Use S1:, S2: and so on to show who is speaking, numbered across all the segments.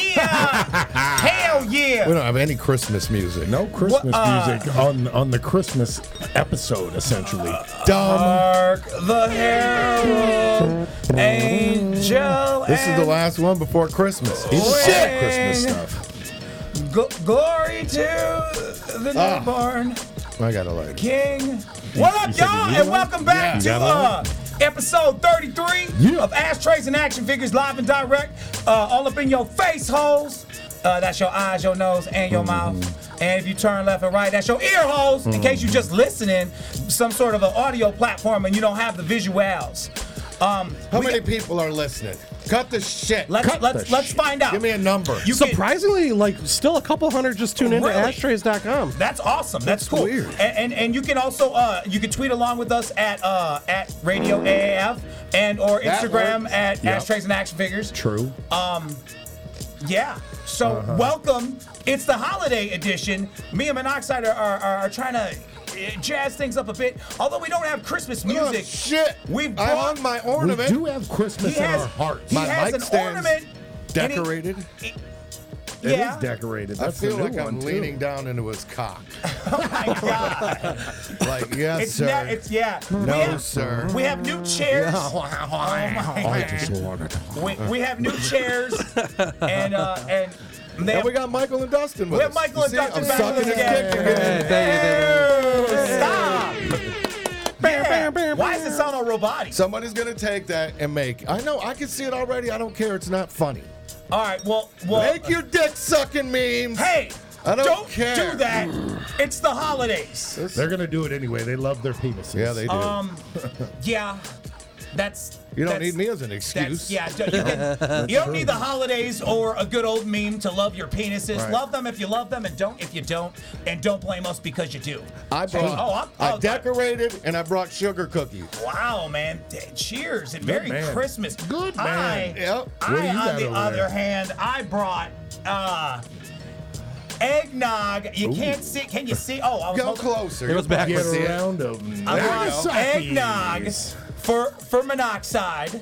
S1: Yeah! Hell
S2: We
S1: yeah!
S2: don't have any Christmas music.
S3: No Christmas music on on the Christmas episode, essentially.
S4: Uh,
S2: Dumb.
S1: Mark the Herald Angel.
S2: this is the
S1: and
S2: last one before Christmas. He's
S1: Wait.
S2: shit Christmas stuff.
S1: gl- glory to the
S2: Ah.
S1: newborn
S2: I gotta light. it.
S1: king. What up,
S3: you said
S1: y'all?
S3: the new
S1: And
S3: one?
S1: welcome back
S2: Yeah.
S1: to uh, episode 33
S3: Yeah.
S1: of Ashtrays and Action Figures Live and Direct. Uh, all up in your face holes. Uh, that's your eyes, your nose, and your
S2: Mm-hmm.
S1: mouth. And if you turn left and right, that's your ear holes. In case you're just listening, some sort of an audio platform and you don't have the visuals. Um,
S2: How many people are listening? Cut the shit.
S1: let's
S2: Cut
S1: let's
S2: the
S1: let's
S2: shit.
S1: find out.
S2: Give me a number.
S1: You can-
S4: Surprisingly, like still a couple hundred just tune into
S1: Really?
S4: ashtrays.com.
S1: That's awesome. That's, cool.
S2: weird.
S1: And, and and you can also uh you can tweet along with us at uh at Radio AAF and or
S2: That
S1: Instagram
S2: works.
S1: at
S2: Yep.
S1: Ashtrays and Action Figures.
S3: True.
S1: Yeah. So
S2: Uh-huh.
S1: welcome. It's the holiday edition. Me and Monoxide are are, are, are trying to eh, jazz things up a bit. Although we don't have Christmas
S2: Oh,
S1: music.
S2: shit.
S1: We've
S2: I'm
S1: brought-
S2: on my
S3: we
S2: ornament.
S3: do have Christmas
S1: He
S3: in
S1: has-
S3: our hearts.
S1: he
S2: my
S1: has
S2: mic
S1: an
S2: stands
S1: ornament, and he-
S2: decorated.
S3: It is
S1: yeah.
S3: decorated.
S2: I
S3: That's
S2: feel
S3: the new
S2: like I'm
S3: one, too.
S2: leaning down into his cock.
S1: My God.
S2: Like, yes,
S1: It's
S2: sir.
S1: not, it's yeah. we
S2: No,
S1: have,
S2: sir.
S1: We have new chairs. Oh my
S2: I just want it.
S1: We, we have new chairs, and uh, and they
S2: And we got Michael and Dustin with
S1: we have
S2: us.
S1: Michael
S2: You
S1: and
S2: see,
S1: Dustin
S2: I'm
S1: back
S2: sucking
S1: with us
S2: his
S1: again.
S2: dick again.
S1: Stop! Yeah.
S4: bam,
S1: Why does it sound all robotic?
S2: Somebody's gonna take that and make. I know. I can see it already. I don't care. It's not funny.
S1: all right, well, well,
S2: Make your dick sucking memes.
S1: hey,
S2: I don't care.
S1: do that. It's the holidays.
S3: They're gonna do it anyway. They love their penises.
S2: Yeah, they do.
S1: Um, yeah, that's.
S2: you don't
S1: that's-
S2: need me as an
S1: That's,
S2: excuse.
S1: yeah, d- you, can, you don't need the holidays or a good old meme to love your penises.
S2: Right.
S1: Love them if you love them, and don't if you don't, and don't blame us because you do.
S2: I brought.
S1: Oh, I'm-
S2: I
S1: oh,
S2: decorated and I brought sugar cookies.
S1: Wow, man. D- Cheers and Merry
S3: man.
S1: Christmas.
S3: Good
S1: I,
S3: man.
S2: Yep.
S1: I,
S3: What do you
S1: on
S3: got
S1: the
S3: over
S1: other
S3: there?
S1: hand, I brought uh, eggnog. You can't see. Can you see? Oh, I was
S2: Go
S1: holding-
S2: closer.
S4: It was
S2: You can
S3: Get
S4: backwards.
S2: see
S3: a
S2: it.
S3: round of
S1: I
S2: you
S1: brought
S2: go.
S1: eggnog
S3: Nazis.
S1: for for monoxide,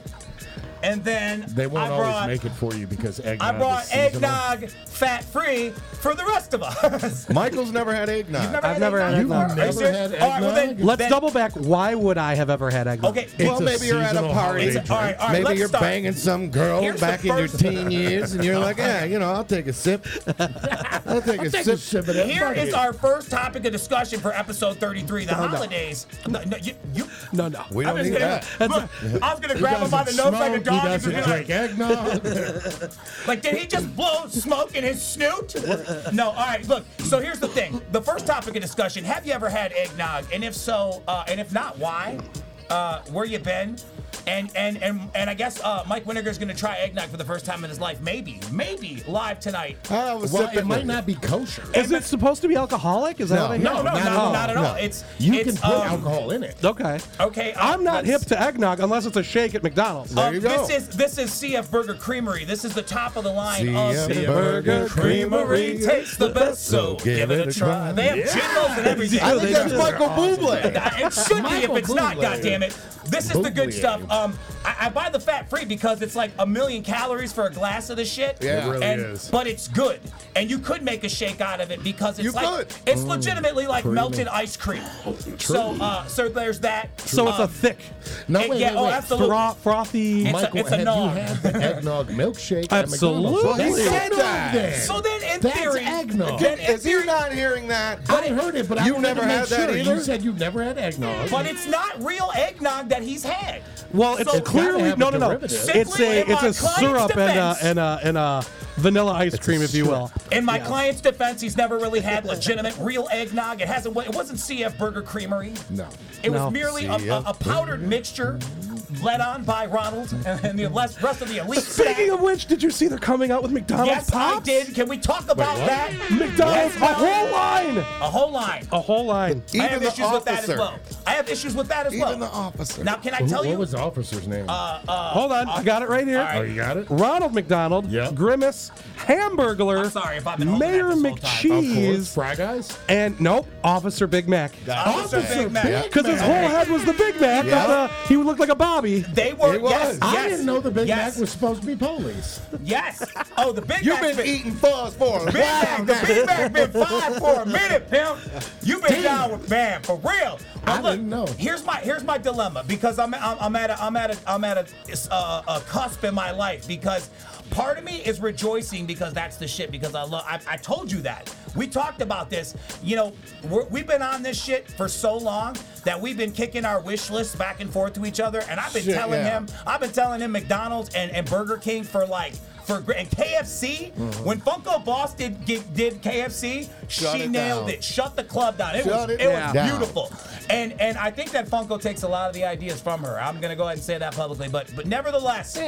S1: and then
S3: They
S1: I
S3: won't always
S1: brought
S3: make it for you because eggnog.
S1: I brought
S3: is seasonal.
S1: eggnog fat free for the rest of us.
S2: Michael's never had eggnog.
S1: You've never
S4: I've
S1: had
S4: never had
S1: eggnog.
S4: eggnog.
S1: Are you
S3: You've never
S1: serious?
S3: had
S1: All right, well
S3: eggnog?
S1: then,
S4: Let's
S1: then-
S4: double back. Why would I have ever had eggnog?
S1: Okay,
S3: It's
S2: well,
S3: a
S2: maybe you're at a
S3: seasonal
S2: party.
S3: holiday
S1: It's-
S3: drink.
S1: all right, all right.
S2: Maybe
S1: let's
S2: you're
S1: start.
S2: banging some girl
S1: Here's the
S2: back in your
S1: first-
S2: teen years, and you're like, yeah, you know, I'll take a sip. I'll take a
S3: Take
S2: sip.
S3: a sip of that
S1: Here
S3: bucket.
S1: is our first topic of discussion for episode 33, the holidays. No, no, you, you,
S4: No, no.
S2: We
S1: I'm
S2: don't
S1: just
S2: need
S1: gonna,
S2: that.
S1: look, I was gonna grab him by the
S3: Doesn't
S1: nose like a
S3: smoke,
S1: dog.
S3: He
S1: and
S3: doesn't
S1: just be
S3: drink
S1: like,
S3: eggnog.
S1: like, did he just blow smoke in his snoot? no, all right, look. So here's the thing. The first topic of discussion, have you ever had eggnog? And if so, uh, and if not, why? Uh, where you been? And and and and I guess uh, Mike Winninger's gonna try eggnog for the first time in his life. Maybe, maybe live tonight.
S3: Uh,
S2: I was
S3: well,
S2: sipping
S3: it might
S2: with
S3: not be kosher.
S4: Is it supposed to be alcoholic? Is that
S2: No.
S4: what I hear?
S1: No, no, not,
S3: at
S1: not,
S3: all.
S1: at all. It's
S3: You
S1: it's,
S3: can put
S1: um,
S3: alcohol in it.
S4: Okay.
S1: Okay, uh,
S4: I'm not hip
S1: let's-
S4: to eggnog unless it's a shake at McDonald's.
S2: There
S1: Um,
S2: you go.
S1: this is this is CF Burger Creamery. This is the top of the line of
S2: CF
S3: Burger
S1: Creamery. Tastes the best, so give it a try. They have jingles and everything.
S2: I think that's
S4: Yeah.
S2: Michael Bublé.
S1: it should be if
S2: Michael
S1: it's not.
S2: Bublé.
S1: God damn it! This is the good
S3: Bublé.
S1: stuff. Um, I, I buy the fat free because it's like a million calories for a glass of the shit.
S2: Yeah. It
S3: really
S1: and,
S3: is.
S1: But it's good, and you could make a shake out of it because it's
S2: You
S1: like
S2: could.
S1: it's legitimately like melted ice cream. So, uh, so there's that.
S4: so it's a
S1: Um,
S4: thick,
S3: No,
S1: it-
S3: wait,
S1: yeah,
S3: wait,
S1: oh,
S3: wait.
S1: absolutely.
S4: fro- frothy.
S1: It's a-
S3: Michael,
S1: it's a
S3: have
S1: nog.
S3: you had the eggnog milkshake?
S4: Absolutely.
S2: He
S4: Really?
S2: said that.
S1: So then, in
S3: That's
S1: theory,
S3: eggnog.
S1: then in
S2: Is he not hearing that?
S3: I heard it, but I
S2: You
S3: wanted
S2: never
S3: to make
S2: had that
S3: sure.
S2: either?
S3: You said you never had eggnog.
S1: But it's not real eggnog that he's had.
S4: Well, it's
S1: So-
S4: clearly
S3: have
S4: no,
S3: a
S4: no, no.
S3: derivative.
S4: It's
S1: Simply
S4: a
S1: in
S4: it's
S1: my
S4: a syrup
S1: client's
S4: and a,
S1: defense.
S4: and a and a vanilla ice cream, if you will.
S1: In my client's defense, he's never really had legitimate real eggnog. It hasn't. It wasn't CF Burger Creamery.
S3: no.
S1: It
S4: No.
S1: was merely a, a,
S2: CF
S1: a powdered mixture led on by Ronald and, and the les- rest of the elite.
S4: Speaking
S1: staff.
S4: of which, did you see they're coming out with McDonald's
S1: yes,
S4: pops?
S1: I did. Can we talk about
S3: what?
S1: that?
S4: McDonald's
S1: Yes,
S4: a
S1: Mel.
S4: whole line,
S1: A whole line.
S4: a whole line.
S1: I have
S2: Even the
S1: issues with that as
S2: officer.
S1: well. I have issues with that as well.
S2: Even the officer.
S1: Now, can I
S3: Who-
S1: tell
S3: what
S1: you? Uh,
S3: was the officer's name?
S4: Hold on, I got it right here.
S3: oh, you got it?
S4: Ronald McDonald,
S3: Yeah.
S4: Grimace, Hamburgler,
S1: I'm sorry if I've been holding
S4: Mayor
S1: that this whole time.
S3: Of course.
S4: McCheese,
S3: Fry guys?
S4: and nope, Officer Big Mac.
S1: Officer Big Mac.
S2: Yeah.
S4: Because his whole head was the Big Mac.
S2: Yeah.
S4: but, uh, he would look like a lobby.
S1: They were.
S2: It was.
S1: Yes,
S2: I
S1: yes,
S3: I didn't know the Big
S1: yes,
S3: Mac was supposed to be Polish.
S1: Yes. Oh, the Big
S2: You've
S1: Mac's
S2: been eating fuzz for a
S1: Big
S2: while
S1: Mac, the
S2: now.
S1: Big Mac been fine for a minute, pimp. You been down with man for real. But
S3: I didn't know.
S1: Here's my here's my dilemma because I'm I'm, I'm at a I'm at a I'm at a, uh, a cusp in my life because part of me is rejoicing because that's the shit because I love I, I told you that we talked about this you know we're, we've been on this shit for so long that we've been kicking our wish lists back and forth to each other and I've been
S2: Shit,
S1: telling
S2: yeah.
S1: him I've been telling him McDonald's and, and Burger King for like for gr- and KFC. When Funko Boss did did, did KFC,
S2: Mm-hmm. Shut
S1: she
S2: it
S1: nailed
S2: down.
S1: it. Shut the club down. It
S2: Shut
S1: was
S2: it
S1: it was
S2: down.
S1: beautiful. And and I think that Funko takes a lot of the ideas from her. I'm gonna go ahead and say that publicly, but but nevertheless.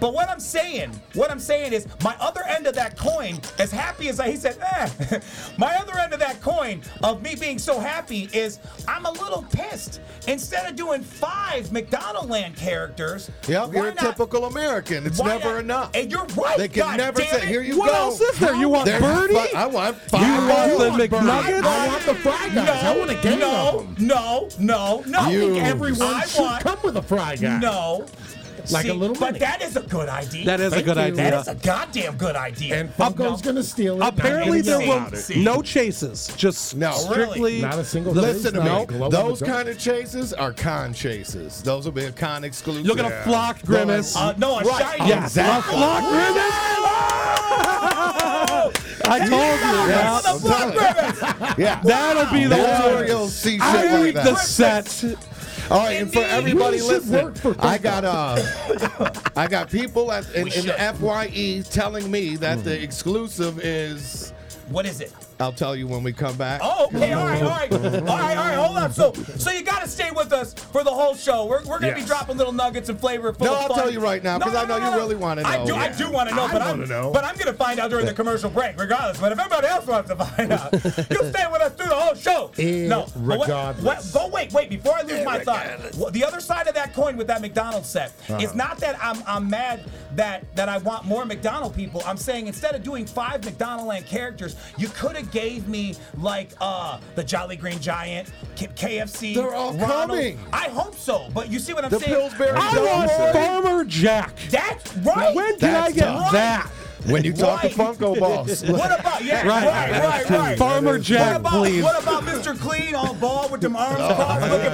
S1: But what I'm saying, what I'm saying is, my other end of that coin, as happy as I, he said, eh. my other end of that coin of me being so happy is I'm a little pissed. Instead of doing five McDonald Land characters,
S2: Yep,
S1: why
S2: you're a
S1: not-
S2: typical American. It's
S1: why
S2: never
S1: not-
S2: enough.
S1: And you're right.
S2: They can
S1: God
S2: never
S1: damn
S2: say,
S1: it.
S2: "Here you
S4: What
S2: go."
S4: else is there? You want
S2: There's
S4: birdie?
S2: fi- I want five.
S4: You want
S2: I
S4: the
S2: want birdie.
S4: McNuggets?
S2: I want the fried
S1: No,
S2: guys. I want
S3: want a gang
S1: no,
S3: of 'em.
S1: no, no, no.
S2: I think You.
S3: Everyone
S1: I
S3: should
S1: want,
S3: come with a fry guy.
S1: No.
S3: Like a
S1: See,
S3: little
S1: But
S3: money.
S1: that is a good idea.
S4: That is a
S3: Thank
S4: good
S3: you.
S4: idea.
S1: That is a goddamn good idea.
S3: And
S1: Oh,
S3: Funko's
S1: no.
S3: gonna steal it.
S4: Apparently,
S3: Not
S4: there
S1: See,
S3: gonna know
S4: were
S3: about it.
S1: see.
S4: no chases. Just
S2: No.
S4: strictly.
S3: Not a single.
S2: Listen to
S3: chase, not a glow
S2: me.
S3: in
S2: Those
S3: the dark.
S2: kind of chases are con chases. Those will be a con exclusive.
S4: You're gonna flock grimace.
S1: Uh, no, a
S2: Right.
S3: Oh,
S1: shiny.
S4: yeah,
S2: exactly.
S4: a flock grimace. I told you.
S2: Yes.
S4: Matt.
S1: The
S2: I'm
S1: Oh, Black
S2: telling
S1: Ribbons!
S2: Yeah.
S4: That'll be the
S2: That's
S4: one.
S2: where you'll see
S4: I
S2: shit like
S4: read
S2: that.
S4: the set.
S2: All right, and for
S1: Indeed.
S2: everybody
S3: We should
S2: listening,
S3: work for
S2: I got uh, I got people at, in,
S1: We
S2: in the
S1: should.
S2: Fye telling me that the exclusive is.
S1: What is it?
S2: I'll tell you when we come back.
S1: Oh, okay, all right, all right, all right, all right. Hold up. So, so you got to stay with us for the whole show. We're, we're gonna be
S3: Yes.
S1: dropping little nuggets and flavor. Full
S2: No,
S1: of
S2: I'll
S1: fun.
S2: tell you right now, 'cause I know you really wanna
S1: I
S2: know.
S1: do, I
S2: Yeah.
S1: do want to know,
S3: I
S1: but
S3: wanna
S1: I'm
S3: know.
S1: but I'm gonna find out during the commercial break, regardless. But if everybody else wants to find out, you stay with us through the whole show. no, but
S3: Irregardless.
S1: What, what, go wait, wait. Before I lose my thought, Well, the other side of that coin with that McDonald's set is not that I'm I'm mad that that I want more McDonald people. I'm saying instead of doing five McDonald and characters, you could have gave me like uh the Jolly Green Giant, K- KFC.
S2: They're all
S1: Ronald.
S2: coming.
S1: I hope so, but you see what I'm
S2: The
S1: saying?
S2: Pillsbury
S4: I want
S2: Doughboy.
S4: Farmer Jack.
S1: That's right.
S4: When can I
S2: That's
S4: get
S2: tough.
S4: that?
S2: When you talk
S1: Right.
S2: to Funko Boss,
S1: What about yeah?
S4: Right.
S1: Right, right, right.
S4: Farmer
S1: What
S4: Jack,
S1: about
S4: please.
S1: what about Mr. Clean on ball with them arms crossed, looking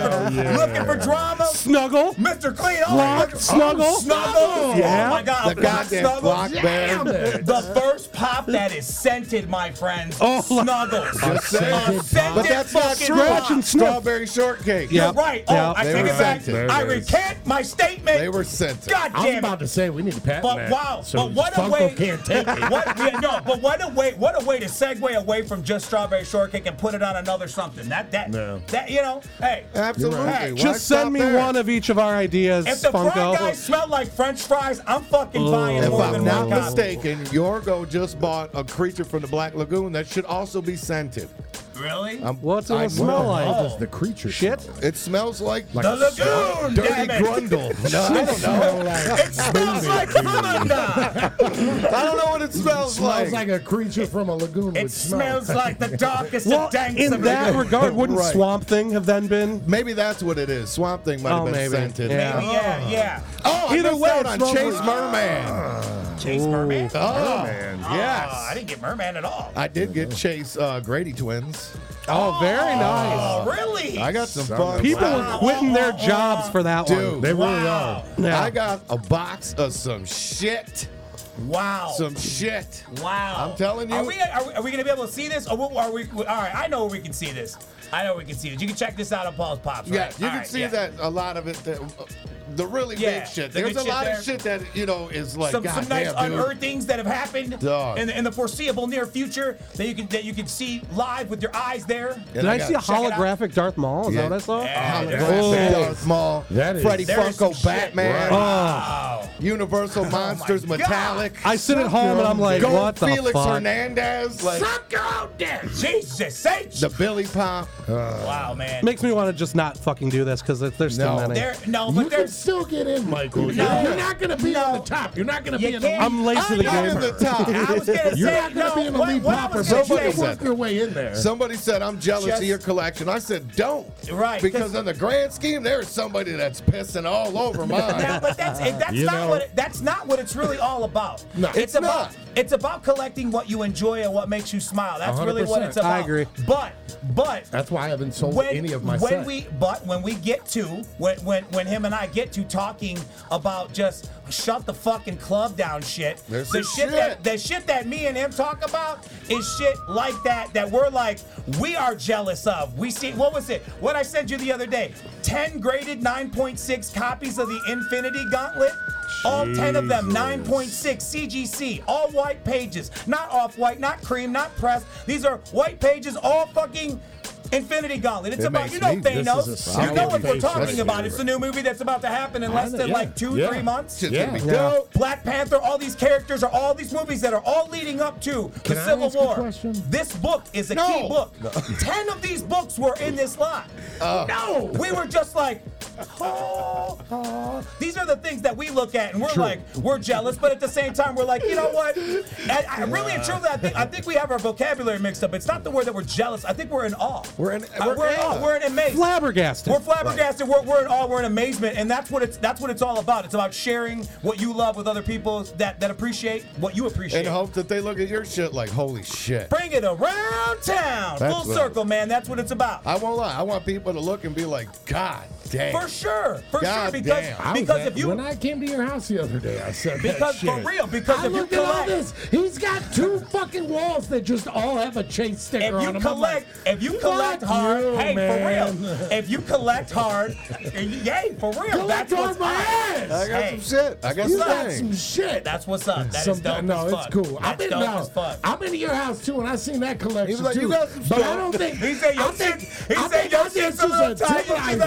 S1: for looking for drama?
S4: Snuggle.
S1: Mr. Clean, oh,
S4: Block,
S1: look-
S4: snuggle.
S1: oh, snuggle.
S4: Yeah.
S1: Oh my God,
S2: the
S1: block,
S2: goddamn block
S1: Yeah.
S2: bear.
S1: The first pop that is scented, my friends.
S4: Oh,
S1: snuggles.
S2: Just saying.
S1: A scented
S2: But that's not
S1: fucking
S2: true.
S1: pop.
S4: Scratch and sniff.
S2: Strawberry shortcake.
S4: Yeah.
S1: You're right. Oh,
S4: Yeah.
S1: I
S2: They
S1: take
S2: were
S1: it back.
S2: scented.
S1: I
S2: There it is.
S1: recant my statement.
S2: They were scented.
S1: God
S3: I was
S1: damn
S3: about
S1: it.
S3: to say we need to patent
S1: But
S3: that.
S1: wow,
S3: so
S1: but what a
S3: Funko
S1: way!
S3: can't take it.
S1: What, yeah, no, but what a way! What a way to segue away from just strawberry shortcake and put it on another something. That that
S3: No.
S1: that you know, hey,
S2: Absolutely.
S3: You're
S1: right.
S2: Why
S4: Just
S2: stop
S4: send me
S2: there?
S4: one of each of our ideas,
S1: if the fried guys
S4: Funko.
S1: smell like French fries, I'm fucking buying
S2: If
S1: more
S2: I'm
S1: than
S2: not
S1: one copy.
S2: mistaken, Yorgo just bought a creature from the Black Lagoon that should also be scented.
S1: Really?
S2: I'm-
S4: What's it
S2: I-
S4: gonna
S3: What
S4: smell
S3: the hell
S4: like?
S3: does the creature
S4: Shit.
S3: smell
S2: It smells like,
S3: Like
S1: the
S3: a
S1: lagoon,
S2: dirty
S1: damn it!
S2: grundle. No, I don't know.
S3: smell like?
S1: It smells like thunder.
S2: I don't know what it smells,
S3: Smells like a creature from a lagoon.
S1: It
S3: would smell.
S1: smells like the darkest
S4: Well,
S1: of dank.
S4: in that regard, wouldn't
S2: Right.
S4: Swamp Thing have then been?
S2: Maybe that's what it is. Swamp Thing might have
S4: Oh,
S2: been
S4: maybe.
S2: scented.
S4: Yeah.
S1: yeah, yeah.
S2: Oh, I
S4: Either
S2: missed
S4: way,
S2: out
S4: it
S2: on
S4: smells
S2: Chase
S4: like-
S2: Merman.
S1: Chase Merman.
S2: Oh, yes.
S1: Oh, I didn't get Merman at all.
S2: I did get Chase uh, Grady twins.
S4: Oh, very nice.
S1: Oh, really?
S2: I got some
S3: Son
S2: fun.
S3: of a-
S4: People
S1: Wow.
S4: are quitting their jobs for that one.
S2: Dude,
S3: They really
S1: Wow.
S3: are.
S4: Yeah.
S2: I got a box of some shit.
S1: Wow.
S2: Some shit.
S1: Wow.
S2: I'm telling you.
S1: Are we, are we, are we going to be able to see this? Or what- are we, all right, I know we can see this. I know we can see this. You can check this out on Paul's Pops.
S2: Yeah,
S1: right?
S2: you
S1: All
S2: can
S1: right,
S2: see
S1: yeah.
S2: that a lot of it. That, uh, the really
S1: Yeah,
S2: big shit.
S1: the
S2: There's
S1: good
S2: a
S1: shit
S2: lot
S1: there.
S2: of shit that you know is like
S1: Some,
S2: God
S1: some nice
S2: damn, dude.
S1: unearthings that have happened
S2: Dog.
S1: in the, in the foreseeable near future that you can that you can see live with your eyes there.
S4: Did
S2: And
S4: I, see a
S2: got
S1: Check it out.
S4: holographic Darth Maul? Is
S2: Yeah.
S4: that what I saw?
S1: Yeah.
S2: Holographic
S1: Oh.
S2: Darth Maul,
S3: That is-
S2: Freddy
S1: There is some
S2: Funko,
S1: shit.
S2: Batman,
S1: Wow.
S2: Universal Monsters,
S1: God.
S2: Metallic.
S4: I sit at home and I'm like,
S2: Gold
S4: what the
S2: Felix
S4: fuck?
S2: Hernandez, like
S1: Suck your own dick. Jesus H.
S2: the Billy Pop.
S1: wow, man.
S4: Makes me want to just not fucking do this because there's too
S2: No.
S4: many.
S1: There, no,
S3: You
S1: but
S3: can
S1: there's
S3: still get in, Michael.
S1: No.
S3: You're not going to be
S1: No.
S3: on the top. You're not going to
S1: You
S3: be in
S1: can't.
S3: the.
S4: I'm lazily
S2: I'm
S4: gamer.
S2: in the top.
S1: I was gonna
S3: You're
S1: say,
S3: not going to
S1: no,
S3: be in the
S1: what-
S3: lead
S1: what I
S3: popper.
S1: was gonna
S3: Somebody
S1: say-
S3: work your way in there.
S2: Somebody said, I'm jealous
S1: Just-
S2: of your collection. I said, don't.
S1: Right, 'cause-
S2: Because in the grand scheme, there's somebody that's pissing all over
S1: Now,
S2: mine.
S1: but that's it- that's
S3: You
S1: not
S3: know-
S1: what it, that's not what it's really all about.
S2: No, it's
S1: about
S2: not.
S1: it's about collecting what you enjoy and what makes you smile. That's really what it's
S3: 100%.
S1: about.
S4: I agree.
S1: But but
S3: That's why I haven't sold
S1: when,
S3: any of my
S1: when
S3: sets.
S1: we but when we get to when, when when him and I get to talking about just shut the fucking club down shit.
S2: There's
S1: the
S2: some
S1: that
S2: shit.
S1: the shit that me and him talk about is shit like that that we're like we are jealous of. We see what was it? What I sent you the other day? Ten graded 9.6 copies of the Infinity Gauntlet. All 10 of them,
S3: Jesus.
S1: 9.6 CGC, all white pages, not off white, not cream, not pressed. These are white pages, all fucking Infinity Gauntlet. It's
S2: It
S1: about,
S2: makes
S1: you know,
S2: me-
S3: this is
S1: Thanos.
S3: a
S1: You know what
S3: solid
S1: we're
S3: face
S1: talking
S3: right
S1: about.
S3: here.
S1: It's the new movie that's about to happen in less
S3: know,
S1: than
S3: yeah,
S1: like two,
S3: yeah.
S1: three months.
S2: Shit's gonna be
S3: Yeah.
S2: dope.
S1: Black Panther, all these characters are all these movies that are all leading up to the
S3: Can I
S1: Civil
S3: ask a
S1: War.
S3: question?
S1: This book is a
S2: No.
S1: key book. Ten of these books were in this lot. no, we were just like, oh, oh. These are the things that we look at and we're like, we're jealous, but at the same time, we're like, you know what? I, I really and truly, I think I think we have our vocabulary mixed up. It's not the word that we're jealous. I think we're in awe.
S2: We're in-
S1: Uh,
S2: we're
S1: we're in
S2: in
S1: awe.
S2: awe.
S1: We're in amazement.
S4: Flabbergasted.
S1: We're flabbergasted. We're, we're in awe. We're in amazement, and that's what it's that's what it's all about. It's about sharing what you love with other people that that appreciate what you appreciate.
S2: And hope that they look at your shit like, holy shit.
S1: Bring it around town,
S2: That's
S1: full
S2: what-
S1: circle, man. That's what it's about.
S2: I won't lie. I want people to look and be like, God damn.
S1: for sure, for
S2: God
S1: sure, because
S2: damn.
S3: I was
S1: because
S3: at-
S1: if you
S3: when I came to your house the other day, I said that
S1: Because- for
S3: shit.
S1: real, because
S3: I
S1: if you
S3: looked at all
S1: collect-
S3: this, he's got two fucking walls that just all have a chase sticker
S1: if
S3: on
S1: you
S3: them. I'm
S1: collect
S3: like,
S1: if you collect
S3: "Fuck
S1: hard,
S3: you,
S1: hey,
S3: man.
S1: for real, if you collect hard, yay, for real,
S3: collect
S1: that's
S3: on
S1: what's
S3: my
S1: up.
S3: ass.
S2: I got
S1: Hey,
S2: some shit. I got
S3: you
S2: some
S3: got
S2: things.
S3: some shit.
S1: That's what's up. That is
S3: Some-
S1: dope
S3: no,
S1: as
S3: it's
S1: fuck.
S3: cool. I've
S1: That's
S3: been
S1: dope as
S3: down.
S1: fuck.
S3: I've been to your house too, and I seen that collection
S2: He was like,
S3: too.
S2: "You got some
S3: but I
S2: shit."
S3: don't think
S1: He said,
S3: I
S1: "Your
S3: think,
S1: shit- he
S3: I
S1: said,
S3: think
S1: "Your
S3: I
S1: shit's
S3: think
S1: a
S3: this is
S1: little
S3: a
S1: tight,
S3: tip
S1: it's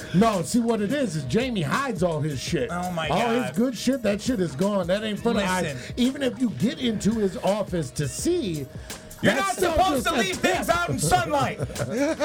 S1: alright."
S3: No, see what it is is Jamie hides all his shit.
S1: Oh, my
S3: all
S1: God.
S3: his good shit, that shit is gone. That ain't front
S1: Listen.
S3: of eyes. Even if you get into his office to see.
S1: You're
S3: that's
S1: not
S3: still
S1: supposed to
S3: just a
S1: leave
S3: tip.
S1: things out in sunlight.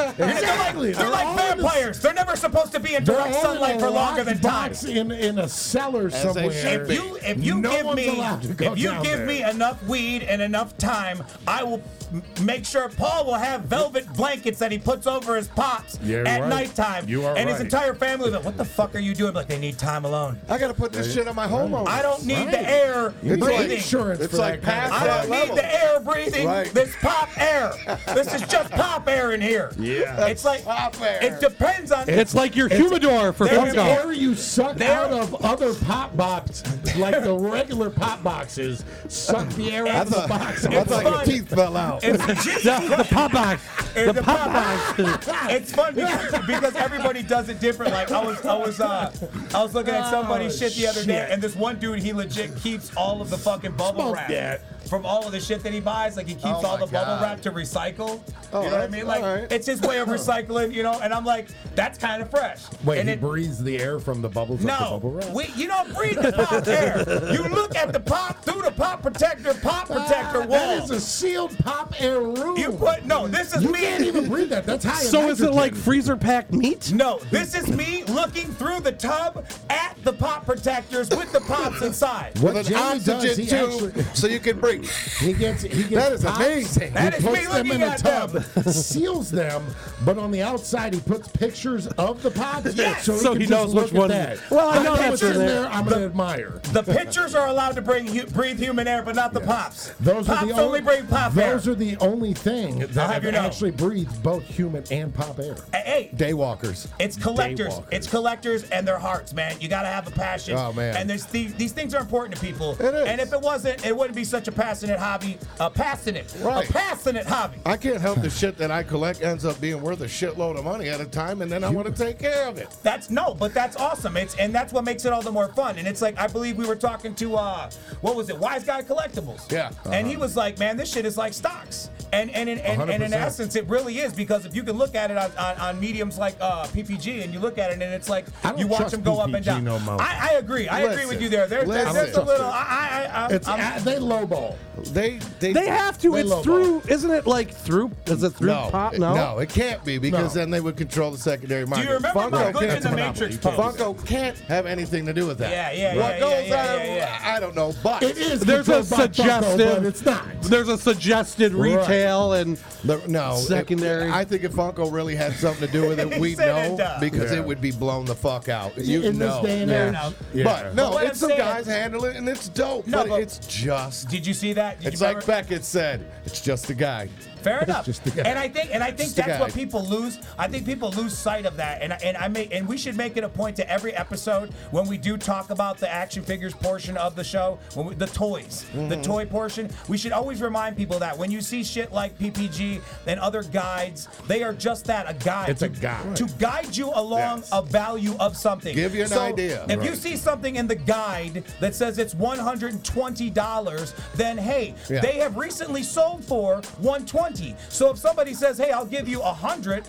S3: Exactly.
S1: They're like
S3: all in the-
S1: vampires. They're never supposed to be in
S3: they're
S1: direct
S3: all in a
S1: sunlight for longer
S3: locked
S1: than time.
S3: box In, in a cellar
S2: they
S3: somewhere.
S2: should
S1: If you if you
S3: No
S1: give
S3: one's
S1: me
S3: allowed to
S1: if
S3: go
S1: you
S3: down
S1: give
S3: there.
S1: me enough weed and enough time, I will m- make sure Paul will have velvet blankets that he puts over his pops
S3: You're
S1: at
S3: right.
S1: nighttime.
S3: You are
S1: and his
S3: right.
S1: entire family will be like, "What the fuck are you doing?" Like they need time alone.
S2: I got to put this shit on my homeowner.
S1: I don't need
S3: Right.
S1: the air
S3: You need
S1: breathing.
S3: insurance
S2: It's
S3: for
S2: like
S3: that kind of
S2: past
S1: I
S2: that
S1: don't need
S2: level.
S1: the air breathing.
S2: Right.
S1: This pop air. this is just pop air in here.
S3: Yeah.
S1: It's like
S2: Pop air.
S1: it depends on
S4: It's like your humidor for
S1: There
S4: fuck
S1: is
S4: off.
S3: air you suck
S1: There-
S3: out of other pop box, like the regular pop boxes, suck the air
S2: I
S3: out of the
S2: thought,
S3: box.
S2: I
S1: It's
S2: thought your
S1: fun.
S2: teeth fell out.
S1: It's
S4: The, the pop box. The,
S1: the
S4: pop
S1: pop
S4: box.
S1: It's fun because, because everybody does it different. Like I was, I was, uh, I was looking at
S2: Oh,
S1: somebody's shit the other day,
S3: shit.
S1: and this one dude, he legit keeps all of the fucking bubble
S3: Smoke
S1: wrap
S3: that.
S1: from all of the shit that he buys. Like he keeps
S2: Oh
S1: all
S2: my
S1: the bubble
S2: God.
S1: wrap to recycle.
S2: Oh,
S1: you know what I
S2: that's-
S1: mean? Like
S2: all right.
S1: it's his way of recycling, you know. And I'm like, that's kind of fresh.
S3: Wait,
S1: and
S3: he
S1: it-
S3: breathes the air from the bubbles up the
S1: no,
S3: bubble wrap?
S1: we, you don't breathe the pop air. You look at the pop through the pop protector, pop protector
S3: Ah,
S1: wall.
S3: That is a sealed pop air room.
S1: you put no. This is
S3: You
S1: me.
S3: can't even breathe that. That's high. in
S4: So is it
S3: nitrogen.
S4: like freezer packed meat?
S1: No, this is me looking through the tub at the pop protectors with the pops inside.
S3: what
S2: With an
S3: Jamie does,
S2: oxygen
S3: he
S2: tube
S3: actually
S2: so you can breathe.
S3: he gets he gets
S2: That is
S3: pops,
S2: amazing.
S1: That
S3: he
S1: is me
S3: puts them
S1: looking
S3: in a
S1: at
S3: tub, seals them, but on the outside he puts pictures of the pops,
S1: Yes.
S3: so he,
S4: So
S3: can
S4: he
S3: just
S4: knows
S3: look
S4: which
S3: at
S4: one-
S3: That.
S4: Well, I know
S3: know
S4: that's
S3: what's
S4: in
S3: in
S4: there.
S3: there. I'm an admirer.
S1: The pitchers are allowed to bring hu- breathe human air, but not the pops.
S3: Those
S1: pops
S3: are the
S1: only bring pop air.
S3: Those are the only thing that
S1: have
S3: have
S1: you know.
S3: actually breathed both human and pop air.
S1: hey, hey,
S2: Daywalkers.
S1: it's collectors.
S3: Daywalkers.
S1: It's collectors and their hearts, man. You gotta have a passion.
S2: Oh, man.
S1: And there's these, these things are important to people.
S2: It is.
S1: And if it wasn't, it wouldn't be such a passionate hobby. A passionate,
S2: Right.
S1: a passionate hobby.
S2: I can't help the shit that I collect ends up being worth a shitload of money at a time, and then I want to take care of it.
S1: That's no, but that's awesome. It's and that's what makes it all the more fun. And it's like I believe we were talking to uh what was it? Wise Guy Collectibles.
S2: Yeah. Uh-huh.
S1: And he was like, "Man, this shit is like stocks. And and in, and, and in
S2: 100%.
S1: essence, it really is because if you can look at it on, on, on mediums like uh, PPG and you look at it and it's like
S3: I don't
S1: you watch
S3: trust
S1: them go up and
S3: PPG
S1: down.
S3: no more.
S1: I, I agree. I agree with
S2: Listen.
S1: you there. There- there-
S2: Listen.
S1: there's a
S2: Trust
S1: little.
S2: it.
S1: I, I, I,
S3: It's
S1: I'm-
S3: at, they lowball.
S2: They they
S4: They have to.
S3: They
S4: It's
S3: lowball.
S4: through. Isn't it like through? Is it through
S2: no,
S4: pop?
S2: it-
S4: No.
S2: it can't be because
S3: No.
S2: then they would control the secondary
S1: do
S2: market.
S1: you remember my
S2: Funko
S1: glitch in
S2: can't,
S1: the
S3: monopoly.
S1: Matrix
S3: You can't
S1: post?
S2: Funko can't have anything to do with that.
S1: Yeah, yeah,
S2: What
S1: yeah,
S2: goes
S1: yeah,
S2: on,
S1: yeah, yeah.
S2: I don't know, but
S3: It is.
S4: There's a
S3: controlled by Funko,
S4: suggested.
S3: but it's not.
S4: There's a suggested
S3: Right.
S4: retail and
S2: The- no it-
S4: Secondary.
S2: I think if Funko really had something to do with it,
S1: He
S2: we
S1: said it
S2: know
S1: does.
S2: because
S3: Yeah.
S2: it would be blown the fuck out. You
S3: in
S2: know.
S3: this day and
S4: Yeah.
S3: age.
S1: No.
S3: Yeah.
S2: But no,
S1: what
S2: it's
S1: I'm
S2: some
S1: saying-
S2: guys handle it and it's dope.
S1: No,
S2: but,
S1: but-
S2: it's just.
S1: Did you see that? Did
S2: It's
S1: you
S2: like
S1: remember-
S2: Beckett said. It's just a guy.
S1: Fair enough.
S3: just the guy.
S1: And I think and I think
S2: Just the
S1: that's what
S2: guy.
S1: people lose. I think people lose sight of that. And I- and I make and we should make it a point to every episode when we do talk about the action figures portion of the show, when we, the toys, the
S2: Mm-hmm.
S1: toy portion. We should always remind people that when you see shit like PPG and other guides, they are just that a guide.
S3: It's
S1: to,
S3: a guide.
S1: to guide you along
S2: Yes.
S1: a value of something.
S2: Give you an
S1: So,
S2: idea.
S1: If you
S2: Right.
S1: see something in the guide that says it's one hundred and twenty dollars, then hey,
S2: Yeah.
S1: they have recently sold for 120. So if somebody says, "Hey, I'll give you 100,"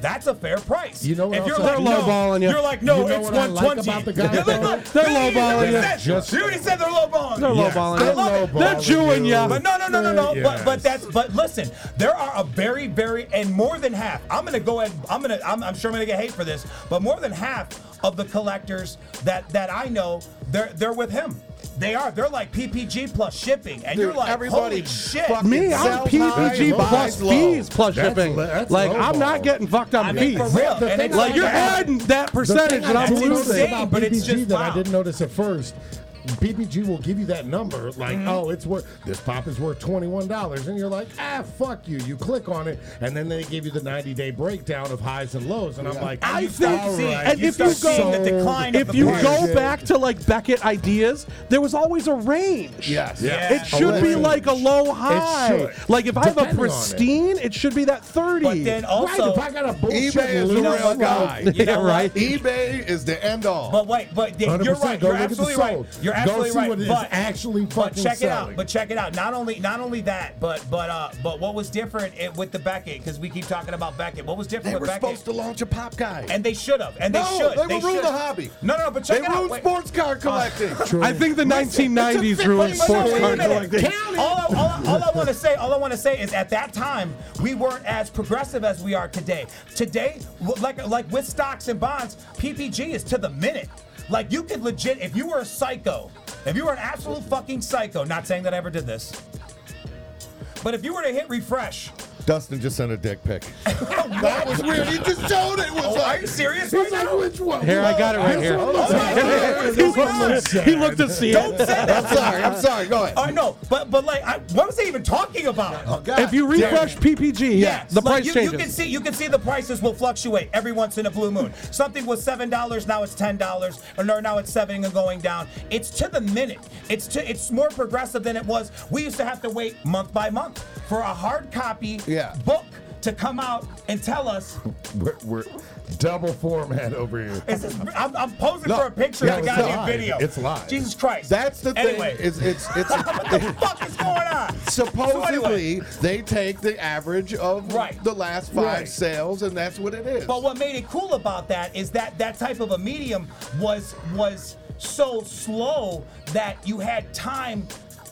S1: that's a fair price.
S3: You know what
S1: if you're
S3: else
S1: like,
S3: I-
S1: no,
S4: They're lowballing you.
S1: You're like, no,
S3: You know
S1: it's
S3: what I like
S1: 120.
S3: about the guy,
S1: Look, look,
S3: though?
S1: look,
S4: They're
S1: see, you
S4: lowballing
S1: already
S4: you.
S1: said-
S3: Just-
S1: You already said they're lowballing.
S4: They're
S1: you.
S4: Yes. lowballing
S1: I
S4: you.
S1: love it.
S3: They're
S4: They're Jewing
S3: you.
S4: ya.
S1: But no, no, no, no, no. But but
S3: Yes.
S1: that's but listen, there are a very, very and more than half. I'm gonna go ahead. I'm gonna. I'm, I'm sure I'm gonna get hate for this, but more than half of the collectors that that I know, they're they're with him. They are. They're like PPG plus shipping, and you're
S2: Dude,
S1: like,
S2: everybody
S1: holy shit.
S2: fucking
S4: me, I'm
S2: Sells high,
S4: PPG
S2: buys
S4: plus
S2: low.
S4: fees plus
S3: That's
S4: shipping.
S3: le- that's
S4: like
S3: low
S4: I'm
S3: ball.
S4: not getting fucked
S1: I
S4: on
S1: mean,
S4: fees.
S1: for real.
S3: The
S1: and
S3: thing
S1: it's
S3: I
S4: Like you're
S3: Yeah.
S4: adding that percentage,
S1: thing
S4: and
S1: I
S4: I'm
S1: do know
S4: losing.
S1: insane,
S3: about
S1: but
S3: PPG
S1: it's just
S3: that
S1: wow.
S3: I didn't notice at first. PPG will give you that number, like,
S1: Mm-hmm.
S3: oh, it's worth this pop is worth twenty one dollars, and you're like, ah, fuck you. You click on it, and then they give you the ninety day breakdown of highs and lows, and I'm like,
S1: I
S3: you
S1: think-
S3: all
S1: see,
S3: right,
S4: and
S1: you
S4: if you
S1: start
S4: go,
S1: seeing the decline of
S4: if
S1: the
S4: you
S1: price.
S4: go back to like Beckett ideas, there was always a range.
S2: Yes.
S1: Yeah.
S4: It should be
S2: Always.
S4: like a low high.
S3: should.
S4: Like if I have a
S3: Depending on it.
S4: pristine, it should be that
S1: But
S4: thirty.
S1: then
S3: right,
S1: also,
S3: if I got a
S2: eBay
S3: bullshit
S2: is the
S3: loser,
S1: know
S2: real
S1: what?
S2: guy.
S1: You know
S4: Yeah, right.
S1: what?
S2: eBay is the end all.
S1: But wait, but th- you're
S3: 100%.
S1: right.
S3: Go
S1: You're
S3: look at the
S1: absolutely right.
S3: sold.
S1: You're
S3: Go
S1: absolutely
S3: see
S1: right.
S3: what is
S1: but
S3: actually
S1: but
S3: fucking
S1: check it out.
S3: selling.
S1: But check it out. Not only not only that, but but uh but what was different it, with the Beckett? Because we keep talking about Beckett. What was different
S2: they
S1: with
S2: were
S1: Beckett?
S2: supposed to launch a pop guy.
S1: and they should have. And
S2: No,
S1: they should.
S2: they will ruin
S1: should.
S2: the hobby.
S1: No, no, no, but
S2: they
S1: check it out.
S2: ruined
S1: Wait.
S2: sports car collecting.
S4: Uh, I think the 1990s
S1: But
S4: ruined
S1: no,
S4: sports
S1: wait a
S4: car
S1: minute.
S4: collecting.
S1: All I, want to say, all I want to say is, at that time, we weren't as progressive as we are today. Today, w- like like with stocks and bonds, PPG is to the minute. Like you could legit, if you were a psycho, if you were an absolute fucking psycho. Not saying that I ever did this, but if you were to hit refresh,
S2: Dustin just sent a dick pic. that was weird. He just showed it. It was
S1: oh, are
S2: like,
S1: you serious right
S3: He's
S1: now?
S3: like, which one?
S4: Here, I got it right
S3: This
S4: here.
S3: one looks
S1: Oh my God,
S3: like-
S1: what's
S3: this
S1: going
S3: one
S1: on?
S3: looks
S4: He
S3: sad.
S4: looked to see
S1: Don't
S4: it.
S1: say that.
S2: I'm sorry. I'm sorry. Go ahead.
S1: I know, but but like, I, what was I even talking about?
S2: Oh, God.
S4: If you refresh PPG, yeah,
S1: Yes.
S4: the
S1: Like,
S4: price
S1: you, You can
S4: changes.
S1: see you can see the prices will fluctuate every once in a blue moon. Something was seven dollars, now it's ten dollars, or no, now it's seven and going down. It's to the minute. It's to it's more progressive than it was. We used to have to wait month by month for a hard copy
S2: Yeah.
S1: book to come out and tell us.
S3: We're, we're double format over here.
S1: Is this, I'm, I'm posing
S2: No,
S1: for a picture
S2: yeah,
S1: of the
S2: it's
S1: goddamn
S2: live.
S1: video.
S3: It's live.
S1: Jesus Christ.
S2: That's the thing.
S1: Anyway,
S2: It's it's it's.
S1: what the fuck is going on? So anyway,
S2: Supposedly, they take the average of
S1: Right.
S2: the last five
S3: Right.
S2: sales, and that's what it is.
S1: But what made it cool about that is that that type of a medium was was so slow that you had time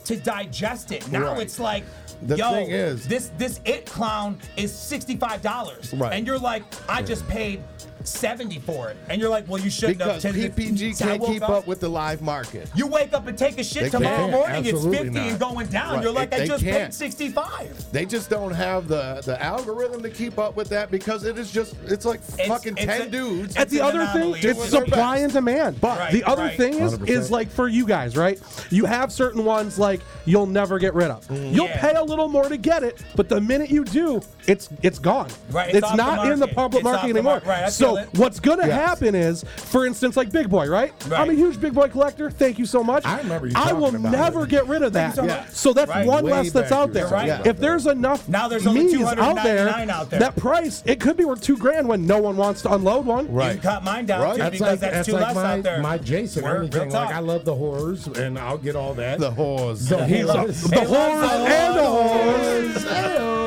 S1: to digest it. Now
S2: Right.
S1: it's like.
S2: The
S1: Yo,
S2: thing is-
S1: this this it clown is sixty five dollars,
S2: Right.
S1: and you're like, I just paid seventy for it, and you're like, well, you shouldn't
S2: because
S1: have. 'Cause
S2: PPG
S1: I
S2: can't
S1: woke
S2: keep up with the live market.
S1: You wake up and take a shit
S2: They
S1: tomorrow
S2: can't.
S1: morning. It's
S3: Absolutely
S1: fifty and
S3: not.
S1: going down.
S2: Right.
S1: You're like,
S2: They-
S1: I
S2: they
S1: just paid
S2: can't.
S1: sixty five.
S2: They just don't have the the algorithm to keep up with that because it is just it's like fucking
S1: it's
S2: ten
S1: a-
S2: dudes.
S1: it's
S4: At the
S1: an
S4: other thing,
S1: anomaly. It's
S4: it's
S2: what they're
S4: supply
S2: best.
S4: and demand. But
S1: Right,
S4: the other
S1: right.
S4: thing is, is
S3: 100%.
S4: like for you guys, right? You have certain ones like you'll never get rid of. You'll
S1: Mm. Yeah.
S4: pay a little more to get it, but the minute you do, it's it's gone.
S1: Right, it's
S4: It's,
S1: off the
S4: not in the
S1: market.
S4: public
S1: It's off
S4: market
S1: the
S4: anymore.
S1: market. Right, I feel
S4: so
S1: it.
S4: what's gonna
S2: Yes.
S4: happen is, for instance, like Big Boy, right? I'm a
S1: Right.
S4: huge Big Boy collector. Thank you so much.
S3: I remember you
S4: I
S3: talking
S4: will
S3: about
S4: never
S3: it.
S4: get rid of that.
S1: you so much.
S4: So that's
S1: Right.
S4: one
S3: Way
S4: less that's
S3: back
S4: out
S3: you
S4: there.
S3: were talking
S1: Right.
S4: If there's enough
S1: Now there's only
S4: me's out there,
S1: 299 out there.
S4: that price it could be worth two grand when no one wants to unload one.
S1: You cut mine down
S2: Right.
S1: too
S2: That's
S1: because that's, too less
S3: my,
S1: out there.
S3: My Jason,
S1: Word,
S3: or anything.
S1: real
S3: Like
S1: talk.
S3: I love the horrors, and I'll get all that.
S2: The whores.
S3: The
S4: He's a,
S3: whores.
S4: the horse and the horse.
S3: Hey-oh.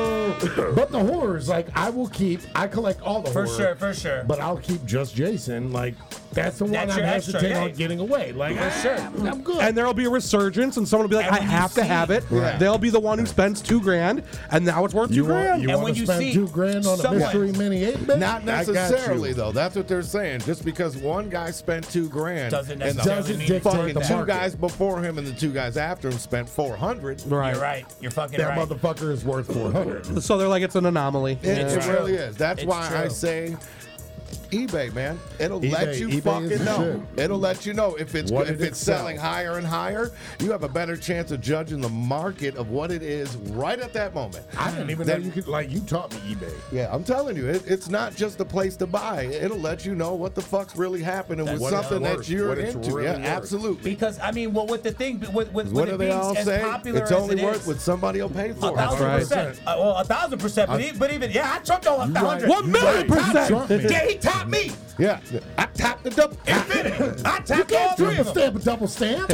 S3: But the horrors, like I will keep. I collect all the
S1: For
S3: horror,
S1: sure, for sure.
S3: But I'll keep just Jason. Like that's the one
S1: That's
S3: I'm
S1: your extra,
S3: hesitant
S1: yeah.
S3: on getting away. Like
S1: For
S3: ah,
S1: sure.
S3: I'm good.
S4: And there'll be a resurgence, and someone will be like,
S1: And
S4: "I
S1: when you
S4: have to
S1: see-
S4: have it."
S2: Right.
S4: They'll be the one who spends two grand, and now it's worth two
S3: you want,
S4: grand.
S3: you
S1: And
S3: want
S1: when
S3: to
S1: you
S3: spend
S1: see
S3: two grand on a
S1: someone-
S3: mystery mini eight bit?
S2: Not
S3: I got you.
S2: necessarily, though. That's what they're saying. Just because one guy spent two grand
S1: Doesn't
S2: and
S1: necessarily
S2: the
S1: mean-
S2: fucking
S3: the
S2: two
S3: market.
S2: guys before him and the two guys after him spent 400.
S4: Right.
S1: You're right. You're fucking
S3: That
S1: right.
S3: motherfucker is worth four hundred.
S4: So they're like, it's an anomaly.
S2: It,
S1: It's
S2: it
S1: true.
S2: really is. That's
S1: It's
S2: why I
S1: true.
S2: say eBay, man. It'll
S3: eBay-
S2: let you
S3: eBay is
S2: fucking
S3: the
S2: know.
S3: shit.
S2: It'll let you know if it's
S3: What
S2: if
S3: did it
S2: it's selling
S3: sell?
S2: higher and higher. You have a better chance of judging the market of what it is right at that moment.
S3: I didn't even
S2: That-
S3: know you could. Like you taught me eBay.
S2: Yeah, I'm telling you, it, it's not just a place to buy. It'll let you know what the fuck's really happening with
S3: What it's
S2: something that
S3: worth,
S2: you're
S3: what it's
S2: into.
S3: really
S2: yeah,
S3: worth.
S2: absolutely.
S1: Because I mean, well, with the thing, with with, with
S2: what
S1: it
S2: do they
S1: being
S2: all
S1: as
S2: say?
S1: popular
S2: It's
S1: as
S2: only
S1: it
S2: worth
S1: is,
S2: what somebody will pay for.
S1: a
S2: it.
S1: thousand
S4: right.
S1: percent. Uh, well, a thousand percent. But, e- but even yeah, I trumped all a hundred.
S4: One million
S1: Top-
S4: percent.
S3: Trump me.
S1: Yeah, he topped me.
S2: Yeah, I tapped the double.
S1: Infinity. I
S3: You
S1: tapped all
S3: can't
S1: three
S3: three
S1: of them.
S3: stamp a double stamp.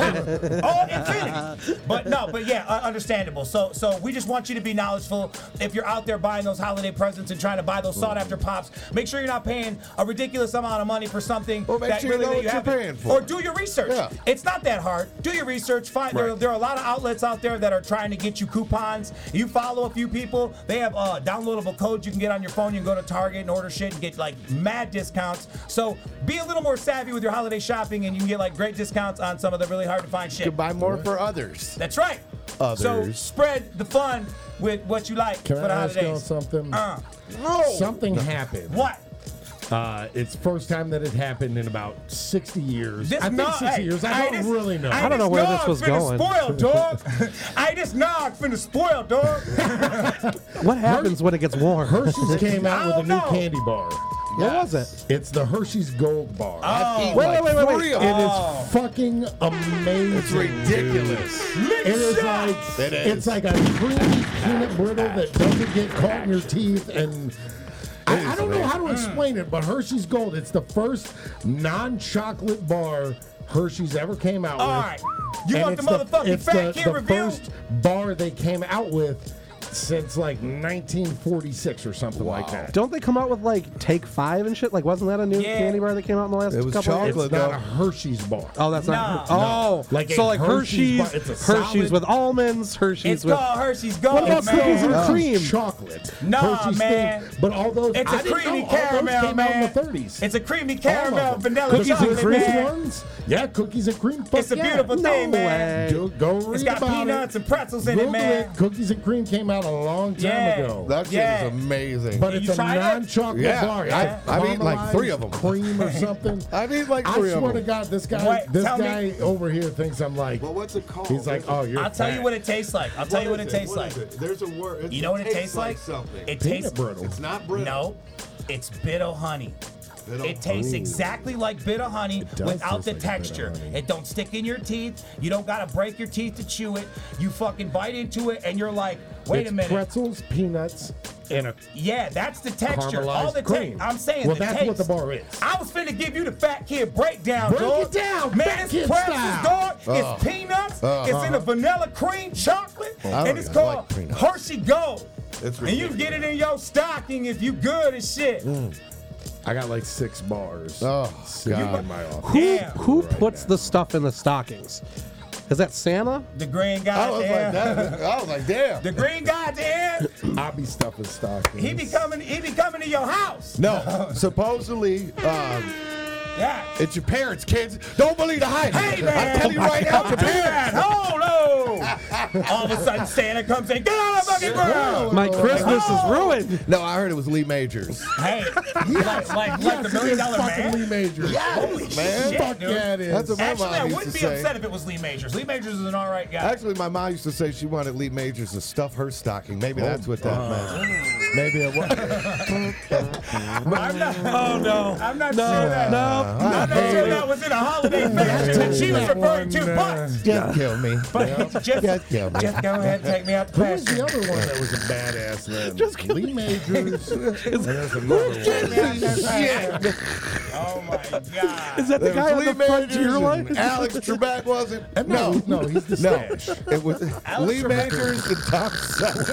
S1: all infinity. Oh, But no, but yeah, uh, understandable. So so we just want you to be knowledgeable. If you're out there buying those holiday presents and trying to buy those sought after pops, make sure you're not paying a ridiculous amount of money for something
S2: Well, make
S1: that
S2: sure you
S1: really
S2: know
S1: that
S2: what you're
S1: haven't-
S2: paying for.
S1: Or do your research.
S2: Yeah.
S1: It's not that hard. Do your research. Find there,
S2: Right.
S1: there are a lot of outlets out there that are trying to get you coupons. You follow a few people. They have uh, downloadable codes you can get on your phone. You can go to Target and order shit and get like mad discounts. So be a little more savvy with your holiday shopping, and you can get like great discounts on some of the really hard to find shit.
S2: You can buy more for others.
S1: That's right. So
S2: Others.
S1: spread the fun with what you like
S3: Can
S1: for the
S3: I ask y'all
S1: holidays.
S3: something?
S1: Uh,
S3: Something happened.
S1: what?
S3: Uh, it's first time that it happened in about 60 years.
S1: This
S3: I think
S1: no-
S3: 60
S1: hey,
S3: years. I, don't
S1: just-
S3: really know.
S4: don't know
S1: just
S4: where
S1: know
S4: this
S1: I'm
S4: was
S1: finna
S4: going.
S1: Spoil, dog. I just know I'm finna spoil, dog.
S4: What happens when it gets warm?
S3: Hershey's came
S1: I
S3: out with a
S1: don't
S3: new
S1: know.
S3: candy bar.
S4: What was it?
S3: It's the Hershey's Gold Bar.
S1: Oh.
S2: Eat
S4: Wait,
S2: like
S4: wait, wait, wait.
S2: three of
S3: it is
S2: them.
S3: fucking amazing.
S2: It's ridiculous.
S3: It is
S1: Shot.
S3: like
S2: It is.
S3: it's like a creamy peanut brittle that doesn't get caught in your teeth and. I, I don't know how to explain it, but Hershey's Gold, it's the first non chocolate bar Hershey's ever came out
S1: All
S3: with.
S1: right. You
S3: And
S1: want the
S3: it's
S1: motherfucking
S3: it's
S1: Fat
S3: the,
S1: Kid
S3: the
S1: review?
S3: first bar they came out with since like 1946 or something like that.
S4: Don't they come out with like Take Five and shit? Like, wasn't that a new
S1: Yeah.
S4: candy bar that came out in the last
S2: It was
S4: couple? of
S2: chocolate.
S4: years?
S3: it's not a Hershey's bar.
S4: Oh, that's not.
S1: No.
S4: Oh,
S3: Like a
S4: so like Hershey's,
S3: Hershey's bar-
S4: Hershey's,
S3: it's a solid-
S4: with almonds, Hershey's
S1: It's
S4: with.
S1: called Hershey's Gold.
S4: What about
S1: man.
S4: cookies and
S3: Hershey's
S4: cream?
S3: chocolate.
S1: Nah,
S3: Hershey's thing.
S1: man.
S3: But all those
S1: It's
S3: I
S1: a
S3: didn't
S1: creamy
S3: know all those
S1: caramel,
S3: came
S1: man.
S3: out in the 30s.
S1: It's a creamy
S3: All of
S1: caramel
S3: them.
S1: vanilla
S3: cookies
S1: chocolate,
S3: and cream
S1: man.
S3: ones. Yeah, cookies and cream. Fuck
S1: It's a
S3: yeah.
S1: beautiful
S4: No
S1: thing, man.
S4: way.
S3: Do, go read
S1: It's got
S3: about
S1: peanuts
S3: it.
S1: and pretzels in it,
S3: Google
S1: man.
S3: Cookies and cream came out a long time
S1: Yeah.
S3: ago.
S2: That shit
S1: Yeah.
S2: is amazing.
S3: but
S1: You
S3: it's a
S1: tried it?
S3: non-chocolate
S2: Yeah,
S3: bar.
S2: I-
S3: It's
S2: I've eaten like three of them.
S3: caramelized cream or something.
S2: I've eaten like three
S3: I
S2: of
S3: swear
S2: them.
S3: to God, this guy,
S1: Wait,
S3: this
S1: tell me-
S3: guy over here thinks I'm like.
S5: Well, what's it called?
S3: He's like, oh, you're.
S1: I'll tell you
S3: fat.
S1: what it tastes like. I'll tell you what it
S5: is
S1: tastes
S5: What
S1: like.
S5: is it? There's a word.
S1: You know what it tastes like?
S5: Something.
S1: It
S3: Peanut
S1: tastes
S3: brittle.
S5: it's not brittle.
S1: No, it's bit of honey.
S5: Bit of
S1: it tastes
S5: honey.
S1: exactly like bit of honey
S3: does
S1: without
S3: taste
S1: the
S3: like bit of
S1: texture.
S3: honey.
S1: It don't stick in your teeth. You don't gotta break your teeth to chew it. You fucking bite into it and you're like, wait
S3: it's
S1: a minute.
S3: Pretzels, peanuts, and a
S1: yeah, that's the texture. All
S3: caramelized
S1: the
S3: cream.
S1: taste. I'm saying
S3: Well,
S1: the
S3: that's
S1: taste.
S3: what the bar is.
S1: I was finna give you the fat kid breakdown,
S3: Break
S1: dog.
S3: it down,
S1: man.
S3: Fat
S1: it's
S3: Kid
S1: pretzels,
S3: style.
S1: dog.
S2: Uh.
S1: it's peanuts.
S2: Uh.
S1: it's in a vanilla cream chocolate,
S2: I
S1: and
S2: don't
S1: it's
S2: even like
S1: called
S2: peanuts.
S1: Hershey Gold.
S2: It's
S1: and you can get it in your stocking if you good as shit.
S2: Mm.
S3: I got like six bars.
S2: Oh,
S3: sitting
S2: God.
S3: in my office.
S4: Who
S1: Damn.
S4: who
S3: Right
S4: puts
S3: now.
S4: the stuff in the stockings? Is that Santa?
S1: The green guy
S2: I
S1: at
S2: was
S1: the
S2: like,
S1: end.
S2: that. I was like, damn.
S1: The green guy at the end.
S3: I be stuffing stockings.
S1: He be coming. He be coming to your house.
S2: No, supposedly um,
S1: Yeah.
S2: it's your parents, kids. Don't believe the hype.
S1: Hey man, Oh
S2: I tell you right now, it's your
S1: Don't do that.
S2: parents.
S1: Hold on. All of a sudden, Santa comes in. Get out of the fucking ground.
S4: My Christmas
S1: Oh.
S4: is ruined.
S2: No, I heard it was Lee Majors.
S1: Hey, like, like, like the
S3: Yes, it
S1: million
S3: is
S1: dollar
S3: fucking
S1: man.
S3: Lee Majors.
S2: Holy man.
S1: shit.
S3: Fuck
S1: dude.
S3: yeah, it is.
S2: That's a- My
S1: Actually,
S2: mom
S1: I
S2: used
S1: wouldn't
S2: to
S1: be
S2: say-
S1: upset if it was Lee Majors. Lee Majors is an all right guy.
S2: Actually, my mom used to say she wanted Lee Majors to stuff her stocking. Maybe that's what that
S1: Uh-huh.
S2: meant.
S3: Maybe it was.
S1: I'm not, oh no, I'm not
S4: No,
S1: sure that.
S4: no, no.
S1: I'm not sure that was in a holiday fashion that she was
S3: That
S1: referring to,
S3: one, uh,
S1: but.
S2: Just kill me.
S1: But just,
S2: Just kill me.
S1: just go ahead and take me out the
S3: Who was the
S1: pasture.
S3: other one that was a badass man?
S4: Just kidding.
S3: Lee Majors. and there's another one.
S1: Take me out the pasture.
S2: Shit.
S1: Oh, Oh my god.
S4: Is that the
S2: There was
S4: guy on
S2: Lee
S4: the front
S2: Majors
S4: of your
S2: and
S4: line?
S2: Alex Trebek wasn't.
S3: And
S2: No,
S3: no, no, he's the
S2: no.
S3: stash.
S2: It was Lee
S1: Trebek.
S2: Majors, the top seller.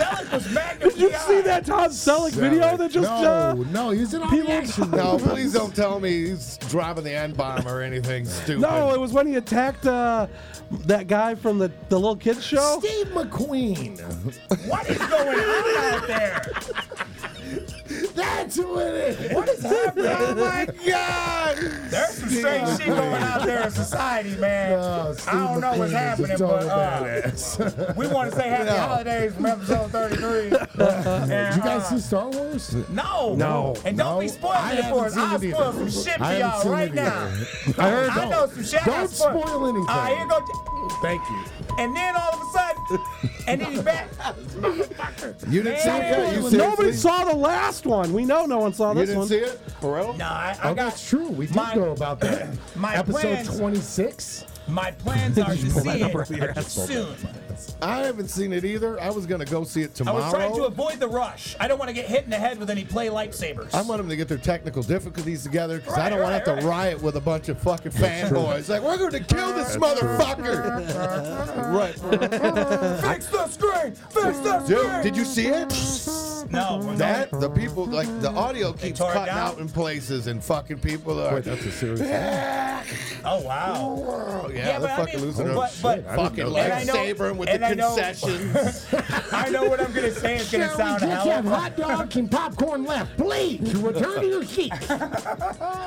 S1: Selleck was magnified.
S4: Did you see that Tom Selleck video that just
S3: no,
S4: uh,
S3: no, he's in all
S4: people-
S3: the action.
S2: No, please don't tell me he's driving the N bomb or anything stupid.
S4: No, it was when he attacked uh, that guy from the, the little kids show.
S3: Steve McQueen.
S1: What is going on out there?
S3: That's who it is.
S1: What is happening? Oh my
S2: God.
S1: There's some strange shit going out there in society, man.
S3: Oh, Steve
S1: I don't know what's
S3: McQueen is a
S1: happening, but
S3: total
S1: uh,
S3: badass.
S1: we want to say happy
S2: No.
S1: holidays from episode 33. And,
S3: Did you guys
S1: uh,
S3: see Star Wars?
S1: No.
S4: No.
S1: And don't
S3: No.
S1: be spoiling
S3: I
S1: it for
S3: haven't
S1: us.
S3: seen
S1: I'll
S3: it
S1: spoil
S3: either.
S1: some shit
S3: I
S1: for
S3: haven't
S1: y'all
S3: seen
S1: right
S3: it
S1: now.
S3: either. I heard
S1: I
S3: don't.
S1: know some shit. I
S3: Don't
S1: spoil-
S3: spoil anything.
S1: All right, here go.
S3: Thank you.
S1: And then all of a sudden, and then he's back.
S2: You didn't see
S1: Man.
S2: it? You
S4: Nobody
S2: seriously-
S4: saw the last one. we know no one saw
S2: You
S4: this
S2: didn't
S4: one.
S2: see it? For real?
S1: No, I, I
S3: Oh,
S1: got
S3: that's true. We did
S1: my-
S3: know about that.
S1: my
S3: Episode
S1: plans-
S3: 26.
S1: My plans are to
S4: pulled that
S1: see
S4: number out of your
S1: it
S4: ass.
S1: soon.
S2: I haven't seen it either. I was going to go see it
S1: I
S2: tomorrow.
S1: was trying to avoid the rush. I don't want to get hit in the head with any play lightsabers.
S2: I want them to get their technical difficulties together because I
S1: Right,
S2: don't want to
S1: right,
S2: have to
S1: right.
S2: riot with a bunch of fucking fanboys. Like, we're going to kill this motherfucker. right.
S1: Fix the screen! Fix the
S2: Dude, did you see it?
S1: No, no.
S2: That? The people, like, the audio keeps
S1: tore it
S2: cutting
S1: down?
S2: out in places and fucking people are.
S3: Wait, that's a serious.
S1: Oh wow.
S2: Oh, yeah,
S1: Yeah,
S2: they're
S1: but I
S2: fucking
S1: mean-
S2: losing their
S1: but- but-
S2: fucking
S3: And I
S1: know-
S2: lightsaber with
S1: and I
S2: the
S1: know-
S2: concessions.
S1: I know what I'm gonna say. It's gonna
S3: Shall
S1: sound
S3: we just have
S1: hell.
S3: hot dogs and popcorn left? Please return to your seats.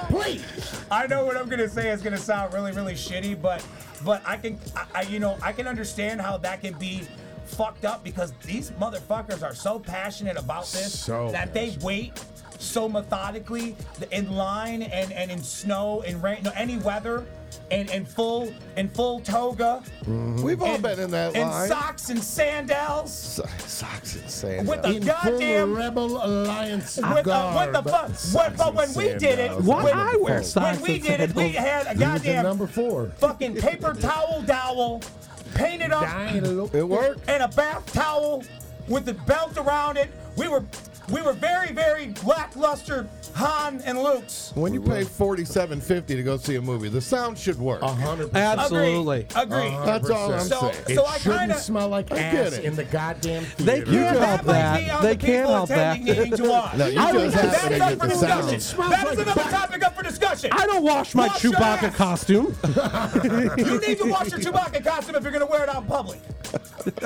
S3: Please.
S1: I know what I'm gonna say. It's gonna sound really, really shitty. But, but I can, I, I you know, I can understand how that can be fucked up because these motherfuckers are so passionate about this
S3: So
S1: that they wait so methodically in line and and in snow and rain, no, any weather. And, and full in full toga.
S3: Mm-hmm.
S2: We've all
S1: and-
S2: been in that
S1: and
S2: line.
S1: socks and sandals.
S2: So- Socks and sand.
S1: With the
S3: In full
S1: goddamn.
S3: Rebel Alliance
S1: With the,
S3: garb.
S1: what the fuck? What, but when we did it,
S3: Sandals.
S4: Why
S1: when,
S4: I wear
S1: when
S4: socks
S1: we
S4: and
S1: did it, we
S4: sandals?
S1: had a
S3: He was in
S1: goddamn
S3: number four.
S1: fucking paper towel dowel painted up
S3: Dying to look-
S2: It worked.
S1: and a bath towel with the belt around it. We were we were very, very lackluster Han and Luke's.
S2: When you pay forty-seven fifty to go see a movie, the sound should work.
S3: A
S1: Uh,
S3: hundred percent.
S4: Absolutely.
S1: Agreed. Agreed.
S3: Uh-huh.
S2: That's all I'm
S1: So-
S2: saying.
S1: so
S3: It
S1: I
S3: shouldn't
S1: kinda-
S3: smell like
S2: I get
S3: ass
S2: it.
S3: in the goddamn
S4: They
S3: theater.
S4: can't help
S1: that might be
S4: that.
S1: on
S4: They
S1: the people
S4: can't help
S1: attending
S4: that.
S1: needing to watch.
S2: No, you
S1: I
S2: just
S1: think
S2: have
S1: that's
S2: to
S1: up
S2: get
S1: for
S2: the sound.
S1: discussion.
S2: It
S3: smells
S1: That is
S3: like
S1: another
S3: back-
S1: topic up for discussion.
S4: I don't wash my
S1: Wash your
S4: Chewbacca
S1: ass.
S4: costume.
S1: You need to wash your Chewbacca costume if you're gonna wear it out in public.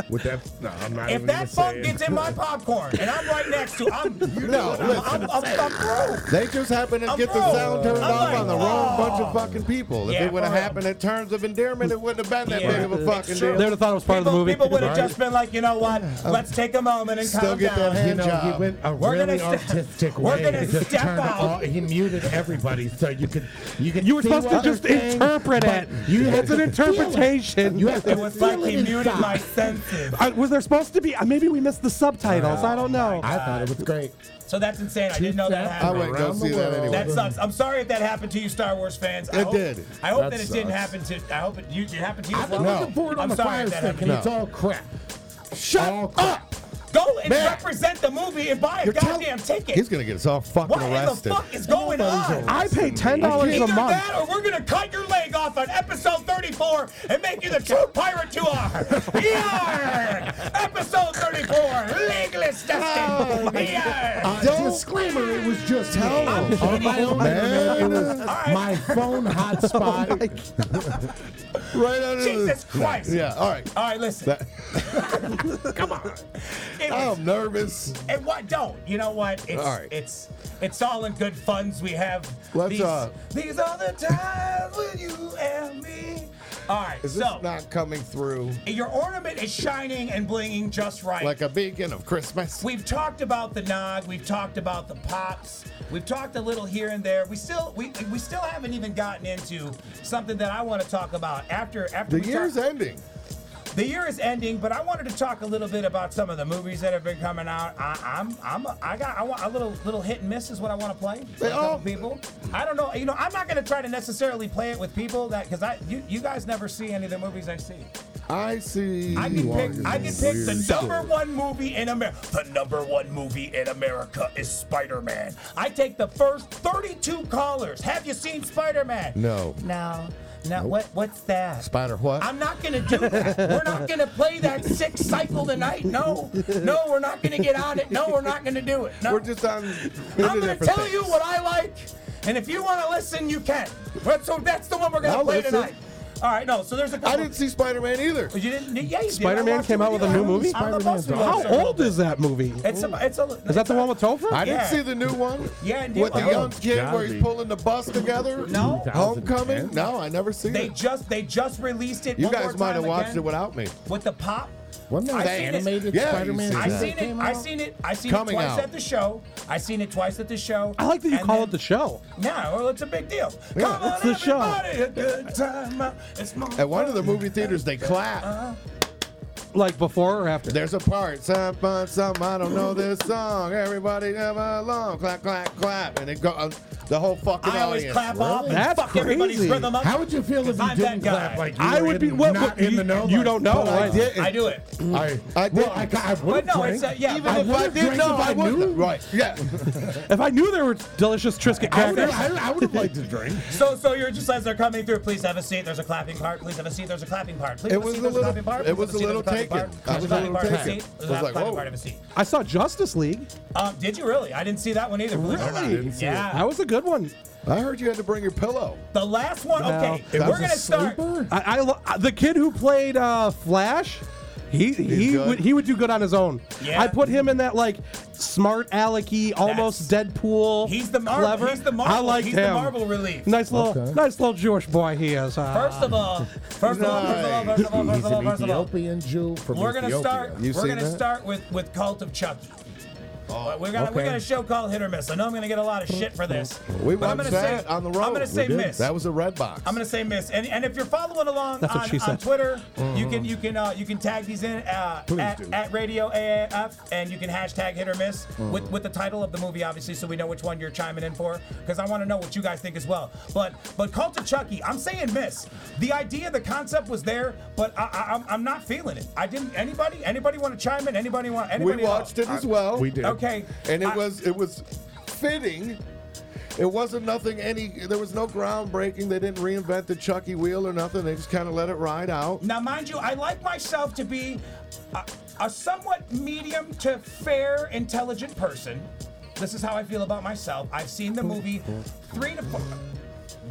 S3: With that, no, I'm not
S1: If
S3: even gonna
S1: that
S3: say
S1: funk
S3: it.
S1: gets in my popcorn and I'm right next to, I'm
S2: No,
S1: I'm, I'm, I'm, I'm through.
S2: They just happen to
S1: I'm
S2: get
S1: wrong.
S2: the sound turned
S1: I'm
S2: off
S1: like,
S2: on the wrong
S1: oh.
S2: bunch of fucking people. If
S1: Yeah,
S2: it would have
S1: for real.
S2: happened at terms of endearment, it wouldn't have been that
S1: Yeah.
S2: big of a fucking
S1: It's true.
S4: they would
S2: deal.
S4: have thought it was
S1: people,
S4: part of the movie.
S1: People would have just been like, you know what? Let's take a moment and
S2: Still
S1: calm
S2: get
S1: down.
S2: that
S3: You
S2: hand
S3: know,
S2: job.
S3: he went a
S1: We're gonna
S3: really
S1: step-
S3: artistic
S1: we're
S3: way.
S1: gonna
S3: to just
S1: step
S3: turn it
S1: out.
S3: off. he muted everybody, so you could you could.
S4: You were
S3: see
S4: supposed to
S3: what
S4: just
S3: they're saying,
S4: interpret
S3: but
S4: it.
S3: You had
S4: It's an
S3: to feel it.
S4: interpretation.
S3: You have to
S1: It was like
S3: feel
S1: he
S3: it
S1: muted
S3: inside.
S1: my senses.
S4: I- was there supposed to be? uh, Maybe we missed the subtitles. I don't know.
S3: I thought it was great.
S1: So that's insane. I didn't know that
S2: I
S1: happened.
S2: wouldn't go
S3: Around
S2: see that
S3: the world.
S2: anyway.
S1: That sucks. I'm sorry if that happened to you, Star Wars fans. I
S2: It
S1: hope,
S2: did.
S1: I hope that,
S3: That
S1: it didn't
S3: sucks.
S1: happen to. I hope it, you, it happened to you. as
S3: I've been
S1: well?
S3: looking for it on
S1: I'm
S3: the
S1: sorry
S3: fire
S1: if that
S3: stick,
S1: happened.
S3: and it's all crap.
S2: Shut
S3: All crap.
S2: up!
S1: Go and
S2: Man.
S1: represent the movie and buy a
S2: telling-
S1: goddamn ticket.
S2: He's gonna get us all fucking
S1: what
S2: arrested.
S1: in the fuck is going
S2: Nobody's
S1: on?
S4: I pay ten dollars
S1: Either
S4: a month.
S1: that, or we're gonna cut your leg off on episode 34 and make you the true pirate you are. Yarr! Episode 34, legless
S2: Oh
S1: Dustin. Yarr!
S3: Uh,
S2: Don't-
S3: disclaimer: It was just hell
S1: I'm
S3: on my
S1: kidding.
S3: own. internet. It was
S1: right.
S3: my phone hotspot.
S2: Right under the-
S1: Jesus Christ.
S2: Yeah. All right.
S1: All right, listen.
S2: That-
S1: It was-
S2: I'm nervous.
S1: and what don't? You know what? It's
S2: All right.
S1: it's it's all in good funds. We have
S2: Let's,
S1: these
S2: uh,
S1: these are the times when you and me. All right,
S2: Is this
S1: so
S2: not coming through
S1: your ornament is shining and blinging just right.
S2: like a beacon of Christmas?
S1: We've talked about the nog. We've talked about the pops. We've talked a little here and there. We still we we still haven't even gotten into something that I want to talk about after after
S2: The
S1: we
S2: year's e-,
S1: talk,
S2: ending.
S1: the year is ending. But I wanted to talk a little bit about some of the movies that have been coming out. I, I'm I'm a, I got I want a little little hit and miss is what I want to play. with
S2: They
S1: a couple
S2: all-
S1: people. I don't know. You know I'm not going to try to necessarily play it with people that because I you you guys never see any of the movies I see.
S2: I see.
S1: I can
S2: you
S1: pick.
S2: all
S1: I
S2: your
S1: can pick the
S2: weird
S1: number
S2: shit.
S1: one movie in America. The number one movie in America is Spider-Man. I take the first 32 callers. Have you seen Spider-Man?
S2: No.
S1: No. No. What? What's that?
S2: Spider what?
S1: I'm not gonna do that. We're not gonna play that sick cycle tonight. No, no, we're not gonna get on it. No, we're not gonna do it. No.
S2: We're just on.
S1: I'm gonna tell you what I like, and if you want to listen, you can. But so that's the one we're gonna
S2: I'll
S1: play
S2: listen.
S1: tonight. All right, no. So there's a couple.
S2: I didn't see Spider Man either.
S1: Oh, You didn't. Yeah, you did.
S4: Spider-Man
S1: I watched
S4: came
S1: it
S4: out with a
S1: you.
S4: new movie?
S1: I'm the bus
S2: Spider-Man
S1: driver.
S4: How old is that movie?
S1: It's a. It's a.
S4: Is that the one with Topher?
S2: I didn't
S1: Yeah.
S2: see the new one.
S1: Yeah, it did
S2: With the
S1: well.
S2: young kid
S3: Gotta
S2: where he's
S3: be.
S2: pulling the bus together.
S1: No.
S2: Homecoming?
S3: 2010?
S2: No, I never seen
S1: They
S2: it.
S1: just. They just released it.
S2: You
S1: one more
S2: guys might have
S1: time
S2: watched
S1: again
S2: it without me.
S1: with the pop.
S3: Wasn't
S1: I
S3: that
S1: seen it.
S3: animated
S2: Yeah, you
S3: Spider-Man?
S2: seen
S1: I
S2: that.
S1: seen it.
S3: came
S1: I
S3: out?
S1: seen it. I seen
S2: Coming
S1: it twice
S2: out.
S1: at the show. I seen it twice at the show.
S4: I like that you
S1: And
S4: call
S1: then-
S4: it the show.
S1: Nah, well, it's a big deal.
S2: Yeah.
S1: Come on,
S4: It's the show.
S1: everybody, a good time. out. It's my
S2: At one of the
S1: Uh-huh.
S2: movie theaters, they clap.
S4: Like before or after?
S2: There's a part, some fun, some I don't know this song. Everybody come along, clap, clap, clap, and it go. uh, the whole fucking
S1: I always
S2: audience.
S1: clap off and
S4: That's
S1: fuck everybody's
S4: crazy.
S1: rhythm up.
S3: How would you feel if
S1: Because
S3: you
S1: I'm
S3: didn't
S1: that guy.
S3: clap like you
S4: I
S3: were
S4: would be.
S3: in,
S4: Well,
S3: not
S4: you,
S3: in the know?
S4: you
S3: like,
S4: don't know.
S2: But I
S4: right?
S2: did.
S1: I do it.
S3: I,
S2: I
S3: well, I,
S2: didn't.
S3: ca- I
S1: But
S3: would
S1: no,
S3: drink.
S1: it's uh, yeah.
S2: Even
S1: but-
S2: if
S3: would've
S2: I did
S3: drank
S2: know,
S3: if I
S2: I
S3: knew.
S2: wouldn't. Right? Yeah.
S4: If I knew there were delicious Triscuit
S3: I would,
S4: crackers,
S3: I, I would have liked to drink.
S1: So, so you're just as they're coming through. Please have a seat. There's a clapping part. Please have a seat. There's a clapping part. Please
S2: It
S1: have a
S2: was
S1: seat.
S2: a
S1: There's
S2: little-
S1: a clapping part.
S2: it
S1: Please have
S2: was
S1: a
S2: a
S1: seat. There's
S2: little
S1: clapping part.
S2: taken. I
S1: There's
S2: was
S1: a
S2: a
S1: clapping
S2: little
S1: part. Have a
S2: taken.
S1: seat.
S2: I
S1: There's
S2: was
S1: a
S2: like,
S1: clapping
S2: whoa.
S1: part. Have a seat.
S4: I saw Justice League.
S1: Um, did you really? I didn't see that one either. believe it or not.
S3: Really? I didn't see it.
S1: Yeah.
S4: That was a good one.
S2: I heard you had to bring your pillow.
S1: The last one.
S4: No.
S1: Okay.
S3: That
S1: We're
S3: was a
S1: gonna start.
S3: sleeper?
S4: I, I lo- the kid who played uh, Flash, he he
S2: good.
S4: would he would do good on his own.
S1: Yeah.
S4: I put him in that like smart alecky, almost Deadpool.
S1: He's the Marvel.
S4: clever.
S1: He's the Marvel.
S4: I like
S1: he's
S4: him.
S1: the Marvel relief.
S4: Nice little,
S3: Okay.
S4: nice little Jewish boy he is. Uh,
S1: First of all, first of all, first of all, first of all, first
S3: He's
S1: of all,
S3: an
S1: first of all.
S3: Ethiopian Jew from
S1: We're gonna
S3: Ethiopia.
S1: start.
S2: You've
S1: we're
S2: seen
S1: gonna
S2: that? Oh,
S1: start with with Cult of Chucky. But we're gonna we're
S3: okay.
S1: gonna show called hit or miss. I know I'm gonna get a lot of shit for this.
S2: We
S1: but I'm
S2: watched
S1: gonna
S2: that
S1: say,
S2: on the road.
S1: I'm gonna
S2: We
S1: say
S2: did.
S1: miss.
S2: That was a red box.
S1: I'm gonna say miss. And, and if you're following along
S4: That's what
S1: on,
S4: she
S1: on
S4: said. Mm.
S1: Twitter, you can you can uh, you can tag these in uh,
S2: Please
S1: at,
S2: do.
S1: at Radio AF, and you can hashtag hit or miss
S4: Mm.
S1: with with the title of the movie, obviously, so we know which one you're chiming in for, because I want to know what you guys think as well. But but Cult of Chucky, I'm saying miss. The idea, the concept was there, but I, I, I'm, I'm not feeling it. I didn't. Anybody anybody want to chime in? Anybody want?
S2: we
S1: Anybody
S2: watched it as well.
S3: We did.
S1: Okay.
S2: and it
S1: I-
S2: was it was fitting. It wasn't nothing any. There was no groundbreaking. They didn't reinvent the Chucky wheel or nothing. They just kind of let it ride out.
S1: Now, mind you, I like myself to be a, a somewhat medium to fair, intelligent person. This is how I feel about myself. I've seen the movie three to four.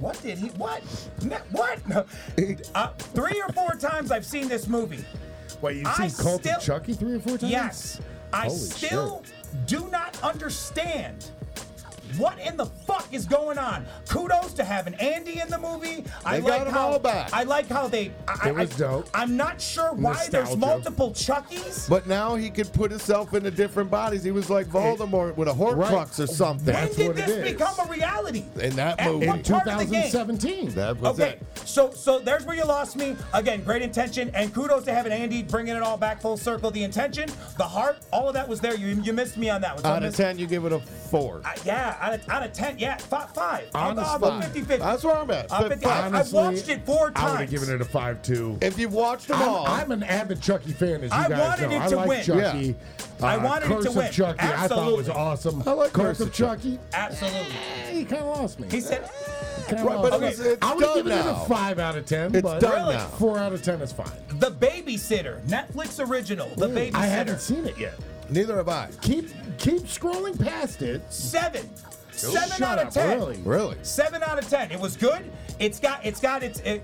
S1: What did he? What? Ne- What? No. Uh, three or four times I've seen this movie.
S3: Wait, you've
S1: I
S3: seen Cult
S1: still-
S3: of Chucky three or four times?
S1: Yes. I
S3: Holy
S1: still do not understand what in the fuck is going on. Kudos to having Andy in the movie. I
S2: They
S1: like
S2: got 'em
S1: how
S2: all back.
S1: I like how they. I,
S3: It was
S1: I,
S3: dope.
S1: I'm not sure why there's
S3: Nostalgia.
S1: multiple Chuckies.
S2: But now he could put himself into different bodies. He was
S1: Eh,
S2: like Voldemort with a Horcrux or something.
S1: when
S3: that's
S1: did
S3: what it
S1: this
S3: is.
S1: become a reality?
S2: In that
S1: At
S2: movie.
S1: what
S3: In
S1: part of the game?
S3: 2017.
S2: That was
S1: Okay,
S2: it.
S1: so so there's where you lost me. Again, great intention, and kudos to having Andy bringing it all back full circle. The intention, the heart, all of that was there. You you missed me on that one. So I
S2: Out of
S1: missed-
S2: ten, you give it a four.
S1: I- yeah, out of, out of 10, yeah, five. five.
S3: Honest
S1: I'll,
S3: five.
S1: 50 50.
S2: That's where I'm at.
S1: I'll 50,
S2: Five.
S1: Uh, I- I've watched it four
S3: I would
S1: times.
S3: have given it a five two.
S2: If you've watched them all,
S3: I'm, I'm an avid Chucky fan, as you
S1: I
S3: guys
S1: wanted
S3: know.
S1: it
S3: I
S1: to
S3: like
S1: win.
S3: Chucky.
S1: Yeah. I
S3: Uh,
S1: wanted it
S3: Curse
S1: to
S3: of
S1: win.
S3: Chucky, I thought was
S1: Absolutely.
S3: awesome.
S2: I like
S3: Curse
S2: Curse
S3: of
S2: of Chuck-
S3: Chucky.
S1: Absolutely.
S3: eh, He kind of lost me.
S1: He said,
S3: Kinda
S2: Right,
S3: lost
S2: but
S3: me.
S1: it's-
S2: it's
S3: I would
S2: done
S3: have given it
S2: now.
S3: a five out of ten.
S2: It's
S3: but
S2: done Really? now.
S3: Four out of ten is fine.
S1: The Babysitter, Netflix original, The Babysitter.
S3: I haven't seen it yet.
S2: neither have I.
S3: Keep keep scrolling past it.
S1: Seven. Seven
S3: Shut
S1: out of
S3: up,
S1: 10.
S3: really.
S2: Really?
S1: Seven out of 10. It was good. It's got, it's got, it's, it,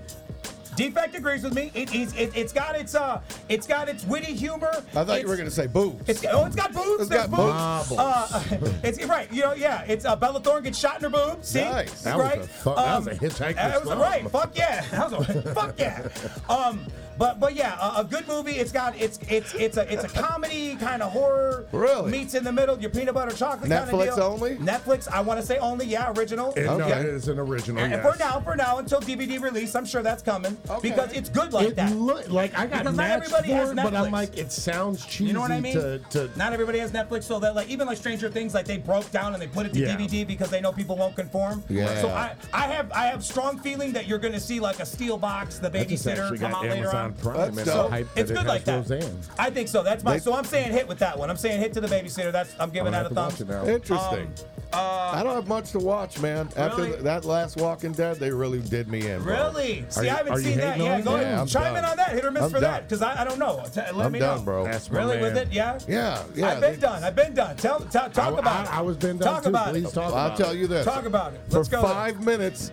S1: Defect agrees with me. It, it's it, it's got its uh, it's got its witty humor.
S2: I thought
S1: It's-
S2: you were gonna say boobs.
S1: It's, oh, it's got boobs.
S2: It's
S1: There's
S2: got
S1: boobs.
S3: boobs.
S1: Uh, it's right. You know, yeah. It's uh, Bella Thorne gets shot in her boobs. See,
S2: Nice.
S3: That was
S1: right? Um,
S3: a fu- that was a hitchhiker's
S1: That was a
S3: thumb.
S1: right. Fuck yeah. That was a fuck yeah. Um, but but yeah, a, a good movie. It's got it's it's it's a it's a comedy kind of horror.
S2: Really?
S1: Meets in the middle. Your peanut butter chocolate. kind
S2: Netflix
S1: of deal.
S2: only?
S1: Netflix. I want to say only. Yeah, original.
S3: And No,
S2: Okay.
S3: it is an original.
S1: And
S3: yes.
S1: for now, for now, until DVD release, I'm sure that's coming
S2: Okay.
S1: because it's good like
S3: it
S1: that.
S3: looked like I got
S1: Because not
S3: matched
S1: everybody has
S3: for it, but
S1: Netflix.
S3: I'm like, it sounds cheesy
S1: You know what I mean?
S3: to, to
S1: Not everybody has Netflix, so that like even like Stranger Things, like they broke down and they put it to
S3: Yeah.
S1: DVD because they know people won't conform.
S2: Yeah.
S1: So I, I have I have strong feeling that you're gonna see like a Steel Box, the
S3: just
S1: babysitter
S3: actually
S1: come
S3: got
S1: out later
S3: Amazon Amazon Prime and
S2: so-
S3: the hype that
S1: It's
S3: it
S1: good
S3: has
S1: like that.
S3: Roseanne.
S1: I think so. That's my.
S2: They-
S1: so I'm saying hit with that one. I'm saying hit to the babysitter. That's I'm
S3: I'm
S1: giving
S3: gonna
S1: that
S3: have
S1: a
S3: to watch
S1: thumbs.
S3: it now.
S2: Interesting. I don't have much to watch, man. After
S1: um, uh, Really?
S2: that last Walking Dead, they really did me in. bro.
S1: Really? See,
S3: you-
S1: I haven't
S3: are you
S1: seen that.
S3: hating
S1: Yeah,
S3: on
S1: go
S3: it?
S1: ahead.
S2: Yeah, I'm
S1: Chime
S2: done.
S1: in on that. Hit or miss
S2: I'm
S1: for that,
S2: done.
S1: because I, I don't know. T- let
S2: I'm
S1: me
S2: done,
S1: know.
S2: bro.
S3: That's my
S1: Really with
S3: man.
S1: it? Yeah.
S2: Yeah, yeah.
S1: I've been
S2: they-
S1: done. I've been done. Tell, tell talk
S3: I-
S1: about it.
S3: I, I was been done
S1: Talk
S3: too.
S1: about
S3: Please
S1: it.
S3: talk about
S2: I'll tell
S3: it.
S2: you this.
S1: Talk about it.
S2: For
S1: Let's go.
S2: five minutes,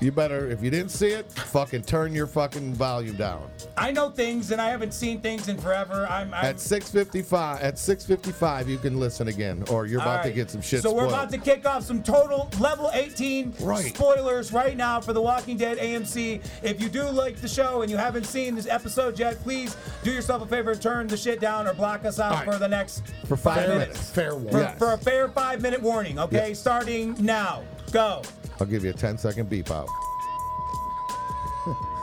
S2: you better, if you didn't see it, fucking turn your fucking volume down.
S1: I know things, and I haven't seen things in forever. I'm. I'm
S2: At 6:55, at 6:55, you can listen again, or you're
S1: all
S2: about to
S1: right.
S2: get some shit.
S1: So we're
S2: spoiled.
S1: about to kick off some total level 18
S2: Right.
S1: spoilers right now for The Walking Dead AMC. If you do like the show and you haven't seen this episode yet, please do yourself a favor, turn the shit down or block us out
S3: All right.
S1: for the next
S2: for five
S3: Fair,
S2: minutes.
S3: fair warning.
S1: for,
S2: Yes.
S1: for a fair five minute warning. Okay, starting now. Go.
S2: I'll give you a 10 second beep out.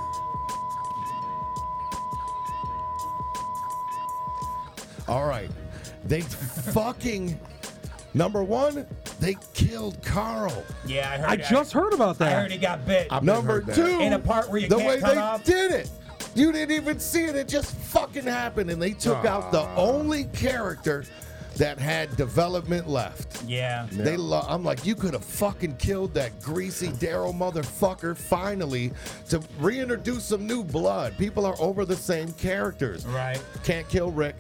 S2: All right. They fucking number one, they killed Carl.
S1: Yeah, I heard.
S4: I just heard about
S1: I
S4: that.
S1: heard he got bit.
S3: I've never
S2: Number
S3: heard that.
S2: two,
S1: In a part where you
S2: the
S1: can't
S2: way
S1: cut
S2: they
S1: off?
S2: did it. You didn't even see it. It just fucking happened, and they took out the only character that had development left.
S1: yeah.
S2: They lo- I'm like, you could have fucking killed that greasy Daryl motherfucker finally to reintroduce some new blood. People are over the same characters.
S1: Right.
S2: Can't kill Rick.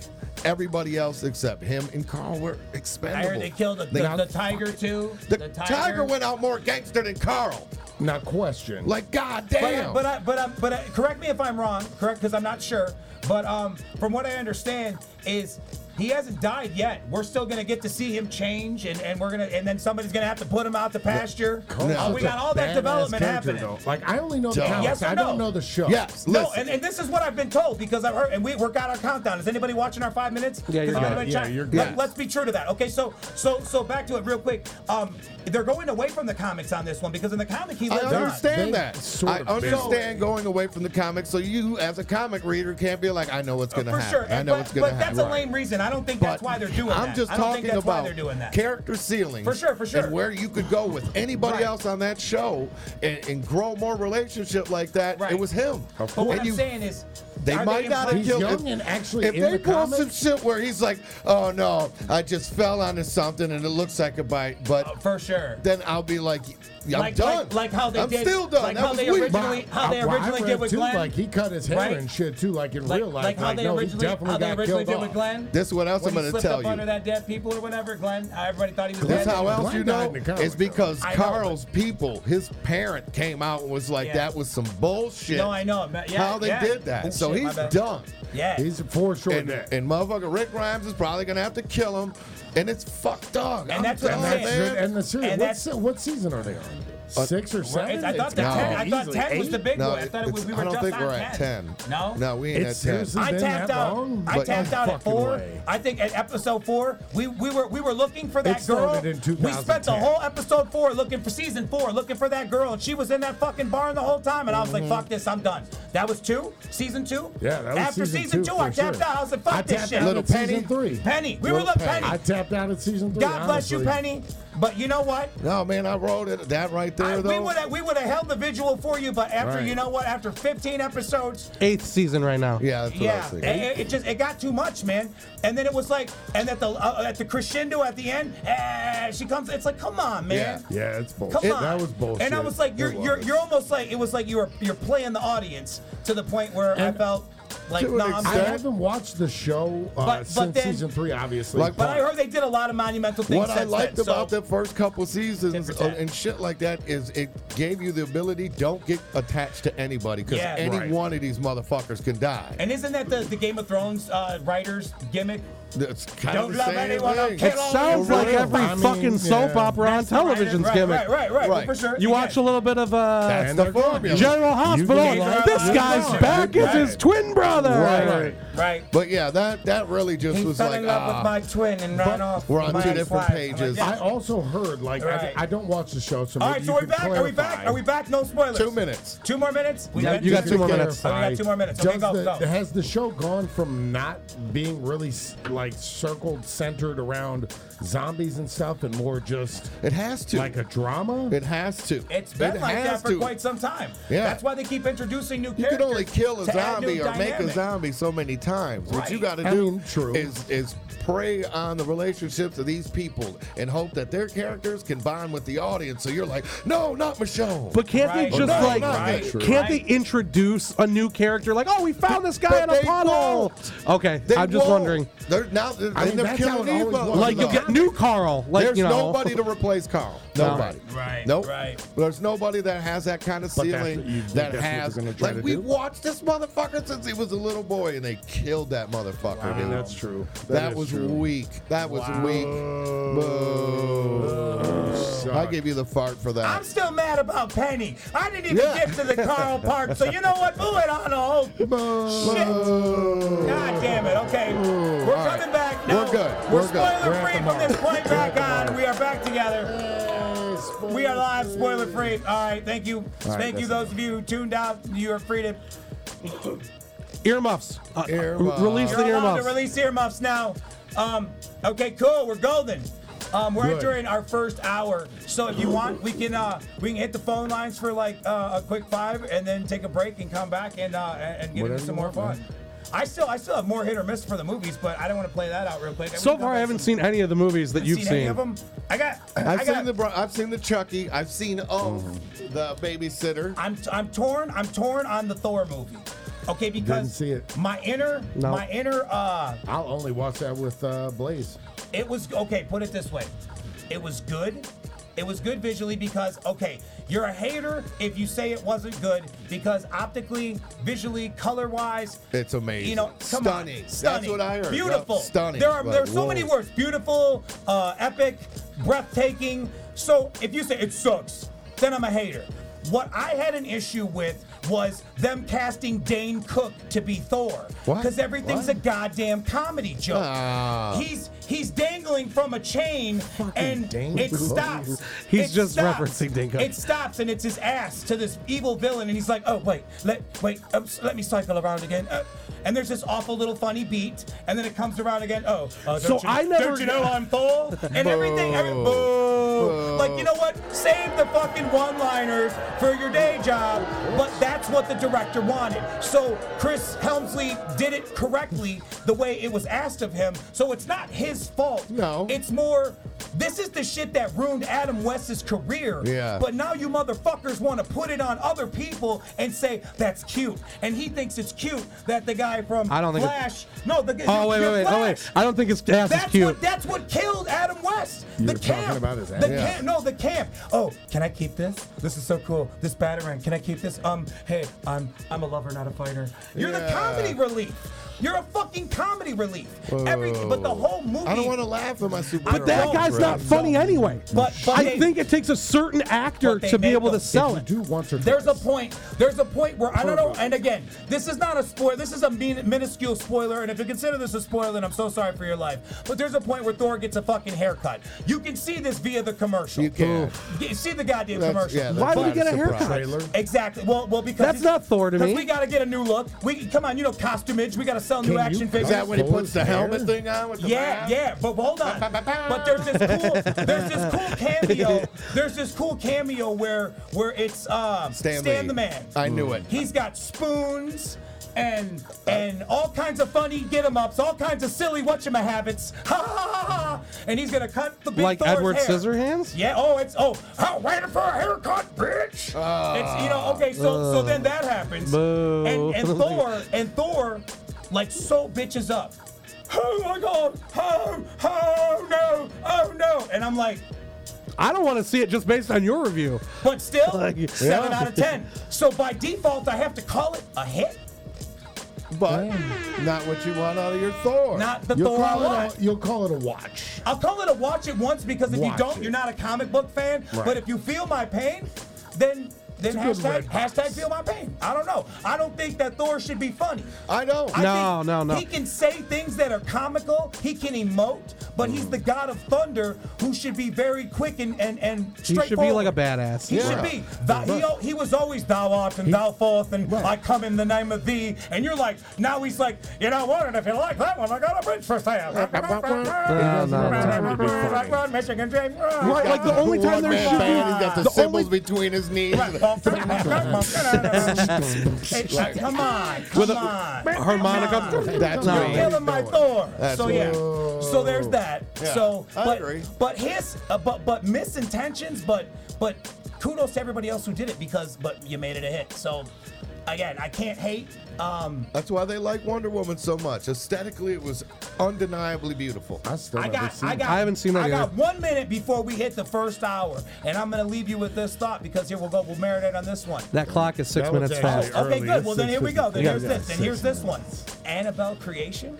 S2: Everybody else except him and Carl were
S1: I
S2: expendable.
S1: heard they killed the,
S2: They-
S1: the, the tiger too.
S2: The tiger. went out more gangster than Carl.
S3: Now, question.
S2: Like, god
S1: But,
S2: damn.
S1: but I, but I, but I, correct me if I'm wrong. Correct, because I'm not sure. But um, from what I understand is he hasn't died yet. We're still gonna get to see him change, and, and we're gonna and then somebody's gonna have to put him out to pasture.
S3: Carl's
S2: No.
S1: Oh, we
S3: such a
S1: got all that
S3: badass
S1: development
S3: character,
S1: happening.
S3: though. Like, I only know the
S2: Duh.
S3: comics.
S1: Yes or
S3: I don't
S1: no?
S3: know the show.
S2: yes,
S1: No,
S2: listen.
S1: and, and this is what I've been told because I've heard, and we, we're got our countdown. Is anybody watching our five minutes?
S4: Yeah, you're
S1: Does
S4: good.
S1: anybody
S3: Yeah,
S1: check?
S3: you're
S1: Let,
S3: good.
S1: let's be true to that. Okay, so so so back to it real quick. Um, they're going away from the comics on this one because in the comic he
S2: I
S1: lives on.
S2: understand
S3: They
S2: that.
S3: sort
S2: I
S3: of
S2: understand going away from the comics, so you, as a comic reader, can't be like, I know what's going to
S1: Uh, For
S2: happen.
S1: sure,
S2: I
S1: and-
S2: know
S1: but,
S2: what's going to
S1: but
S2: happen.
S1: that's a lame reason. I don't think that's why they're doing
S2: I'm
S1: that.
S2: just
S1: I don't
S2: talking
S1: think that's
S2: about
S1: why they're doing that.
S2: character ceilings.
S1: For sure, for sure.
S2: And where you could go with anybody
S1: Right.
S2: else on that show and, and grow more relationship like that.
S1: Right.
S2: It was him.
S3: Of
S1: but what
S2: And
S1: I'm
S2: you-
S1: saying is,
S2: they
S1: are
S2: might not
S1: implying-
S2: have
S3: He's
S2: killed
S3: young and actually
S2: if
S3: in
S2: they
S3: the
S2: pull some
S3: comics?
S2: shit where he's like, "Oh no, I just fell onto something and it looks like a bite," but
S1: for sure.
S2: then I'll be like, "I'm
S1: like,
S2: done."
S1: Like, like how they
S2: I'm
S1: did.
S2: still done.
S1: Like
S2: that
S1: how
S2: was
S1: they
S2: weak.
S1: originally, how they
S3: I- well, I
S1: originally
S3: read,
S1: did with
S3: too,
S1: Glenn.
S3: Like he cut his hair
S1: Right.
S3: and shit too, like in
S1: like,
S3: real life.
S1: like how they
S3: no, he
S1: originally,
S3: definitely
S1: how they
S3: got
S1: originally
S3: killed
S1: did
S3: off.
S1: with Glenn.
S2: This is what else
S1: When
S2: I'm
S1: he
S2: gonna
S1: slipped
S2: tell
S1: up
S2: you.
S1: Under that dead people or whatever, Glenn. Everybody thought he was
S2: That's
S1: dead.
S2: how else you
S3: Glenn died
S2: know
S3: in the comic,
S2: is because
S1: though. I know,
S2: Carl's people, his parent came out and was like,
S1: Yeah.
S2: "That was some bullshit."
S1: No, I know. I'm not- Yeah,
S2: how they
S1: yeah.
S2: did that.
S1: Oh,
S2: so
S1: shit, my
S2: he's
S1: bad.
S2: done.
S1: Yeah.
S3: He's for sure
S2: And,
S3: dead.
S2: and motherfucker Rick Grimes is probably gonna have to kill him, and it's fucked up.
S1: And that's what I'm
S3: and,
S1: saying.
S2: done,
S3: that's
S2: man.
S3: it. and the series.
S1: And
S3: what,
S1: that's-
S3: se- what season are they on? Six or
S1: Well,
S3: seven?
S1: I thought,
S3: It's
S1: the
S2: no.
S3: gotta
S1: 10, I
S3: be
S1: thought
S3: easily
S1: 10 was
S3: eight.
S1: the big
S2: No,
S1: one. I thought it was,
S2: it's-
S1: we were
S2: I don't
S1: just
S2: think
S1: on
S2: we're at 10.
S1: No?
S2: No, we ain't
S3: It's
S2: at 10.
S3: seriously-
S1: I
S3: been
S1: tapped
S3: that
S1: out.
S3: long?
S1: I
S3: But-
S1: tapped out at
S3: Fucking
S1: four.
S3: way.
S1: I think at episode four, we, we were we were looking for that
S3: It
S1: girl.
S3: started in
S1: we spent the
S3: 2010.
S1: whole episode four looking for season four, looking for that girl, and she was in that fucking barn the whole time. And I was like, "Fuck this, I'm done." That was two, season two.
S3: Yeah, that was
S1: after
S3: season
S1: season
S3: two,
S1: two, I
S3: for
S1: tapped
S3: sure.
S1: out. I was like, "Fuck
S3: I
S1: this
S3: tapped
S1: shit."
S3: out
S2: Little
S3: at season
S2: Penny.
S3: three.
S1: Penny, we were
S2: Little
S1: little
S2: Penny.
S1: Penny.
S3: I tapped out at season three.
S1: God bless you,
S3: honestly.
S1: Penny. But you know what?
S2: No, man, I wrote it that right there
S1: I, we
S2: though.
S1: would have we would have held the visual for you, but after
S3: Right.
S1: you know what? After 15 episodes,
S4: Eighth season right now.
S2: yeah, that's what I
S1: yeah,
S2: was
S1: it,
S2: thinking.
S1: it- it just it got too much, man. And then it was like, and at the uh, at the crescendo at the end, eh, she comes. It's like, come on, man.
S2: Yeah.
S3: Yeah, it's bullshit.
S1: Come on.
S3: That was bullshit.
S1: And I was like, you're
S2: It
S1: you're
S2: was.
S1: you're almost like it was like you were you're playing the audience to the point where I
S3: And-
S1: felt like,
S2: To an
S1: no, I'm
S3: I
S2: extent.
S1: good.
S3: haven't watched the show uh,
S1: But- but
S3: since
S1: then-
S3: season three, obviously.
S2: Like,
S1: But I heard they did a lot of monumental things.
S2: What I
S1: since
S2: liked
S1: then, so-
S2: about the first couple seasons
S1: 10%.
S2: uh, and shit like that is it gave you the ability don't get attached to anybody because
S1: Yeah.
S2: any
S3: Right.
S2: one of these motherfuckers can die.
S1: And isn't that the, the Game of Thrones uh, writers gimmick?
S2: That's kind
S1: Don't
S2: of the
S1: love
S2: same
S1: anyone,
S2: thing.
S1: I'll kill
S4: It
S1: all
S4: sounds
S1: For
S4: like
S1: real.
S4: every
S3: I mean,
S4: fucking soap
S3: yeah.
S4: opera on television's
S1: right, Right,
S4: gimmick.
S1: right, right,
S2: Right.
S1: for sure.
S4: You watch a little bit of uh,
S2: That's the formula.
S4: General
S3: You
S4: Hospital.
S3: can-
S4: This guy's
S1: Right.
S4: back is
S1: Right.
S4: his twin brother.
S2: Right.
S1: Right.
S2: But yeah, that that really just
S1: He
S2: was
S1: fell
S2: like
S1: in love
S2: ah.
S1: with my twin and ran off.
S2: we're
S1: with
S2: on
S1: my
S2: two different
S1: ex-wife. I'm like,
S2: pages.
S1: yeah.
S3: I also heard like
S1: Right.
S3: I, I don't watch the show, so
S1: All
S3: maybe
S1: right,
S3: you
S1: so we're
S3: could
S1: back. Are we back?
S3: clarify.
S1: Are we back? No spoilers.
S2: two minutes.
S1: Two more minutes. We
S4: Yeah,
S1: got
S4: you got
S1: two-
S3: Just
S4: two
S3: to
S4: more minutes.
S1: Oh, we got
S3: clarify,
S1: two more minutes. Okay,
S3: does
S1: go,
S3: the-
S1: go.
S3: Has the show gone from not being really s- like circled, centered around zombies and stuff, and more just
S2: It has to.
S3: like a drama?
S2: it has to.
S1: It's been
S2: it
S1: like that
S2: has
S1: for
S2: to.
S1: quite some time.
S2: Yeah.
S1: That's why they keep introducing new
S2: You
S1: characters.
S2: can only kill a
S1: to add new
S2: zombie or make a
S1: dynamic.
S2: zombie so many times. What you
S1: Right.
S2: got to
S3: I
S2: do
S3: mean, true.
S2: is is prey on the relationships of these people and hope that their characters can bond with the audience. So you're like, no, not Michelle.
S4: But can't
S1: Right.
S4: they just
S2: Well, no,
S4: like?
S2: no, Right.
S1: that's true.
S4: Can't
S1: Right.
S4: they introduce a new character? Like, oh, we found this guy
S2: But
S4: in a
S2: they
S4: puddle.
S2: won't.
S4: Okay,
S2: They
S4: I'm just
S2: won't.
S4: wondering.
S2: They're now they're,
S3: I mean,
S2: they're
S3: that's how
S2: killing
S3: it always
S2: these
S3: was.
S2: motherfuckers.
S4: Like, you get new Carl. Like,
S2: There's
S4: you know,
S2: nobody to replace Carl. Nobody.
S1: Right,
S2: Nope.
S1: right.
S2: There's nobody that has that kind of
S3: But that's
S2: ceiling
S3: what you-
S2: that
S3: that's what
S2: has.
S3: they're gonna try
S2: Like
S3: to
S2: we
S3: do.
S2: watched this motherfucker since he was a little boy, and they killed that motherfucker.
S3: I mean,
S2: dude.
S3: that's true.
S2: That,
S3: is
S2: was
S3: true.
S2: weak. That was
S1: Wow.
S2: weak. Boo. uh, I give you the fart for that.
S1: I'm still mad about Penny. I didn't even
S2: Yeah.
S1: get to the Carl part, so you know what? Move it on a whole. Shit. God damn it. Okay. We're
S2: All right.
S1: coming back. No,
S2: We're good.
S1: We're,
S2: We're good.
S1: spoiler
S3: We're at
S1: free
S3: the
S1: from
S3: mark.
S1: this point
S3: We're at
S1: back
S3: the
S1: on.
S3: mark.
S1: We are back together. We are live, spoiler free. All right. Thank you.
S3: right,
S1: thank you,
S3: that's
S1: those of you who tuned out. You are free to.
S4: earmuffs. Uh, uh,
S2: Earmuffs.
S4: Release
S1: You're
S4: the
S1: allowed to
S4: earmuffs.
S1: release earmuffs now. Um, okay, cool. We're golden. Um, we're entering our first hour, so if you want, we can uh, we can hit the phone lines for like uh, a quick five, and then take a break and come back and uh, and and get into
S3: Whatever
S1: some
S3: you
S1: more
S3: want,
S1: fun. I still I still have more hit or miss for the movies, but I don't want to play that out real quick.
S4: So far, I haven't seen any of the movies that you've
S1: any
S4: seen.
S1: of them. I got.
S2: I've
S1: I
S2: seen
S1: got,
S2: the bro- I've seen the Chucky. I've seen oh
S3: Mm-hmm.
S2: the babysitter.
S1: I'm I'm torn. I'm torn on the Thor movie. Okay, because
S3: see it.
S1: my inner
S4: No.
S1: my inner uh
S3: I'll only watch that with uh, Blaze.
S1: It was okay. Put it this way, it was good. It was good visually because okay, you're a hater if you say it wasn't good because optically, visually, color wise,
S2: It's amazing.
S1: you know, come on.
S2: stunning. That's
S1: stunning,
S2: what I heard.
S1: beautiful,
S2: That's stunning.
S1: There are
S2: But
S1: there's so
S2: whoa.
S1: many words: beautiful, uh, epic, breathtaking. So if you say it sucks, then I'm a hater. What I had an issue with was them casting Dane Cook to be Thor
S2: What?
S1: because everything's
S2: What?
S1: a goddamn comedy joke.
S2: Ah.
S1: He's he's dangling from a chain and
S3: dangling.
S1: it stops.
S4: He's
S1: It
S4: just
S1: stops.
S4: referencing Dingo.
S1: It stops and it's his ass to this evil villain, and he's like, "Oh wait, let wait, um, s- let me cycle around again." Uh, and there's this awful little funny beat, and then it comes around again. Oh, uh, don't
S4: So
S1: you,
S4: I never-
S1: don't you know I'm full and everything. Every,
S2: Boo.
S1: boo.
S2: Boo.
S1: Like you know what? Save the fucking one-liners for your day job. But that's what the director wanted. So Chris Helmsley did it correctly the way it was asked of him. So it's not his fault.
S2: No.
S1: It's more. This is the shit that ruined Adam West's career.
S2: Yeah.
S1: But now you motherfuckers want to put it on other people and say that's cute, and he thinks it's cute that the guy from
S4: I don't think it-
S1: Flash. no, the
S4: Oh wait,
S1: your
S4: wait, wait, oh
S1: Flash.
S4: wait! I don't think his ass is
S1: That's
S4: cute.
S1: what that's what killed Adam West.
S3: You
S1: the
S3: were
S1: camp.
S3: talking about his ass.
S1: the
S2: Yeah.
S1: camp. No, the camp. Oh, can I keep this? This is so cool. This batarang. Can I keep this? Um, hey, I'm I'm a lover, not a fighter. You're the
S2: Yeah.
S1: comedy relief. You're a fucking comedy relief. Everything, but the whole movie.
S2: I don't want to laugh at my superhero.
S4: But that
S1: Bro,
S4: guy's
S1: bro,
S4: not funny anyway.
S1: But- but
S4: I
S1: they-
S4: think it takes a certain actor
S1: But they
S4: to be
S1: make
S4: able
S1: them-
S4: to sell
S3: If
S4: it.
S3: you do once or
S1: Oh, There's a
S3: twice.
S1: point. There's a point where I don't know. And again, this is not a spoiler. This is a min- minuscule spoiler. And if you consider this a spoiler, then I'm so sorry for your life. But there's a point where Thor gets a fucking haircut. You can see this via the commercial.
S2: You can.
S1: You see the goddamn
S2: That's-
S1: commercial.
S2: yeah, that's
S4: Why would he
S2: not
S4: get a
S2: surprise.
S4: haircut?
S3: trailer.
S1: Exactly. Well, well, because
S4: That's
S1: it's-
S4: not Thor to
S1: 'cause
S4: me.
S1: We got to get a new look. We come on, you know, costumage. We got to sell new
S3: Can
S1: action
S3: you-
S1: figures.
S2: Is that when he puts the
S3: Hair?
S2: helmet thing on with the
S1: Yeah,
S2: mask?
S1: yeah, but hold on. But there's this cool, there's this cool cameo. There's this cool cameo where where it's um,
S2: Stan Lee. Uh,
S1: the man.
S2: I knew it.
S1: He's got spoons and and all kinds of funny get 'em ups, all kinds of silly whatchamahabits. Ha ha ha ha! ha. And he's gonna cut the big
S4: Like
S1: Thor's
S4: Edward
S1: hair.
S4: Scissorhands?
S1: Yeah. Oh, it's oh, I'm waiting for a haircut, bitch. it's you know okay. So so then that happens.
S4: Ah. Boo.
S1: And and Thor and Thor, like so bitches up. Oh my god! Oh oh no! Oh no! And I'm like,
S4: I don't want to see it just based on your review.
S1: but still,
S4: Like,
S1: seven
S4: yeah.
S1: out of ten. So by default, I have to call it a hit.
S2: But not what you want out of your Thor.
S1: Not the
S3: You'll
S1: Thor I
S3: call,
S1: want.
S3: it a, you'll call it a watch.
S1: I'll call it a watch it once because if you
S3: Watch
S1: don't,
S3: it.
S1: you're not a comic book fan.
S3: Right.
S1: But if you feel my pain, then then
S3: It's a good
S1: hashtag,
S3: red box.
S1: hashtag feel my pain. I don't know. I don't think that Thor should be funny.
S2: I don't.
S1: I
S4: No,
S1: think
S4: no, no.
S1: He can say things that are comical. He can emote, but he's the god of thunder who should be very quick and and and
S4: He
S1: straightforward.
S4: should be like a badass.
S1: He should be. Thou- he, al- he was always thou art and thou forth and
S3: Right.
S1: I come in the name of thee. And you're like, now he's like, you know what? And if you like that one, I got a bridge for sale.
S4: No, no,
S3: no.
S1: Like Ron Michigan James.
S4: Right, like the only time there
S2: One-man
S4: should be.
S2: band, He's got the,
S4: the
S2: symbols
S4: only-
S2: between his knees.
S1: It's- Come on, come on.
S4: Harmonica.
S2: That's
S4: No.
S2: great.
S1: Killing my Thor.
S2: That's
S1: so
S2: what-
S1: yeah. So there's that.
S2: Yeah,
S1: so
S2: I
S1: but
S2: agree.
S1: but his uh, but but misintentions. But but kudos to everybody else who did it because but you made it a hit. So again, I can't hate. Um,
S2: That's why they like Wonder Woman so much. Aesthetically, it was undeniably beautiful.
S3: I still
S1: I
S3: haven't
S1: got
S3: seen
S1: I got
S4: I haven't seen it
S1: I got
S4: either.
S1: one minute before we hit the first hour, and I'm gonna leave you with this thought because here we'll go. We'll marinate on this one.
S4: That clock is six
S3: That was
S4: minutes
S3: actually-
S4: fast.
S1: Oh, okay,
S3: early.
S1: good.
S3: It's
S1: Well, then here we go. Then
S3: 6:53.
S1: here's
S3: Yeah,
S1: this. Then
S3: six
S1: here's this one.
S3: minutes.
S1: Annabelle creation.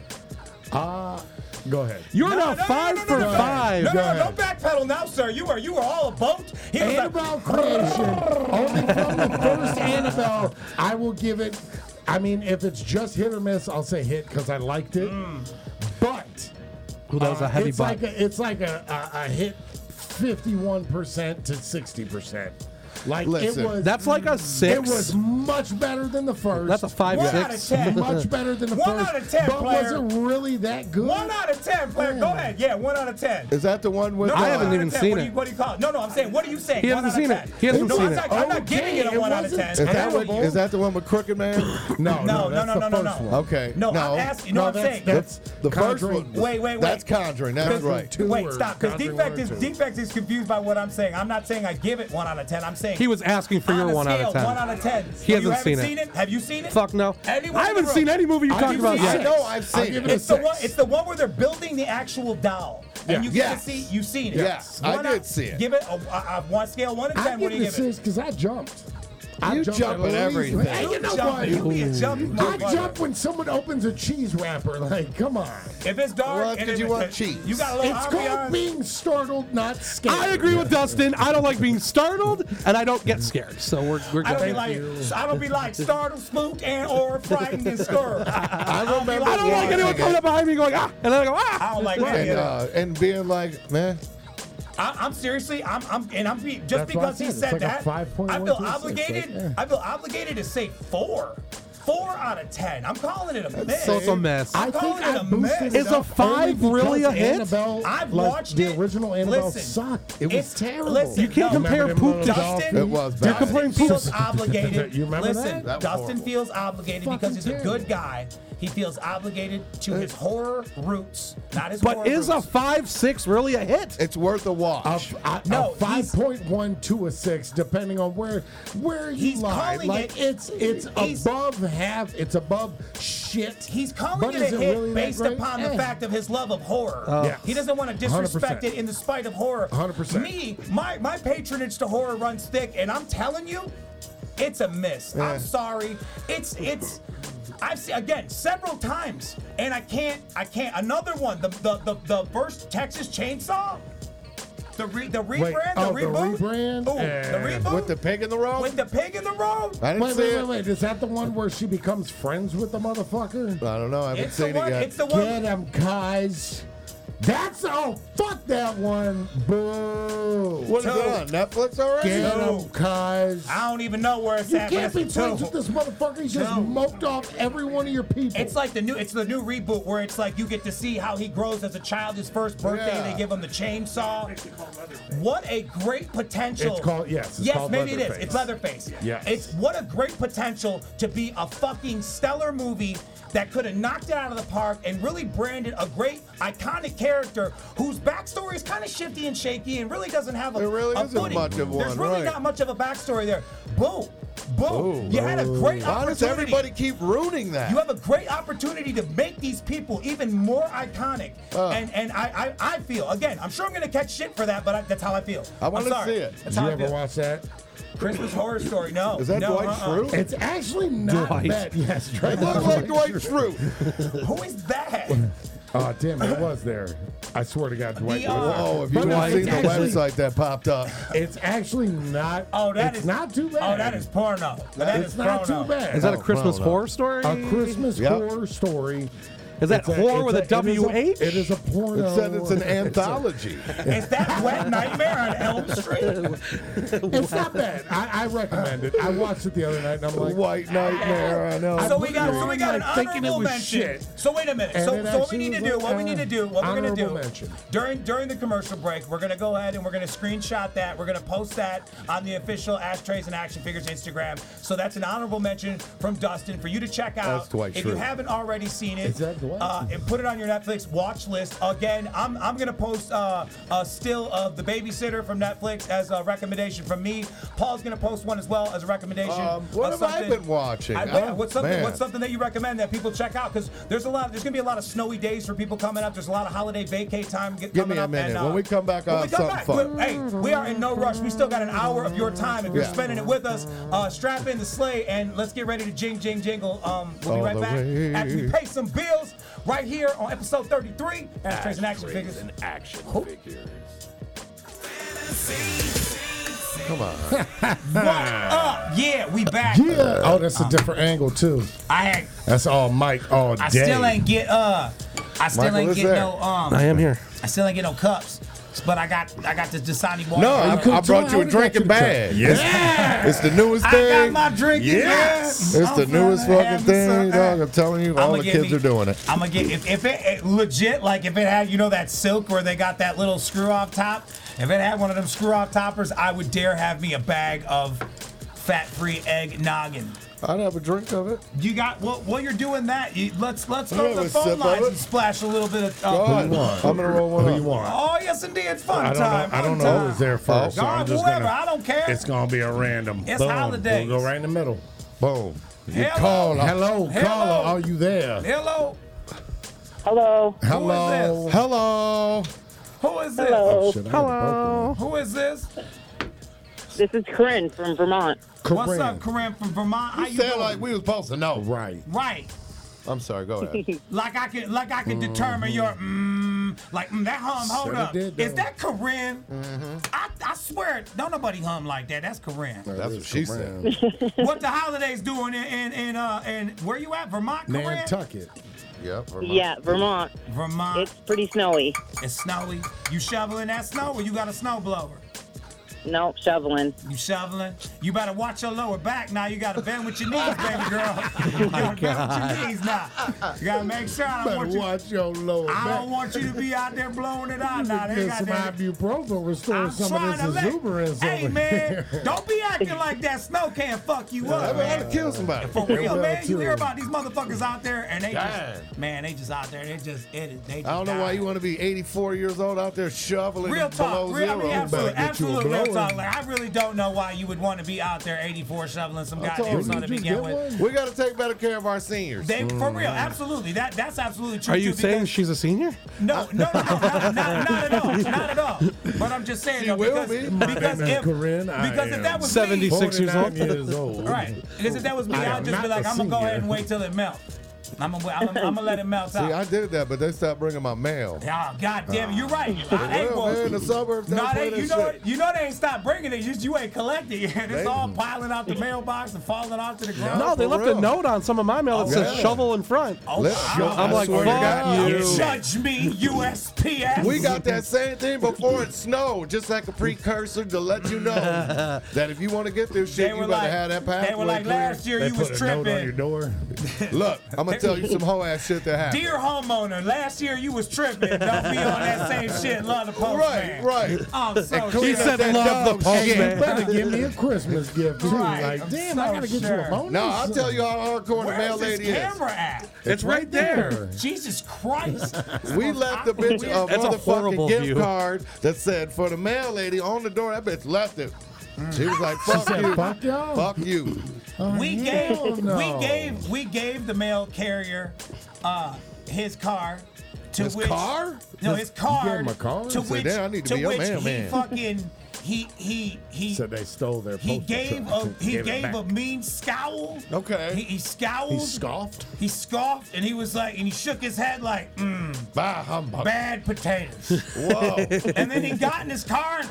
S3: Ah, go ahead.
S4: You're now five for
S1: no, no.
S4: five.
S1: No, no,
S3: Go
S1: no, don't backpedal now, sir. You were you were all a boat. He was like,
S3: Annabelle creation. Only from the first Annabelle, I will give it. I mean, if it's just hit or miss, I'll say hit because I liked it. But
S4: Ooh, that was a
S3: uh,
S4: heavy
S3: it's
S4: butt.
S3: like a, it's like a, a, a hit, fifty-one percent to sixty percent. Like
S2: Listen,
S3: it was.
S4: That's like a
S3: it
S4: six.
S3: was much better than the first.
S4: That's a five
S1: One out of
S4: six.
S1: ten.
S3: Much better than the
S1: One
S3: first.
S1: out of ten,
S3: But was
S1: player.
S3: it really that good?
S1: one out of ten, player. Go ahead. Yeah, one out of ten.
S2: Is that the one with?
S1: No,
S2: uh,
S1: one
S4: haven't
S1: out of
S4: even
S1: 10.
S4: seen
S1: what Do
S4: it.
S1: you, what do you call it? No, no, I'm saying, what do you say?
S4: He
S1: one
S4: hasn't
S1: out of
S4: seen
S1: 10.
S4: it. He hasn't
S1: no,
S4: seen
S1: I'm
S4: it.
S1: Not, I'm not giving it
S3: Okay,
S1: a
S3: it
S1: one out of
S3: wasn't
S1: ten.
S2: Is that,
S1: Terrible.
S2: what, is that the one with Crooked Man?
S1: No, no,
S3: No,
S1: no,
S3: that's
S1: no,
S3: the
S1: no,
S3: first
S1: no.
S3: one.
S2: Okay.
S1: No, I'm asking. No,
S3: No,
S1: I'm saying.
S2: That's the first
S3: Conjuring.
S2: one. was-
S1: Wait, wait, wait.
S2: That's Conjuring. That's
S1: Conjuring
S2: right.
S3: two.
S1: Wait,
S3: or
S1: stop. Because
S3: Conjuring
S1: defect
S3: one or
S1: is
S3: two.
S1: defect is confused by what I'm saying. I'm not saying I give it one out of ten. I'm saying
S4: He was asking for
S1: on
S4: your
S1: a
S4: one out
S1: scale,
S4: of ten.
S1: One out of ten.
S4: He
S1: You
S4: hasn't
S1: haven't
S4: seen it.
S1: seen it. Have you seen it?
S4: Fuck no.
S1: Anyone
S4: I
S1: in the
S4: haven't seen
S1: room?
S4: any movie you're
S1: I
S4: talking
S1: didn't
S4: about
S1: see
S2: I
S1: it.
S4: yet.
S2: know. I've
S3: I'll
S2: seen
S3: give
S2: it.
S3: it a
S1: It's the
S3: six.
S1: one. It's the one where they're building the actual doll, and
S3: Yeah.
S1: you get
S2: Yes.
S1: to see. You've seen it.
S2: Yes, I
S1: One out-
S2: did see it.
S1: Give it a, a, a one scale, one to
S3: I
S1: ten. What
S3: give
S1: do
S3: it
S1: you
S3: a
S1: give it?
S3: six because I jumped.
S2: You jump at
S3: everything.
S2: everything.
S3: you know
S1: jump,
S3: what?
S1: You be a jump
S3: I
S1: motherfucker.
S3: jump when someone opens a cheese wrapper. Like, come on.
S1: If it's dark,
S2: Well,
S1: and
S2: did
S1: if
S2: you
S1: it's-
S2: want cheese?
S1: You got a little
S3: It's
S1: ambiance.
S3: called being startled, not scared.
S4: I agree with Dustin. I don't like being startled, and I don't get scared. So we're we're
S1: I don't be
S4: good.
S1: like I don't be like startled, spooked, and or frightened and scared. I
S2: I remember.
S4: I don't like
S2: watching
S4: anyone
S2: it
S4: coming up behind me going ah, and then I go
S1: I
S4: ah.
S1: don't like
S2: And,
S1: any of that.
S2: uh, and being like, man,
S1: I, I'm seriously, I'm, I'm, and I'm be, just
S3: That's what I
S1: because he
S3: said, it's
S1: said
S3: like a
S1: that, I feel
S3: 5.1 to a six,
S1: obligated.
S3: right? Yeah.
S1: I feel obligated to say four, four out of ten. I'm calling it a miss.
S4: So it's a mess.
S1: I'm
S3: I
S1: calling
S3: think
S1: it
S3: I
S1: a
S3: boosted
S1: mess.
S3: it
S4: Is a
S3: up
S4: five
S3: only
S4: really a
S3: because
S4: hit?
S3: Annabelle,
S1: I've
S3: like,
S1: watched
S3: the
S1: it.
S3: original Annabelle
S1: Listen,
S3: sucked. It was
S1: it's-
S3: terrible.
S1: listen,
S4: You can't
S1: No.
S4: compare
S3: Remember them
S4: poop to
S3: little
S1: Dustin,
S2: It was
S1: Dustin
S2: bad.
S4: You're comparing
S1: feels
S4: poops.
S1: obligated.
S3: You remember
S1: Listen,
S3: that? That
S2: was
S1: Dustin
S2: horrible.
S1: feels obligated
S3: Fucking
S1: because he's a good
S3: terrible.
S1: guy. He feels obligated to his horror roots, not his.
S4: But
S1: horror
S4: is a
S1: roots.
S4: five six really a hit?
S2: it's worth a
S3: A,
S2: watch.
S3: a,
S1: No,
S3: no, five point one to a six, depending on where where you
S1: He's
S3: lie.
S1: calling
S3: Like
S1: it-
S3: it's it's
S1: he's-
S3: above half. It's above shit.
S1: He's calling
S3: But
S1: it
S3: is
S1: a hit
S3: really that
S1: based
S3: great? Oh.
S1: upon
S3: Eh.
S1: the fact of his love of horror.
S3: Yes.
S1: He doesn't want to disrespect
S3: 100%.
S1: it in the spite of horror.
S3: 100%.
S1: Me, my, my patronage to horror runs thick, and I'm telling you, it's a miss. I'm sorry. It's it's I've seen again several times, and I can't I can't another one, the the the, the first Texas chainsaw. The re, the rebrand,
S3: oh,
S1: the
S3: the
S1: reboot,
S3: rebrand
S1: Ooh,
S3: and
S1: the reboot
S2: With the pig in the road.
S1: with the pig in the road.
S2: I didn't
S3: Wait,
S2: see
S3: wait,
S2: it.
S3: wait, wait. Is that the one where she becomes friends with the motherfucker?
S2: I don't know. I haven't
S1: It's the
S2: seen it
S1: one.
S2: yet.
S1: It's the
S3: Get
S1: one.
S3: him, guys. That's oh fuck that one. Boo.
S2: what is it on Netflix already?
S3: Get
S1: Two.
S3: him, guys.
S1: I don't even know where it's
S3: You
S1: at.
S3: can't
S1: but
S3: be
S1: it's a
S3: friends
S1: two.
S3: with this motherfucker. He just
S1: No.
S3: moped off every one of your people.
S1: It's like the new it's the new reboot where it's like you get to see how he grows as a child his first birthday
S2: Yeah.
S1: and they give him the chainsaw. What a great potential.
S3: It's called- yes, it's
S1: yes,
S3: called
S1: maybe it is.
S3: Leatherface.
S1: It's Leatherface.
S3: Yes.
S1: It's what a great potential to be a fucking stellar movie that could have knocked it out of the park and really branded a great iconic character whose backstory is kind of shifty and shaky and really doesn't have a,
S2: There really
S1: a
S2: isn't
S1: footing.
S2: much of
S1: There's
S2: one,
S1: really
S2: right.
S1: not much of a backstory there. Boo. Boo. You had a great
S2: Why does
S1: opportunity.
S2: everybody keep ruining that?
S1: You have a great opportunity to make these people even more iconic. and and I, I I feel again. I'm sure I'm gonna catch shit for that, but I, that's how I feel.
S2: I
S1: I'm
S2: wanna
S1: sorry.
S2: see it.
S1: That's
S3: Did
S1: how
S3: you
S1: I
S3: ever
S1: feel.
S3: watch that?
S1: Christmas Horror Story. No.
S2: Is that
S1: no,
S2: Dwight
S1: uh-uh.
S2: Schrute?
S3: It's actually not
S4: Dwight.
S3: bad. Yes,
S2: It
S3: Dwight.
S2: looks like Dwight Schrute.
S1: Who is that?
S3: Oh, damn it, it was there. I swear to God, Dwight.
S1: The
S3: was there.
S1: R.
S2: Oh, if
S3: But
S2: you
S3: no,
S2: want to see
S3: it's
S2: the
S3: actually-
S2: website that popped up,
S3: It's actually not.
S1: Oh, that
S3: it's
S1: is-
S3: not too bad.
S1: Oh, that is porno. That
S3: It's
S1: is
S3: not
S1: porno.
S3: too bad.
S4: Is that a
S2: Oh,
S4: Christmas
S2: well, no.
S4: horror story?
S3: a Christmas
S2: Yep.
S3: horror story?
S4: Is that
S3: It's a-
S4: horror
S3: it's
S4: with a WH?
S3: It is a, it is a porno.
S2: it said it's an
S3: It's a-
S2: anthology.
S1: Is that Wet Nightmare on Elm Street?
S3: It's not bad. I, I recommend it. I watched it the other night and I'm like,
S2: White Nightmare on Elm
S1: So we got,
S3: wouldn't
S1: so we got an
S3: mind thinking it
S1: honorable
S3: was
S1: mention.
S3: shit.
S1: So wait a minute.
S3: And
S1: So,
S3: it
S1: so what we
S3: actually
S1: need to
S3: was
S1: do,
S3: like,
S1: what we
S3: uh,
S1: need to do, what we're gonna do
S3: honorable mention.
S1: during during the commercial break, we're gonna go ahead and we're gonna screenshot that. We're gonna post that on the official ashtrays and action figures Instagram. So that's an honorable mention from Dustin for you to check out.
S2: That's Dwight
S1: if you
S2: Schrute.
S1: haven't already seen it,
S3: Is that Dwight?
S1: uh, and put it on your Netflix watch list. Again, I'm I'm gonna post uh, a still of the babysitter from Netflix as a recommendation from me. Paul's gonna post one as well as a recommendation.
S2: Um, what
S1: of
S2: have I
S1: something-
S2: been watching?
S1: I-
S2: Oh,
S1: what's something?
S2: man.
S1: What's something that you recommend that people check out? Because there's a lot. There's gonna be a lot of snowy days for people coming up. There's a lot of holiday vacay time. Get,
S2: Give
S1: coming
S2: me a
S1: up,
S2: minute.
S1: And, uh,
S2: When we come back,
S1: when
S2: I'll
S1: we
S2: have
S1: come
S2: something fun.
S1: we- Hey, we are in no rush. We still got an hour of your time. If you're
S2: Yeah.
S1: spending it with us, uh, strap in the sleigh and let's get ready to jing jing jingle. Um, we'll be
S2: All
S1: right
S2: the
S1: back
S2: way.
S1: after we pay some bills right here on episode 33. That's Trace and Action Figures.
S6: and action figures.
S2: Come on.
S1: Uh, yeah, we back.
S3: yeah. Oh, that's a different angle too.
S1: I had,
S3: That's all Mike all day.
S1: I still ain't get uh, I still
S2: Michael
S1: ain't
S2: is
S1: get
S2: there.
S1: no um.
S4: I am here.
S1: I still ain't get no cups, but I got I got the Dasani water.
S2: No,
S1: I,
S2: I, I brought you a
S3: I
S2: drinking
S3: got you a
S2: bag. It's the newest thing.
S1: got my drink.
S2: Yes, it's the newest fucking thing, dog. I'm telling you, all the kids are doing it.
S1: I'm gonna get if, if it, it legit like if it had you know that silk where they got that little screw off top. If it had one of them screw off toppers, I would dare have me a bag of fat free egg noggin.
S2: I'd have a drink of it.
S1: You got well, while you're doing that, you, let's let's
S2: I'll
S1: go to
S2: have
S1: the
S2: a sip
S1: phone
S2: of
S1: lines
S2: it.
S1: and splash a little bit of.
S2: Go
S1: Uh,
S2: on. I'm gonna roll one.
S3: Who
S2: up.
S3: you want?
S1: oh yes, indeed, it's fun
S3: I don't
S1: time.
S3: know. I
S1: fun
S3: don't know
S1: time.
S3: who was there first. so
S1: God,
S3: I'm just
S1: whoever,
S3: gonna-
S1: I don't care.
S3: It's gonna be a random.
S1: It's
S3: Boom.
S1: holidays.
S3: We'll go right in the middle.
S2: Boom. You
S1: Hello.
S2: call. her.
S3: Hello,
S1: Hello.
S3: caller. Are you there?
S1: Hello,
S7: Hello.
S1: Who
S2: Hello.
S1: is this?
S2: Hello.
S1: who is this?
S7: Hello.
S3: Shit, I had to
S1: Who is this?
S7: This is Corinne from Vermont.
S3: poke him.
S1: What's up, Corinne
S3: Corinne.
S1: from Vermont? How you doing?
S2: Sound like we was supposed to know.
S3: Right.
S1: right.
S2: I'm sorry. Go ahead.
S1: Like I can, like I can
S3: Mm-hmm.
S1: determine your, mm, like mm, that hum. Hold
S3: Sure
S1: up,
S3: did,
S1: is
S3: though. Mm-hmm.
S1: that Corinne? I, I swear, don't nobody hum like that. That's Corinne.
S2: That's what she said.
S1: what the holidays doing in in, in uh in where you at? Vermont, Corinne.
S3: Nantucket.
S2: Yep. Vermont.
S7: Yeah, Vermont.
S1: Vermont.
S7: It's
S1: It's,
S7: pretty snowy.
S1: snowy. You shoveling that snow, or you got a snowblower?
S7: No, shoveling.
S1: You shoveling? You better watch your lower back now. You gotta bend with your knees, baby girl.
S3: Oh
S1: You gotta bend with your knees now. You gotta make sure I don't
S3: Better
S1: want you.
S3: watch your lower
S1: I
S3: back.
S1: don't want you to be out there blowing it out now. They
S3: Get
S1: got
S3: some
S1: that.
S3: ibuprofen, restore
S1: I'm
S3: some
S1: trying to
S3: of this
S1: let.
S3: exuberance
S1: Hey
S3: over
S1: man,
S3: here.
S1: don't be acting like that snow can fuck you
S2: I
S1: up,
S2: had
S1: man.
S2: to kill somebody.
S1: For real,
S3: will,
S1: man. You
S3: too.
S1: hear about these motherfuckers out there, and they just,
S2: Dang.
S1: man, they just out there. They just, it, is- they just
S2: I don't know why you
S1: dying.
S2: want to be 84 years old out there shoveling
S1: Real
S2: below
S1: talk, real, I
S2: zero.
S1: mean, absolute,
S2: Better get you a
S1: absolute real
S2: blower.
S1: talk. Like, I really don't know why you would want to be out there 84 shoveling some
S2: I told
S1: goddamn
S2: you, Mm.
S1: snow to
S3: just
S1: begin
S3: get
S1: with.
S3: one.
S2: We got to take better care of our seniors.
S1: They, for real, absolutely. That that's absolutely true.
S4: Are you
S1: too,
S4: saying
S1: because-
S4: she's a senior?
S1: No, no, no, no, not, not, not at all, not at all. But I'm just saying,
S2: She
S1: though,
S2: will
S1: because,
S2: be.
S3: My
S1: because
S3: name is
S1: if
S3: Corinne. I
S1: because if
S3: am
S1: that was me,
S4: 76 Six years old.
S3: 49 years old.
S1: Right. Because if that was me,
S3: I am
S1: I'd just
S3: not
S1: be like,
S3: a
S1: I'm gonna go
S3: senior."
S1: ahead and wait till it melts. I'm gonna, I'm gonna, I'm gonna let it melt
S2: See, I
S1: out.
S2: did that, but they stopped bringing my mail.
S1: Ah, God damn it, you're right. I ain't
S2: Well, man, in the
S1: going.
S2: suburbs,
S1: No,
S2: that's
S1: they,
S2: where
S1: you
S2: this
S1: know,
S2: shit-
S1: it- you know they ain't stopped bringing it. Just you ain't collecting it. It's
S2: They-
S1: all piling out the mailbox and falling onto the ground.
S4: No, they
S2: for
S4: left
S2: real.
S4: a note on some of my mail that says
S2: yeah.
S4: shovel in front.
S1: Oh,
S2: Let's
S1: wow.
S2: go.
S4: I'm
S2: I
S4: like,
S2: swear to
S4: fuck
S2: God.
S4: you.
S1: Judge me, USPS.
S2: We got that same thing before it snowed, just like a precursor to let you know that if you want to get this
S1: They
S2: shit, you
S1: were
S2: better
S1: like,
S2: have that pathway
S1: they were like,
S2: clear.
S1: last year
S3: They
S1: you was
S3: put a note on your
S1: tripping.
S3: door.
S2: Look, I'm gonna tell you some whole ass shit that happened.
S1: Dear homeowner, last year you was tripping. Don't be on that same shit. Love the
S2: right,
S1: postman.
S2: right
S1: I'm so
S2: clean
S1: sorry.
S4: He
S2: up
S4: said
S2: that dog
S4: love the
S2: shit.
S3: You
S4: postman.
S3: better give me a Christmas gift too.
S1: Right,
S3: Like,
S1: I'm
S3: damn,
S1: so
S3: I gotta get you
S1: sure.
S3: a bonus.
S2: No, I'll tell you how hardcore the
S1: Where's
S2: mail
S1: this
S2: lady is.
S1: camera at?
S4: It's right there.
S1: Jesus Christ.
S2: We left the bitch a
S4: That's a
S2: motherfucking
S4: horrible
S2: gift
S4: view.
S2: card that said for the mail lady on the door. That bitch left it. She was like, "Fuck
S3: said,
S2: you,
S3: "Fuck y'all." Oh,
S2: fuck you."
S1: we
S3: Hell
S1: gave
S3: no.
S1: we gave we gave the mail carrier uh, his car. To
S2: His
S1: which,
S2: car?
S1: No, his card.
S3: him a car?
S1: To
S3: Say,
S1: which,
S2: "Damn, I need to
S1: to
S2: be your
S1: which he
S2: mailman."
S1: fucking he he he.
S3: Said they stole their.
S1: he
S3: postal
S1: gave
S3: truck.
S1: a he
S3: Gave it
S1: gave
S3: back.
S1: a mean scowl.
S2: Okay.
S1: He, he scowled.
S3: He scoffed.
S1: He scoffed and he was like, and he shook his head like, mm,
S2: Bah, humbug.
S1: Bad potatoes.
S2: Whoa.
S1: and then he got in his car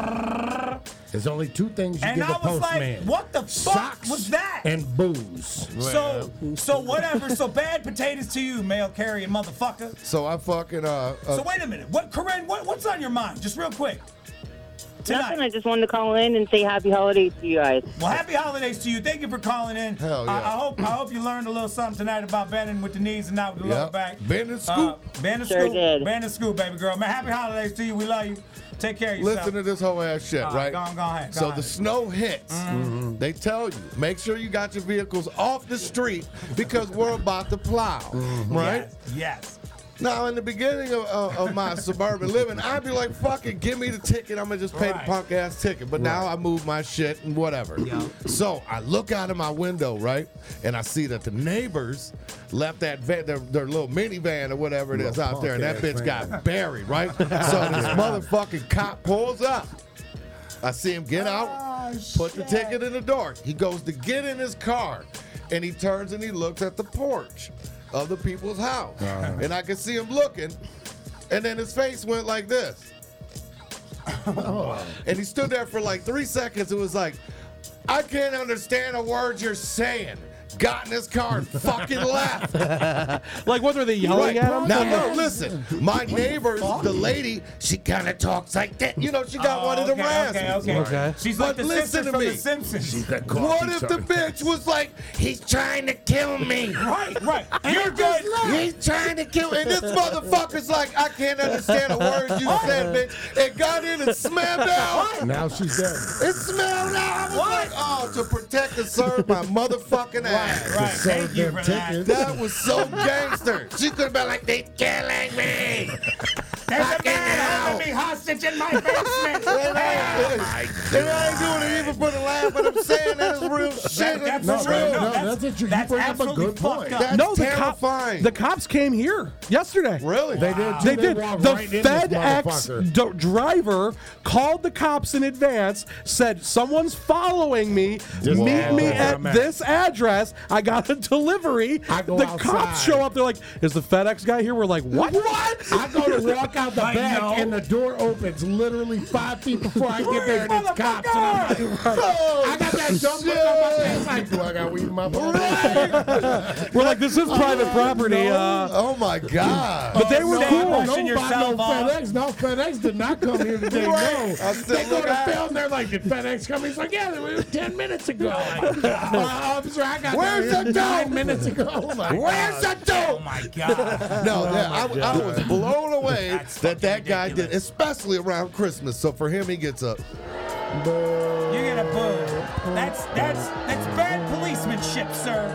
S1: and,
S3: There's only two things you
S1: and
S3: give a
S1: I was
S3: postman.
S1: like, what the fuck
S3: Socks
S1: was that?
S3: And booze.
S1: so, so whatever. So bad potatoes to you, mail carrying motherfucker.
S2: so I fucking uh, uh
S1: So wait a minute. What, Corinne? What, what's on your mind? Just real quick.
S7: Nothing. I
S1: Tonight.
S7: just wanted to call in and say happy holidays to you guys.
S1: Well, happy holidays to you. Thank you for calling in.
S2: Hell
S1: I,
S2: yeah.
S1: I hope I hope you learned a little something tonight about bending with the knees and not with the lower
S2: Yep.
S1: back.
S2: Bend and scoop.
S1: Uh, bend and
S7: Sure
S1: scoop.
S7: did.
S1: Bend and scoop, baby girl. Man, happy holidays to you. We love you. Take care of yourself.
S2: listen to this whole ass shit,
S1: All right,
S2: right?
S1: go on, go ahead, go
S2: so
S1: ahead.
S2: the snow hits. They tell you, make sure you got your vehicles off the street because we're about to plow, right?
S1: Yes. yes.
S2: Now, in the beginning of, of, of my suburban living, I'd be like, fuck it, give me the ticket. I'm going to just pay
S1: Right.
S2: the punk ass ticket. But now I move my shit and whatever.
S1: Yeah.
S2: So I look out of my window, right? And I see that the neighbors left that van, their, their little minivan or whatever it is
S3: Little
S2: out there. And that
S3: punk-ass
S2: bitch
S3: van.
S2: got buried, right? so this motherfucking cop pulls up. I see him get out,
S3: Oh.
S1: Ah,
S2: put the
S1: shit.
S2: ticket in the door. He goes to get in his car, and he turns and he looks at the porch of the people's house,
S1: Uh-huh.
S2: and I can see him looking, and then his face went like this, and he stood there for like three seconds. It was like, I can't understand a word you're saying. Got in his car and fucking left.
S4: Like, what are they yelling
S2: Right.
S4: at him?
S2: Now, no, listen. My neighbors, the lady, she kind of talks like that. You know, she got
S1: Oh,
S2: one of them rasps.
S1: okay, okay, okay.
S4: Okay.
S1: She's
S2: But
S1: like the
S2: listen
S1: Simpsons
S2: to
S1: from
S2: me.
S1: The Simpsons.
S2: What if the bitch was like, he's trying to kill me?
S1: right, right. You're good.
S2: He's trying to kill me. And this motherfucker's like, I can't understand a word you said, bitch. And got in and smacked out.
S3: Now she's dead.
S2: It smelled out. I was
S1: What?
S2: like, oh, to protect and serve my motherfucking ass.
S1: Right. Thank you for that.
S3: tickets.
S2: That was so gangster. She could have been like, they killing me.
S1: There's a
S2: Fucking
S1: man
S2: hell.
S1: holding me hostage in my basement.
S2: And I, and I ain't doing it even for the laugh, but I'm saying that is real shit.
S1: That's
S2: That's
S3: No,
S1: for
S2: real.
S1: real.
S3: no, that's what you- you
S1: that's
S3: bring up a
S1: absolutely
S3: good
S1: fucked
S3: point.
S1: up.
S2: That's
S4: no, the cop,
S2: terrifying.
S4: the cops came here yesterday.
S2: really?
S3: They did. Too.
S4: They did.
S3: walked
S4: The
S3: right in this
S4: FedEx
S3: motherfucker.
S4: d- driver called the cops in advance, said, Someone's following me.
S3: Just
S4: Meet
S3: walk
S4: me
S3: over
S4: at
S3: I'm at."
S4: this address. I got a delivery.
S3: I go
S4: the cops
S3: outside.
S4: show up. They're like, Is the FedEx guy here? We're like, What? What?
S3: I go to walk out the
S1: I
S3: back
S1: know.
S3: and the door opens literally five feet before I get there and it's cops. And I'm like,
S1: Oh,
S3: I got that dumb look on my face like, do I got weed in my pocket?
S4: We're like, This
S3: Oh,
S4: is private property. Uh,
S2: Oh my god.
S4: but they were
S1: no.
S4: cool.
S1: Rushing
S3: Nobody
S1: yourself
S3: no
S1: off.
S3: FedEx. No, FedEx did not come here today.
S2: Right.
S3: No.
S2: I still
S3: They go
S2: look
S3: to
S2: at-
S3: Phil and they're like, did FedEx come? He's like, yeah, they were 10 minutes ago. Like, uh, officer, I got
S2: Where's
S3: down here
S2: the dough?
S3: 10 minutes ago. Like,
S2: Where's the
S1: Oh
S2: dope?
S1: my god.
S2: No,
S3: Oh,
S2: that, I, I was blown away
S1: That's
S2: that that
S1: fucking
S2: guy did,
S1: ridiculous.
S2: especially around Christmas. So for him, he gets a
S1: you get a boo. That's that's that's bad policemanship, sir.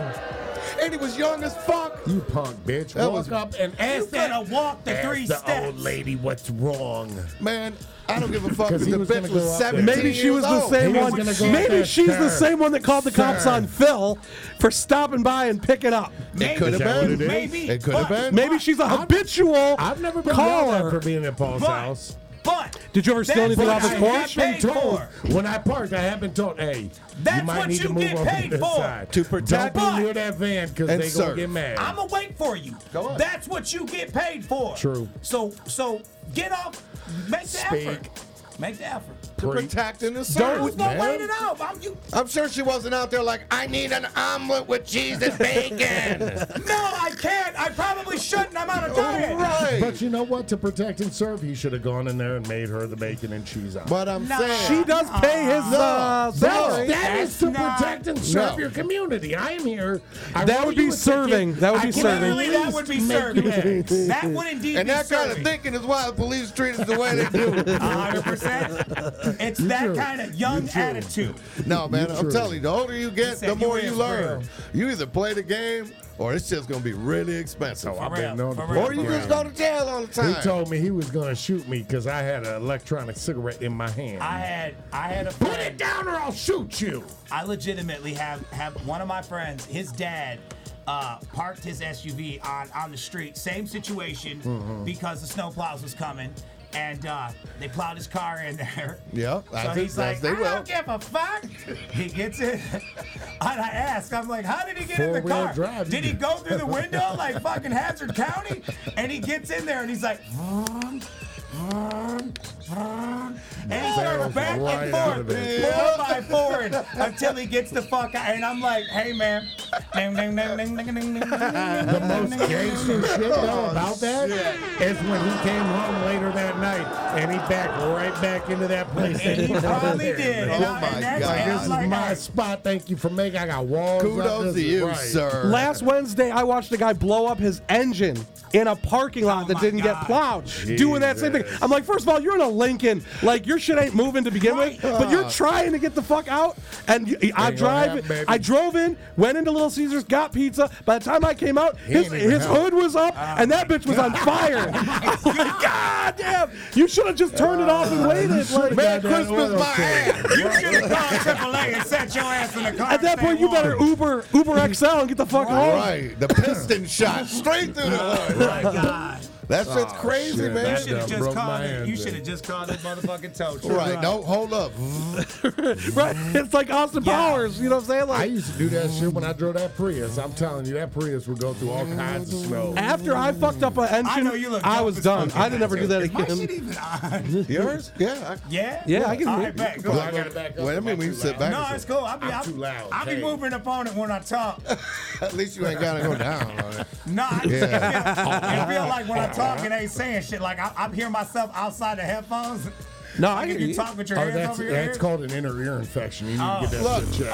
S2: and he was young as fuck.
S3: You punk bitch.
S2: That
S3: Walk
S2: was-
S3: up and
S1: You
S3: ask
S1: could
S3: that.
S1: have walked the
S3: ask
S1: three
S3: the
S1: steps.
S3: old lady what's wrong.
S2: Man, I don't give a fuck if
S3: 'Cause he
S2: the
S3: was
S2: bitch
S3: gonna
S2: was
S3: go out there.
S2: 17
S4: Maybe she
S2: years
S4: was the
S2: old.
S4: same
S3: He was
S4: one.
S3: gonna go
S4: Maybe
S3: there,
S4: she's the
S3: sir.
S4: same one that called the cops
S3: Sir.
S4: on Phil for stopping by and picking up.
S1: Maybe,
S2: could have been.
S3: Is that what it is?
S1: Maybe.
S2: It could have
S1: but-
S2: been.
S4: Maybe she's a habitual
S3: I've never been yelled at
S4: caller.
S3: for being at Paul's
S1: But,
S3: house.
S1: but
S4: Did you ever steal
S1: that's
S4: anything
S1: what
S4: off his
S1: I
S4: porch?
S1: got
S3: I've been
S1: paid
S3: told
S1: for.
S3: when I parked, I have been told, hey,
S1: That's
S3: you might
S1: what
S3: need
S1: you
S3: to move
S1: get
S3: over
S1: paid
S3: to this
S1: for.
S3: side.
S2: To protect-
S3: Don't
S1: But-
S3: be near that van because
S2: And
S3: they
S2: serve.
S3: gonna get mad.
S1: I'm gonna wait for you.
S2: Go on.
S1: That's what you get paid for.
S3: True.
S1: So so get off. Make the
S3: Speak.
S1: effort. Make the effort.
S2: protecting
S1: I
S2: the
S1: was
S2: service.
S1: gonna
S2: man.
S1: wait it out. I'm you.
S2: I'm sure she wasn't out there like, I need an omelet with cheese and bacon.
S1: No, I can't. I probably shouldn't. I'm on a diet.
S2: right.
S3: But you know what? To protect and serve, he should have gone in there and made her the bacon and cheese out.
S2: But I'm
S1: No.
S2: saying
S4: She does pay his uh, salary.
S3: that is to
S1: not-
S3: protect and serve
S2: No.
S3: your community. I am here. I
S4: That
S3: wrote
S4: would
S3: you
S4: be
S3: a ticket.
S4: serving. That would
S3: I
S4: be
S3: can
S4: serving.
S3: at
S1: Literally, that would be
S3: least make
S1: serving.
S3: you happy.
S1: That would indeed
S2: And
S1: be
S2: that kind
S1: serving.
S2: of thinking is why the police treat us the way they do.
S1: 100%. It's that kind of young attitude.
S2: No, man, I'm
S3: true.
S2: telling you, the older you get,
S1: said
S2: the more
S1: you
S2: you
S1: is
S2: learn.
S1: real.
S2: You either play the game or it's just going to be really expensive.
S3: Oh, I've
S1: For real,
S3: been known to
S1: for
S3: play
S1: real,
S2: or you
S1: for
S2: just go to jail all the
S3: He
S2: time.
S3: told me he was gonna shoot me because I had an electronic cigarette in my hand.
S1: I had I had a
S3: Put it
S1: friend.
S3: down or I'll shoot you.
S1: I legitimately have have one of my friends. His dad uh, parked his SUV on on the street. Same situation because the snowplows was coming. and uh, they plowed his car in there.
S2: Yeah, I
S1: so
S2: think
S1: he's like,
S2: that's- they
S1: I
S2: will."
S1: don't give a fuck. He gets in, and I ask, I'm like, how did he get in the
S3: Four-wheel
S1: car?
S3: drive.
S1: Did he go through the window like fucking Hazard County? And he gets in there, and he's like. "Vroom, vroom, vroom," And he starts
S3: Barrels
S1: back
S3: right
S1: and
S3: out of
S1: forth,
S3: it.
S1: four by four, and- until he gets the fuck out. And I'm like, "Hey, man." The
S3: The most gangster shit
S1: Oh,
S3: though about that is when he came home later that night and he backed right back into that place. that
S1: And he
S3: was over
S1: probably
S3: there.
S1: did.
S2: Oh
S1: And I-
S2: my
S1: and that's-
S2: God.
S1: and
S3: This
S1: I'm
S3: is
S1: like,
S3: my
S1: "Hey,
S3: spot. Thank you for making. I got walls. up.
S2: Kudos
S3: This
S2: to
S3: is
S2: you,
S3: right.
S2: sir.
S4: Last Wednesday, I watched a guy blow up his engine in a parking lot
S1: Oh
S4: that
S1: my
S4: didn't get
S1: God.
S4: plowed, doing that same thing. I'm like, first of all, you're in a Lincoln, like your shit ain't moving to begin with, but you're trying to get the fuck out. And you, I
S3: gonna
S4: drive,
S3: happen, baby.
S4: I drove in, went into Little Caesars, got pizza. By the time I came out, his,
S3: ain't even
S4: his
S3: help.
S4: hood was up, and that bitch was on fire. I'm like, God damn, you should have just turned it off and waited. Like,
S3: Merry
S2: Christmas, my
S1: You
S2: ass.
S1: should have called AAA and set your ass in the car.
S4: At
S1: and
S4: that
S1: stay
S4: point, you
S1: warm.
S4: better Uber Uber XL and get the fuck home.
S2: Right, the piston shot straight through the
S1: Oh
S2: hood.
S1: my God.
S2: That
S1: Oh,
S2: shit's crazy,
S3: shit.
S1: You
S2: man.
S1: should have
S3: done
S1: just
S3: broke
S1: called
S3: my
S1: it.
S3: hand,
S1: You
S3: dude.
S1: should have just called it motherfucking tow truck.
S2: Right, no, hold up.
S4: Right? It's like Austin
S1: Yeah.
S4: Powers. You know what I'm saying?
S3: I
S4: Like
S3: used to do that shit when I drove that Prius. I'm telling you, that Prius would go through all kinds of snow.
S4: after I fucked up an engine,
S1: I know you look.
S4: I
S1: dope
S4: was
S1: as
S4: done.
S1: fuck
S4: I
S1: in
S4: didn't ever do that
S1: Is My shit
S4: again.
S1: even on.
S2: Yours? Yeah. I-
S1: Yeah.
S4: Yeah, I can
S1: All
S4: hear
S1: right,
S4: you.
S1: back. Go.
S3: Well, I gotta back up
S2: Wait a
S3: if
S2: minute,
S3: I'm
S2: we
S3: too
S2: sit
S3: loud.
S2: back.
S1: No, it's cool. I'll be.
S3: I'm
S1: I'll,
S3: too loud.
S1: I'll be
S3: Hey.
S1: moving up on it when I talk.
S2: At least you ain't got to go down on it.
S1: No, I just
S2: Yeah.
S1: it feel like when I talk, it ain't saying shit. Like I, I'm hearing myself outside the headphones.
S4: No, I
S1: Like
S4: can
S1: if
S4: hear
S1: you
S4: you.
S1: talk with your
S3: Oh,
S1: hands
S3: that's,
S1: over your
S3: that's
S1: ear.
S3: called an inner ear infection. You need to get that
S2: Look,
S3: shit checked.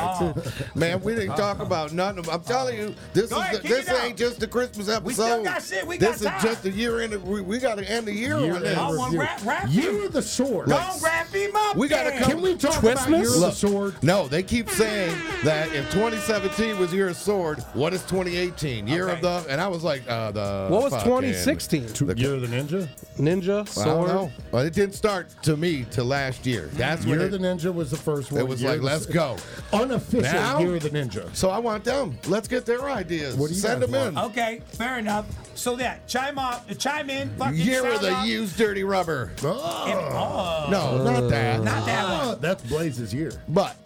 S1: Oh,
S2: Man, we didn't talk about nothing. I'm telling you, this
S1: Go
S2: is
S1: ahead,
S2: the,
S1: kick
S2: this
S1: it out.
S2: ain't just the Christmas episode.
S1: still got shit. We
S2: this
S1: got time.
S2: is just the year end. Of, we we got to end the year
S3: You're
S2: on this.
S3: in
S1: Oh. I want
S3: review.
S1: rap- rap
S3: You're
S1: him.
S3: the sword.
S1: Don't wrap him up.
S2: We gotta
S1: then.
S2: come-
S3: Can we talk about
S4: Twistmas?
S3: you're the
S2: Look,
S3: sword?
S2: No, they keep saying that if 2017 was year of sword, what is 2018? Year
S1: Okay.
S2: of the and I was like, uh, the
S4: What was
S2: fucking-
S4: 2016?
S3: Two- You're the ninja.
S4: Ninja
S2: I don't know.
S4: sword.
S2: Well, it didn't start to me till last year. That's when
S3: Year
S2: it,
S3: of the Ninja was the first one.
S2: it was
S3: Year
S2: like,
S3: of the-
S2: let's go.
S3: Unofficial
S2: Now?
S3: Year of the Ninja.
S2: So I want them. Let's get their ideas.
S3: What do you
S2: Send
S3: guys
S2: them in.
S1: Okay, fair enough. So that chime up, chime in. Oh, Fucking
S2: Year of
S1: shout
S2: the
S1: out.
S2: used dirty rubber.
S1: If-
S3: Oh,
S1: oh,
S2: No, not that.
S3: Uh.
S1: not that one.
S3: that's Blaze's year.
S2: But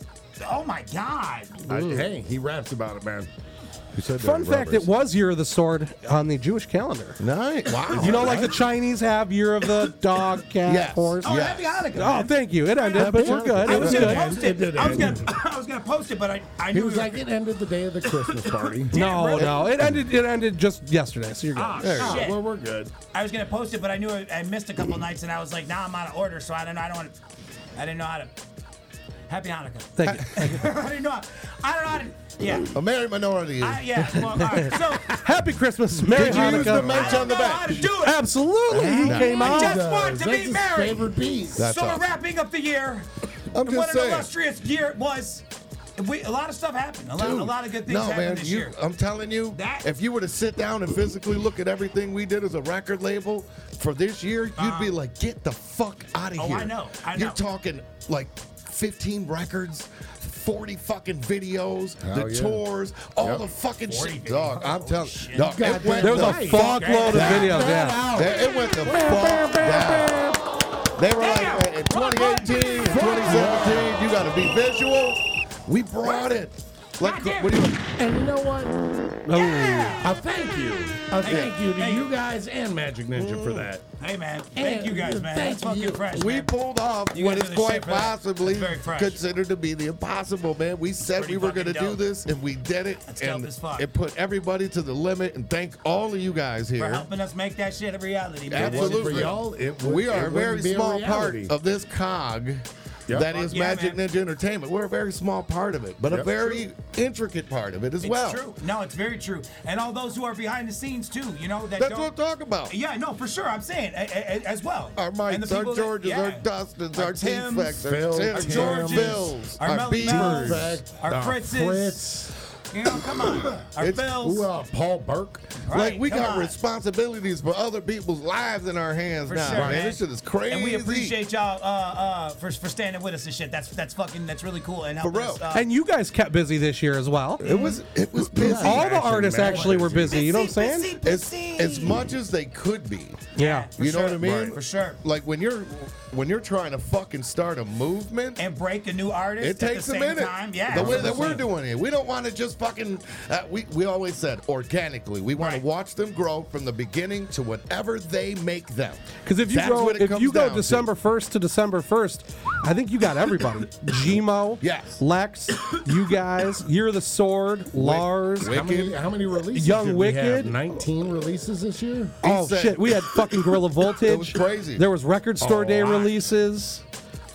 S1: Oh my god.
S3: I- hey, he raps about it, man.
S4: Fun fact: It was Year of the Sword on the Jewish calendar.
S2: nice. Wow.
S4: You know, like the Chinese have Year of the Dog, Cat,
S2: Yes.
S4: Horse.
S1: Oh,
S2: Yeah.
S1: happy Hanukkah.
S4: Oh,
S1: man.
S4: thank you. It ended, but we're good.
S1: I
S4: It
S1: was
S4: was
S1: gonna
S4: good.
S1: post it.
S3: It did
S1: I was
S3: end.
S1: gonna I was gonna post it, but I, I
S3: He
S1: knew
S3: was
S1: it
S3: like, it ended the day of the Christmas party.
S4: No, no, it ended. It ended just yesterday. So you're good.
S1: Ah,
S2: There you go.
S1: shit.
S3: Well, we're good.
S1: I was gonna post it, but I knew I, I missed a couple nights, and I was like, now I'm out of order, so I don't know. I don't want to. I didn't know how to. Happy Hanukkah.
S4: Thank you.
S1: I didn't know. How, I don't know how to. Yeah.
S2: a married minority.
S1: I, yeah. Well, all right. So
S4: Happy Christmas, Merry
S2: Did you use the
S4: Hanukkah.
S2: ma-
S1: I don't know how to do it.
S4: Absolutely, he
S2: Nah.
S4: came
S1: I
S4: out.
S1: just want to
S3: That's
S1: be
S3: his
S1: married.
S3: Uh, favorite piece.
S2: That's
S1: so
S2: awesome.
S1: we're wrapping up the year.
S2: I'm
S1: what
S2: just
S1: an
S2: saying.
S1: illustrious year it was. We, a lot of stuff happened. A lot, a
S2: Dude,
S1: lot of good things
S2: no,
S1: happened
S2: man,
S1: this
S2: you,
S1: year.
S2: I'm telling you,
S1: That-
S2: if you were to sit down and physically look at everything we did as a record label for this year, you'd be like, get the fuck out of
S1: Uh, Oh,
S2: here.
S1: I know, I know.
S2: You're talking like 15 records. 40 fucking videos,
S3: Hell
S2: the
S3: yeah.
S2: tours, all
S3: Yep.
S2: the fucking
S1: 40
S2: shit.
S1: videos.
S2: Dog, I'm
S1: Holy
S2: telling
S1: shit.
S2: you. Dog,
S3: God
S2: it went
S3: damn
S4: There was a
S3: Right.
S4: fuck load of
S2: That-
S4: videos.
S3: that
S4: Yeah.
S3: out.
S2: That- it went the fuck down. They were
S1: Damn.
S2: like, in 2018 and 2017, you gotta be visual. We brought it. Like,
S1: Goddamn.
S2: what do you,
S3: And you know what?
S4: Oh,
S1: Yeah.
S3: A thank you. A thank you to
S1: thank
S3: you
S1: you.
S3: guys and Magic Ninja for that.
S1: Hey man, thank
S3: And
S1: you guys, man.
S3: thank
S1: That's fucking
S3: you.
S1: fresh.
S2: we
S1: man.
S2: pulled off
S1: You
S2: what
S1: guys
S2: is
S1: are the
S2: quite
S1: shit for that.
S2: possibly
S1: It's very fresh.
S2: considered to be the impossible, man. We said
S1: Pretty
S2: we were
S1: fucking
S2: gonna do
S1: dope.
S2: this, and we did it.
S1: That's dope
S2: and
S1: as fuck.
S2: it put everybody to the limit. And thank all of you guys
S1: for
S2: here.
S1: helping us make that shit a reality, man.
S3: If it wasn't
S2: Absolutely.
S3: For y'all, it would,
S2: We are
S3: it
S2: a
S3: wouldn't
S2: very
S3: be
S2: small part
S3: reality.
S2: of this cog.
S3: Yep.
S2: That is
S1: Yeah,
S2: Magic
S1: man.
S2: Ninja Entertainment. We're a very small part of it, but a
S3: Yep.
S2: very intricate part of it as
S1: It's
S2: well.
S1: true. No, it's very true. And all those who are behind the scenes too, you know that
S2: That's
S1: don't.
S2: what I'm talking about.
S1: yeah, no, for sure. I'm saying a, a, a- as well.
S2: Our
S1: And the
S2: Mikes, our
S1: people that-
S2: Georges,
S1: yeah.
S2: our Dustins, our,
S1: Tims,
S2: T-Fex,
S3: Phil,
S2: our
S1: our
S2: Tims,
S3: Tim,
S2: our
S1: Georges,
S2: Bills,
S1: our,
S2: our
S1: Melly Mel's,
S2: Beavers.
S3: T-Fex,
S1: our
S3: Uh,
S1: Fritz's,
S3: Fritz.
S1: You know, come on. Our
S2: It's-
S1: bills.
S3: Who, uh, Paul Burke?
S2: like
S1: Right,
S2: we
S1: come
S2: got
S1: on.
S2: responsibilities for other people's lives in our hands
S1: For
S2: now,
S1: sure,
S2: man.
S1: man.
S2: This shit is crazy.
S1: And we appreciate y'all uh, uh, for, for standing with us and shit. That's that's fucking that's really cool and helping
S2: real.
S1: us. Uh,
S4: And you guys kept busy this year as well.
S2: It was it was busy.
S4: All the artists
S3: man.
S4: actually were busy. You know what I'm saying?
S1: Busy,
S2: as,
S1: busy.
S2: as much as they could be.
S4: Yeah.
S1: For
S2: you know
S1: sure.
S2: what I mean?
S1: Right. For sure.
S2: Like when you're when you're trying to fucking start a movement.
S1: and break a new artist.
S2: it
S1: at
S2: takes
S1: the
S2: a
S1: same
S2: minute.
S1: Time. Yeah,
S2: the way that we're
S1: 100%.
S2: doing it, we don't want to just fucking. Uh, we we always said organically. We want
S1: Right.
S2: to watch them grow from the beginning to whatever they make them.
S4: Because if you
S2: That's
S4: go
S2: what it
S4: if
S2: comes
S4: you go
S2: down to.
S4: December first to December first, I think you got everybody. Gmo,
S2: Yes.
S4: Lex, you guys, You're the Sword, Lars.
S2: Wicked.
S3: How many, how many releases?
S4: Young
S3: did we have?
S4: Wicked.
S3: 19 releases this year?
S4: Oh
S2: He said-
S4: shit, we had fucking Gorilla Voltage.
S2: It was crazy. Oh,
S4: There was record store
S3: A
S4: day
S3: lot.
S4: releases.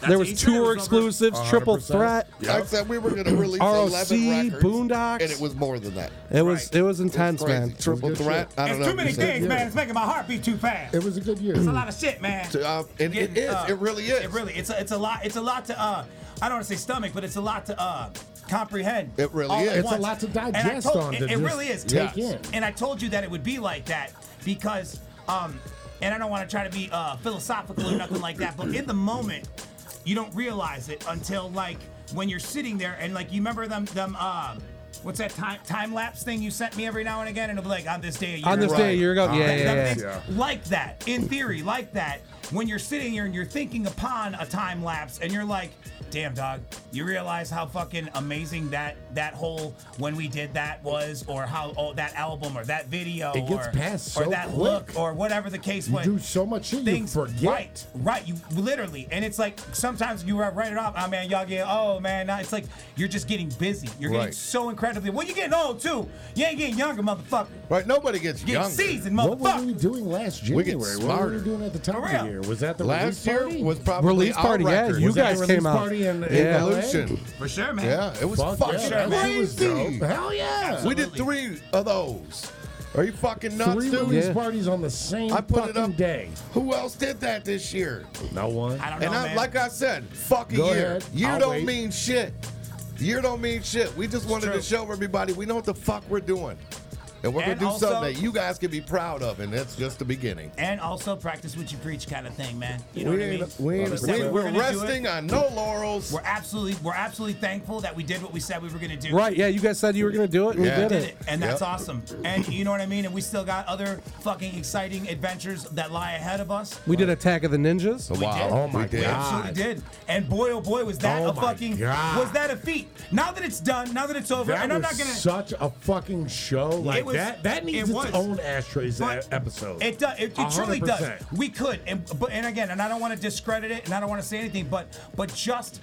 S4: there
S6: what
S4: was
S6: he said, it
S4: tour
S6: was over
S4: exclusives, triple
S3: 100%.
S4: threat.
S2: I said we were going to release
S4: ROC,
S2: 11 records,
S4: Boondocks.
S2: and it was more than that.
S4: It was it was intense,
S2: Crazy.
S4: man.
S2: Triple
S3: It was good
S2: threat.
S3: shit.
S2: I don't
S1: It's
S2: know.
S1: too many
S2: You said-
S1: things, man. It's making my heart beat too fast.
S3: It was a good year.
S1: It's a lot of shit, man.
S2: To, uh, and it is. It really is.
S1: It really. It's a, it's a lot. It's a lot to. Uh, I don't want to say stomach, but it's a lot to uh, comprehend.
S2: It really
S1: all at
S2: is. It's a
S1: once.
S3: lot to
S1: And I
S3: digest
S1: told-
S3: on,
S1: It,
S3: to
S1: it
S3: just
S1: really is.
S3: take
S2: Yes.
S3: in.
S1: And I told you that it would be like that because, um, and I don't want to try to be uh, philosophical or nothing like that, but in the moment, you don't realize it until like when you're sitting there and like you remember them them. Uh, What's that time time lapse thing you sent me every now and again? And it'll be like on this day a year
S4: On this
S1: ago.
S4: day a year ago, yeah,
S1: That-
S4: yeah,
S1: that
S4: yeah.
S1: makes- like that in theory like that when you're sitting here and you're thinking upon a time lapse and you're like damn dog you realize how fucking amazing that that whole when we did that was or how oh, that album or that video
S3: It gets
S1: or,
S3: passed
S1: or
S3: so
S1: that
S3: quick.
S1: look or whatever the case
S3: You
S1: was
S3: do so much shit you
S1: things
S3: forget.
S1: right right you literally and it's like sometimes you write it off oh man y'all get oh man nah." it's like you're just getting busy you're getting
S2: Right.
S1: so incredibly well you're getting old too you ain't getting younger motherfucker
S2: Right. Nobody gets
S1: you're
S2: younger.
S1: getting seasoned
S3: What were we
S1: motherfucker
S3: doing last
S2: We
S3: January?
S2: get
S3: What were
S2: smarter.
S3: we doing at the top of
S1: For real.
S3: the year? Was that the
S2: Last
S3: release
S2: year
S3: party?
S2: was probably
S4: Release
S2: our
S4: party, yeah.
S2: record.
S4: You
S3: Was that
S4: guys
S3: the
S4: came
S3: release
S4: out.
S3: party in- in
S4: yeah.
S3: LA?
S2: Evolution.
S1: for sure man
S2: Yeah, it was
S3: Fuck
S2: fucking
S3: yeah, that shit was
S2: crazy.
S3: dope. Hell yeah.
S2: We did three of those. Are you fucking nuts,
S3: Three
S2: dude?
S3: release
S4: Yeah.
S3: parties on the same
S2: I put
S3: fucking
S2: it up.
S3: day.
S2: Who else did that this year?
S3: No one.
S1: I don't know,
S2: And I,
S1: man.
S2: like I said, fuck a
S3: Go
S2: year.
S3: ahead.
S2: Year
S3: I'll
S2: don't
S3: wait.
S2: mean shit. Year don't mean shit. We just wanted to
S1: true.
S2: show everybody we know what the fuck we're doing. And we're
S1: And
S2: gonna do
S1: also-
S2: something that you guys can be proud of, and that's just the beginning.
S1: and also practice what you preach kind of thing, man. You know
S2: we
S1: what I mean?
S2: ain't, we ain't,
S1: Just
S2: we,
S1: that
S2: are
S1: we're gonna do it.
S2: resting on no laurels.
S1: We're absolutely we're absolutely thankful that we did what we said we were gonna do.
S4: Right, yeah, you guys said you were gonna do it and
S2: Yeah.
S4: we
S1: We
S4: did
S1: did
S4: it.
S1: it, and that's
S2: Yep.
S1: awesome. And you know what I mean? And we still got other fucking exciting adventures that lie ahead of us.
S4: We did Attack of the Ninjas.
S1: We did.
S3: Oh my
S2: We did.
S1: We
S3: god.
S1: absolutely did. And boy, oh boy, was that
S3: Oh
S1: a
S3: my
S1: fucking
S3: God.
S1: was that a feat? Now that it's done, now that it's over,
S3: That
S1: and
S3: was
S1: I'm not gonna
S3: such a fucking show. Like
S1: was-
S3: that. That
S1: it
S3: needs its
S1: was.
S3: own ashtrays
S1: But
S3: e- episode.
S1: It does. It, it truly does.
S3: 100%.
S1: We could, and but and again, and I don't want to discredit it, and I don't want to say anything, but but just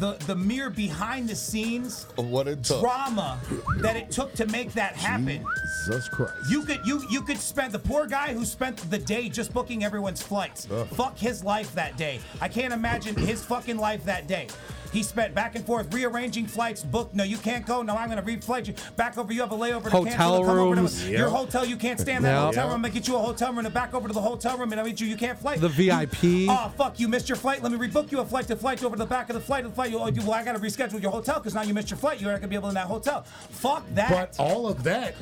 S1: the the mere behind the scenes
S2: Of what it took.
S1: drama that it took to make that happen.
S3: Jesus Christ.
S1: You could you you could spend the poor guy who spent the day just booking everyone's flights. Fuck his life that day. I can't imagine his fucking life that day. He spent back and forth rearranging flights. Book no, you can't go. No, I'm gonna reflight you. Back over. You have a layover. To
S4: Hotel
S1: cancel, come over to-
S4: rooms.
S1: Your
S3: Yep.
S1: hotel. You can't stand that
S4: Yep.
S1: hotel
S3: Yep.
S1: room. I get you a hotel room and then back over to the hotel room and I meet you. You can't fly.
S4: The VIP.
S1: You- oh fuck, you missed your flight. Let me rebook you a flight to flight over to the back of the flight. The flight. You, oh, you, well, I gotta reschedule your hotel because now you missed your flight. You're not gonna be able to in that hotel. Fuck that.
S3: But all of that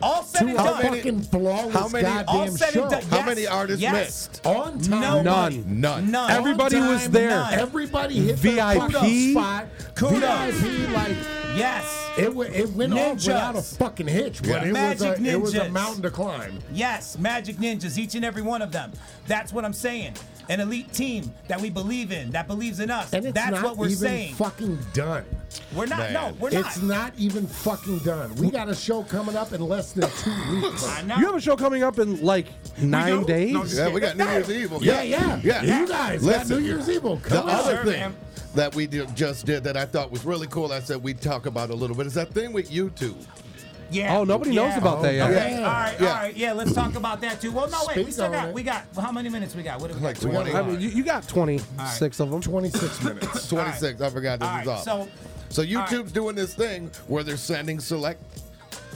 S1: all said
S3: to
S1: and
S3: a
S1: done.
S3: fucking flawless
S2: how many-
S3: goddamn
S1: All said
S3: show.
S1: and done.
S2: How
S1: Yes,
S2: many artists
S1: yes.
S2: missed?
S3: On time.
S1: Nobody.
S4: None.
S2: None.
S1: None.
S4: Everybody
S1: All
S4: was
S1: time,
S4: there.
S1: none.
S3: Everybody hit
S4: VIP.
S3: their fucking spot.
S1: Kudos.
S3: VIP, like
S1: yes.
S3: it, wa- it went off
S1: Ninjas.
S3: without a fucking hitch, but
S2: Yeah.
S3: it, was
S1: Magic
S3: a, it was a
S1: ninjas.
S3: mountain to climb.
S1: Yes, Magic Ninjas, each and every one of them. That's what I'm saying. An elite team that we believe in, that believes in us.
S3: And it's
S1: That's
S3: not
S1: what we're
S3: even
S1: saying.
S3: fucking done.
S1: we're not. No,
S2: Man.
S1: we're
S3: It's
S1: not.
S3: not even fucking done. We got a show coming up in less than two weeks.
S1: I know.
S4: You have a show coming up in like nine
S1: do?
S4: days.
S1: No, just-
S2: Yeah, we got New Year's Eve.
S3: Yeah, yeah,
S2: yeah.
S3: You guys got
S2: Listen,
S3: New Year's Eve on.
S2: The
S3: Come on.
S2: other
S1: Sure,
S2: thing
S1: man.
S2: that we did, just did that I thought was really cool, I said we'd talk about a little bit, is that thing with YouTube.
S1: yeah.
S4: Oh, nobody knows
S1: Yeah.
S4: about that yet.
S1: Okay.
S2: Yeah.
S1: All right.
S2: Yeah.
S1: All right. Yeah. Let's talk about that too. Well, no, wait. We
S3: Speak
S1: still
S3: on
S1: got.
S3: it.
S1: We got. How many minutes we got? What do we
S2: Like
S1: got?
S2: 20,
S4: I mean, you, you got 26 of them.
S3: 26 minutes.
S2: 26. I forgot this
S1: All
S2: is
S1: right,
S2: off.
S1: so-
S2: So
S1: all right.
S2: YouTube's doing this thing where they're sending select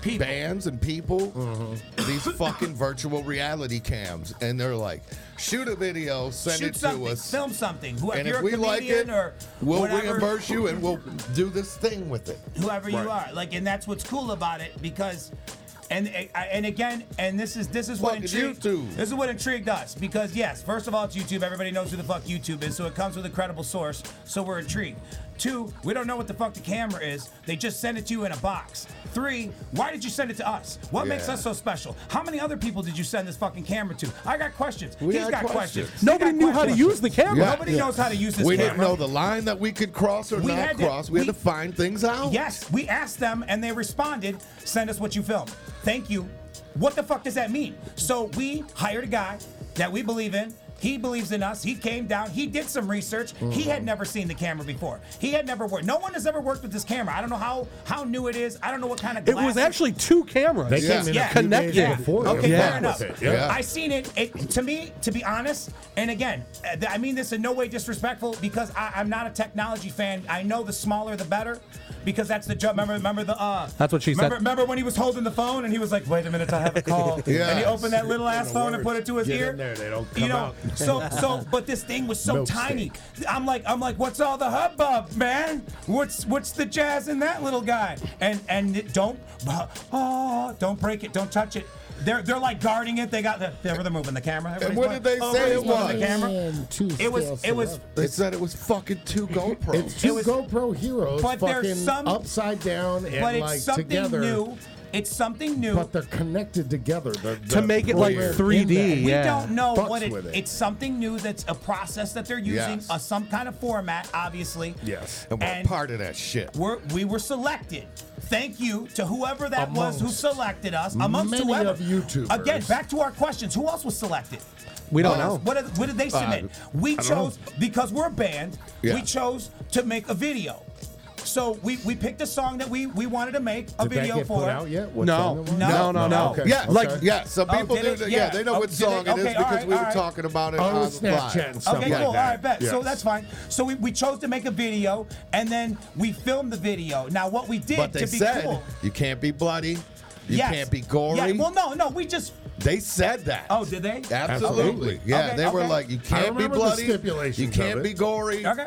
S1: People.
S2: bands and people
S3: Mm-hmm.
S2: these fucking virtual reality cams, and they're like, shoot a video, send
S1: Shoot
S2: it to
S1: something,
S2: us,
S1: film something. Whoever
S2: and
S1: you're
S2: if
S1: a
S2: we like
S1: comedian
S2: it,
S1: or
S2: we'll
S1: whatever,
S2: reimburse you, and we'll do this thing with it.
S1: whoever you are.
S2: Right.
S1: Like, and that's what's cool about it because, and and again, and this is this is what
S2: Fuck
S1: intrigued
S2: YouTube.
S1: this is what intrigued us because yes, first of all, it's YouTube. Everybody knows who the fuck YouTube is, so it comes with a credible source. So we're intrigued. Two, we don't know what the fuck the camera is. They just send it to you in a box. Three, why did you send it to us? What makes
S2: Yeah.
S1: us so special? How many other people did you send this fucking camera to? I got questions.
S2: We
S1: He's
S2: had
S1: got questions.
S2: questions.
S1: They
S4: Nobody
S1: got
S4: knew how to
S1: questions.
S4: use the camera.
S2: Yeah.
S1: Nobody knows how to use this
S2: we
S1: camera.
S2: didn't know the line that we could cross or
S1: We
S2: not
S1: had to-
S2: cross. we had
S1: we-
S2: to find things out.
S1: Yes, we asked them and they responded, send us what you filmed. Thank you. What the fuck does that mean? So we hired a guy that we believe in. He believes in us. He came down. He did some research. He
S4: Mm-hmm.
S1: had never seen the camera before. He had never worked. No one has ever worked with this camera. I don't know how how new it is. I don't know what kind of.
S4: It was
S1: glasses-
S4: actually two cameras.
S3: They
S2: Yeah.
S3: came in
S1: yeah,
S3: a few days
S4: Connected.
S3: before.
S1: Okay,
S3: they
S1: fair
S3: fucked
S1: enough.
S3: with it, yeah.
S1: I seen it. It to me, to be honest, and again, uh, th- I mean this in no way disrespectful because I, I'm not a technology fan. I know the smaller the better, because that's the job. Remember, remember the uh.
S4: That's what she said.
S1: remember, Remember when he was holding the phone and he was like, "Wait a minute, I have a call,"
S3: Oh,
S2: Yes.
S1: and he opened that little ass
S3: The
S1: phone and put
S3: words
S1: it to his
S3: get
S1: ear.
S3: in there, they don't
S1: you
S3: come
S1: know,
S3: out.
S1: so so. But this thing was so
S3: Milkshake.
S1: tiny. I'm like, I'm like, what's all the hubbub, man? What's what's the jazz in that little guy? And and it- don't, oh, don't break it, don't touch it. They're they're like guarding it. They got the they're, they're moving the camera. Everybody's
S2: what did
S1: moving-
S2: they
S1: oh,
S2: say it
S1: everybody's moving The
S2: was?
S1: camera.
S3: And two
S1: It was
S3: scales
S1: it was.
S2: They said it was fucking two GoPros.
S3: It's two
S1: was-
S3: GoPro heroes
S1: but there's
S3: fucking
S1: some-
S3: upside down and
S1: But
S3: like
S1: it's something
S3: together,
S1: new. It's something new.
S3: but they're connected together. The,
S4: To make it like 3D.
S1: We
S4: Yeah.
S1: don't know
S3: Fucks
S1: what it,
S3: with it.
S1: It's something new. That's a process that they're using.
S2: Yes.
S1: Uh, some kind of format, obviously.
S3: Yes.
S2: and we're
S1: and-
S2: part of that shit.
S1: We're, we were selected. Thank you to whoever that was who
S3: Amongst
S1: selected us. Amongst
S3: many
S1: whoever.
S3: of YouTubers.
S1: Again, back to our questions. Who else was selected?
S4: We don't
S1: What
S4: know.
S1: else- What, did- what did
S2: Uh,
S1: they submit? we chose because we're a band.
S2: Yeah.
S1: We chose to make a video. So we, we picked a song that we, we wanted to make a
S3: Did that
S1: video
S3: get
S1: for.
S3: put out yet? What
S4: No.
S3: song it was?
S1: No, No,
S4: no, no.
S3: Okay.
S2: Yeah,
S3: okay.
S2: like yeah. Some
S1: Oh,
S2: people
S1: did
S2: do
S1: it?
S2: that. Yeah.
S1: Yeah.
S2: they know
S1: Oh,
S2: what
S1: did
S2: song
S1: it?
S2: it is
S1: Okay,
S2: because
S1: alright,
S2: we were
S1: alright.
S2: talking about it
S3: On
S2: on the fly.
S3: Oh, Snapchat and stuff
S1: Okay,
S3: like
S1: cool.
S3: that.
S1: All right, bet. So
S3: Yes.
S1: that's fine. So we, we chose to make a video and then we filmed the video. Now what we did
S2: But
S1: to
S2: they
S1: be
S2: said
S1: cool.
S2: you can't be bloody, you
S1: Yes.
S2: can't be gory.
S1: Yeah, well, no, no, we just.
S2: they said that.
S1: Oh, did they?
S2: Absolutely.
S3: Absolutely.
S2: Yeah,
S1: Okay,
S2: they were
S1: okay.
S2: like, you can't be
S3: remember the
S2: bloody. You
S3: stipulations
S2: can't
S3: of
S2: be
S3: it.
S2: gory.
S1: Okay.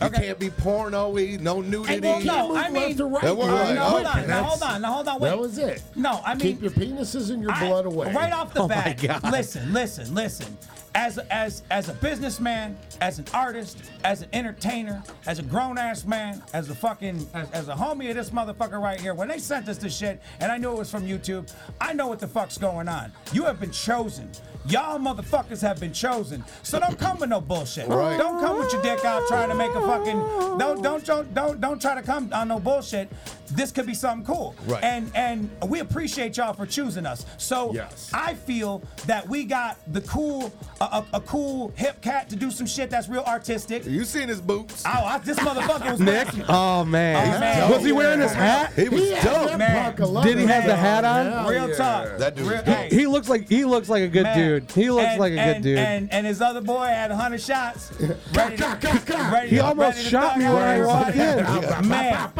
S2: You
S1: Okay.
S2: can't be porno-y, no nudity.
S1: And well, no,
S3: move
S1: I mean,
S3: left or right.
S2: That we're
S1: All right,
S2: like,
S1: now, hold
S2: okay,
S1: on, now, hold on, now, hold on, wait.
S3: That was it.
S1: No, I mean,
S3: Keep your penises and your
S1: I-
S3: blood away.
S1: Right off the
S4: Oh my
S1: bat.
S4: God.
S1: Listen, listen, listen. As as as a businessman, as an artist, as an entertainer, as a grown ass man, as a fucking as, as a homie of this motherfucker right here, when they sent us this shit and I knew it was from YouTube, I know what the fuck's going on. You have been chosen. Y'all motherfuckers have been chosen. So don't come with no bullshit.
S2: Right.
S1: Don't come with your dick out trying to make a fucking don't don't don't don't don't try to come on no bullshit. This could be something cool.
S2: Right.
S1: And and we appreciate y'all for choosing us. So
S3: Yes.
S1: I feel that we got the cool a, a, a cool hip cat to do some shit that's real artistic.
S2: You seen his boots?
S1: Oh, I, this motherfucker was
S4: Nick? Oh, man.
S1: Oh, man.
S4: Was he wearing his hat?
S2: He was
S3: He had
S2: dope.
S3: that
S1: man.
S3: punk of
S4: uh, Did he have the
S3: leather
S4: hat on? Oh,
S3: now.
S1: real talk.
S5: That dude was
S1: Real-
S5: dope.
S1: hey,
S4: He looks like he looks like a good
S1: man.
S4: dude. He looks
S1: And-
S4: like a good
S1: and-
S4: dude.
S1: And and his other boy had hundred shots. Ready to- ready
S4: He
S1: to-
S4: almost
S1: ready to
S4: shot
S1: thug
S4: me
S1: out
S4: when I walked
S1: everybody.
S4: in.
S1: Man.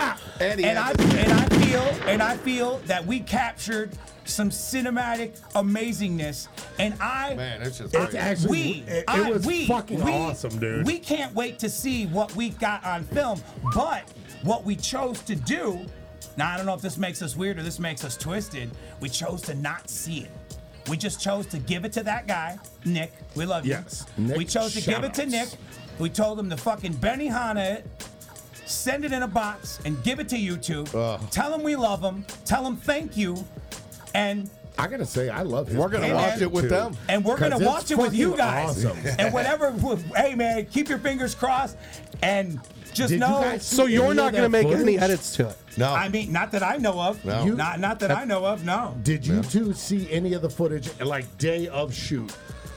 S2: And he
S1: and I
S2: had
S1: and I feel and I feel that we captured some cinematic amazingness, and I
S2: Man, that's just
S3: It's
S2: great.
S3: actually
S1: we
S3: it, it
S1: I-
S3: was
S1: we,
S3: fucking
S1: we-
S3: awesome, dude.
S1: We can't wait to see what we got on film, but what we chose to do. Now I don't know if this makes us weird or this makes us twisted. We chose to not see it. We just chose to give it to that guy, Nick. We love you.
S3: Yes, Nick,
S1: we chose to give it to
S3: shout-outs.
S1: Nick. We told him to fucking Benny Hanna it send it in a box and give it to YouTube. Tell them we love them. Tell them thank you. And
S3: I gotta say, I love his
S2: We're gonna
S3: pants,
S1: watch it
S2: with
S3: too.
S2: them.
S1: and we're
S3: 'Cause
S1: gonna
S3: it's
S1: watch it with you
S3: fucking
S1: guys.
S3: awesome.
S1: and whatever, hey man, keep your fingers crossed and just
S3: Did you
S1: know.
S3: guys see
S4: so you're
S3: any
S4: not
S3: of
S4: going to
S3: that
S4: make any
S3: footage?
S4: edits to it.
S2: no.
S1: I mean, not that I know of.
S2: No.
S3: You-
S1: Not not that I know of. No.
S3: Did you two see any of the footage like day of shoot?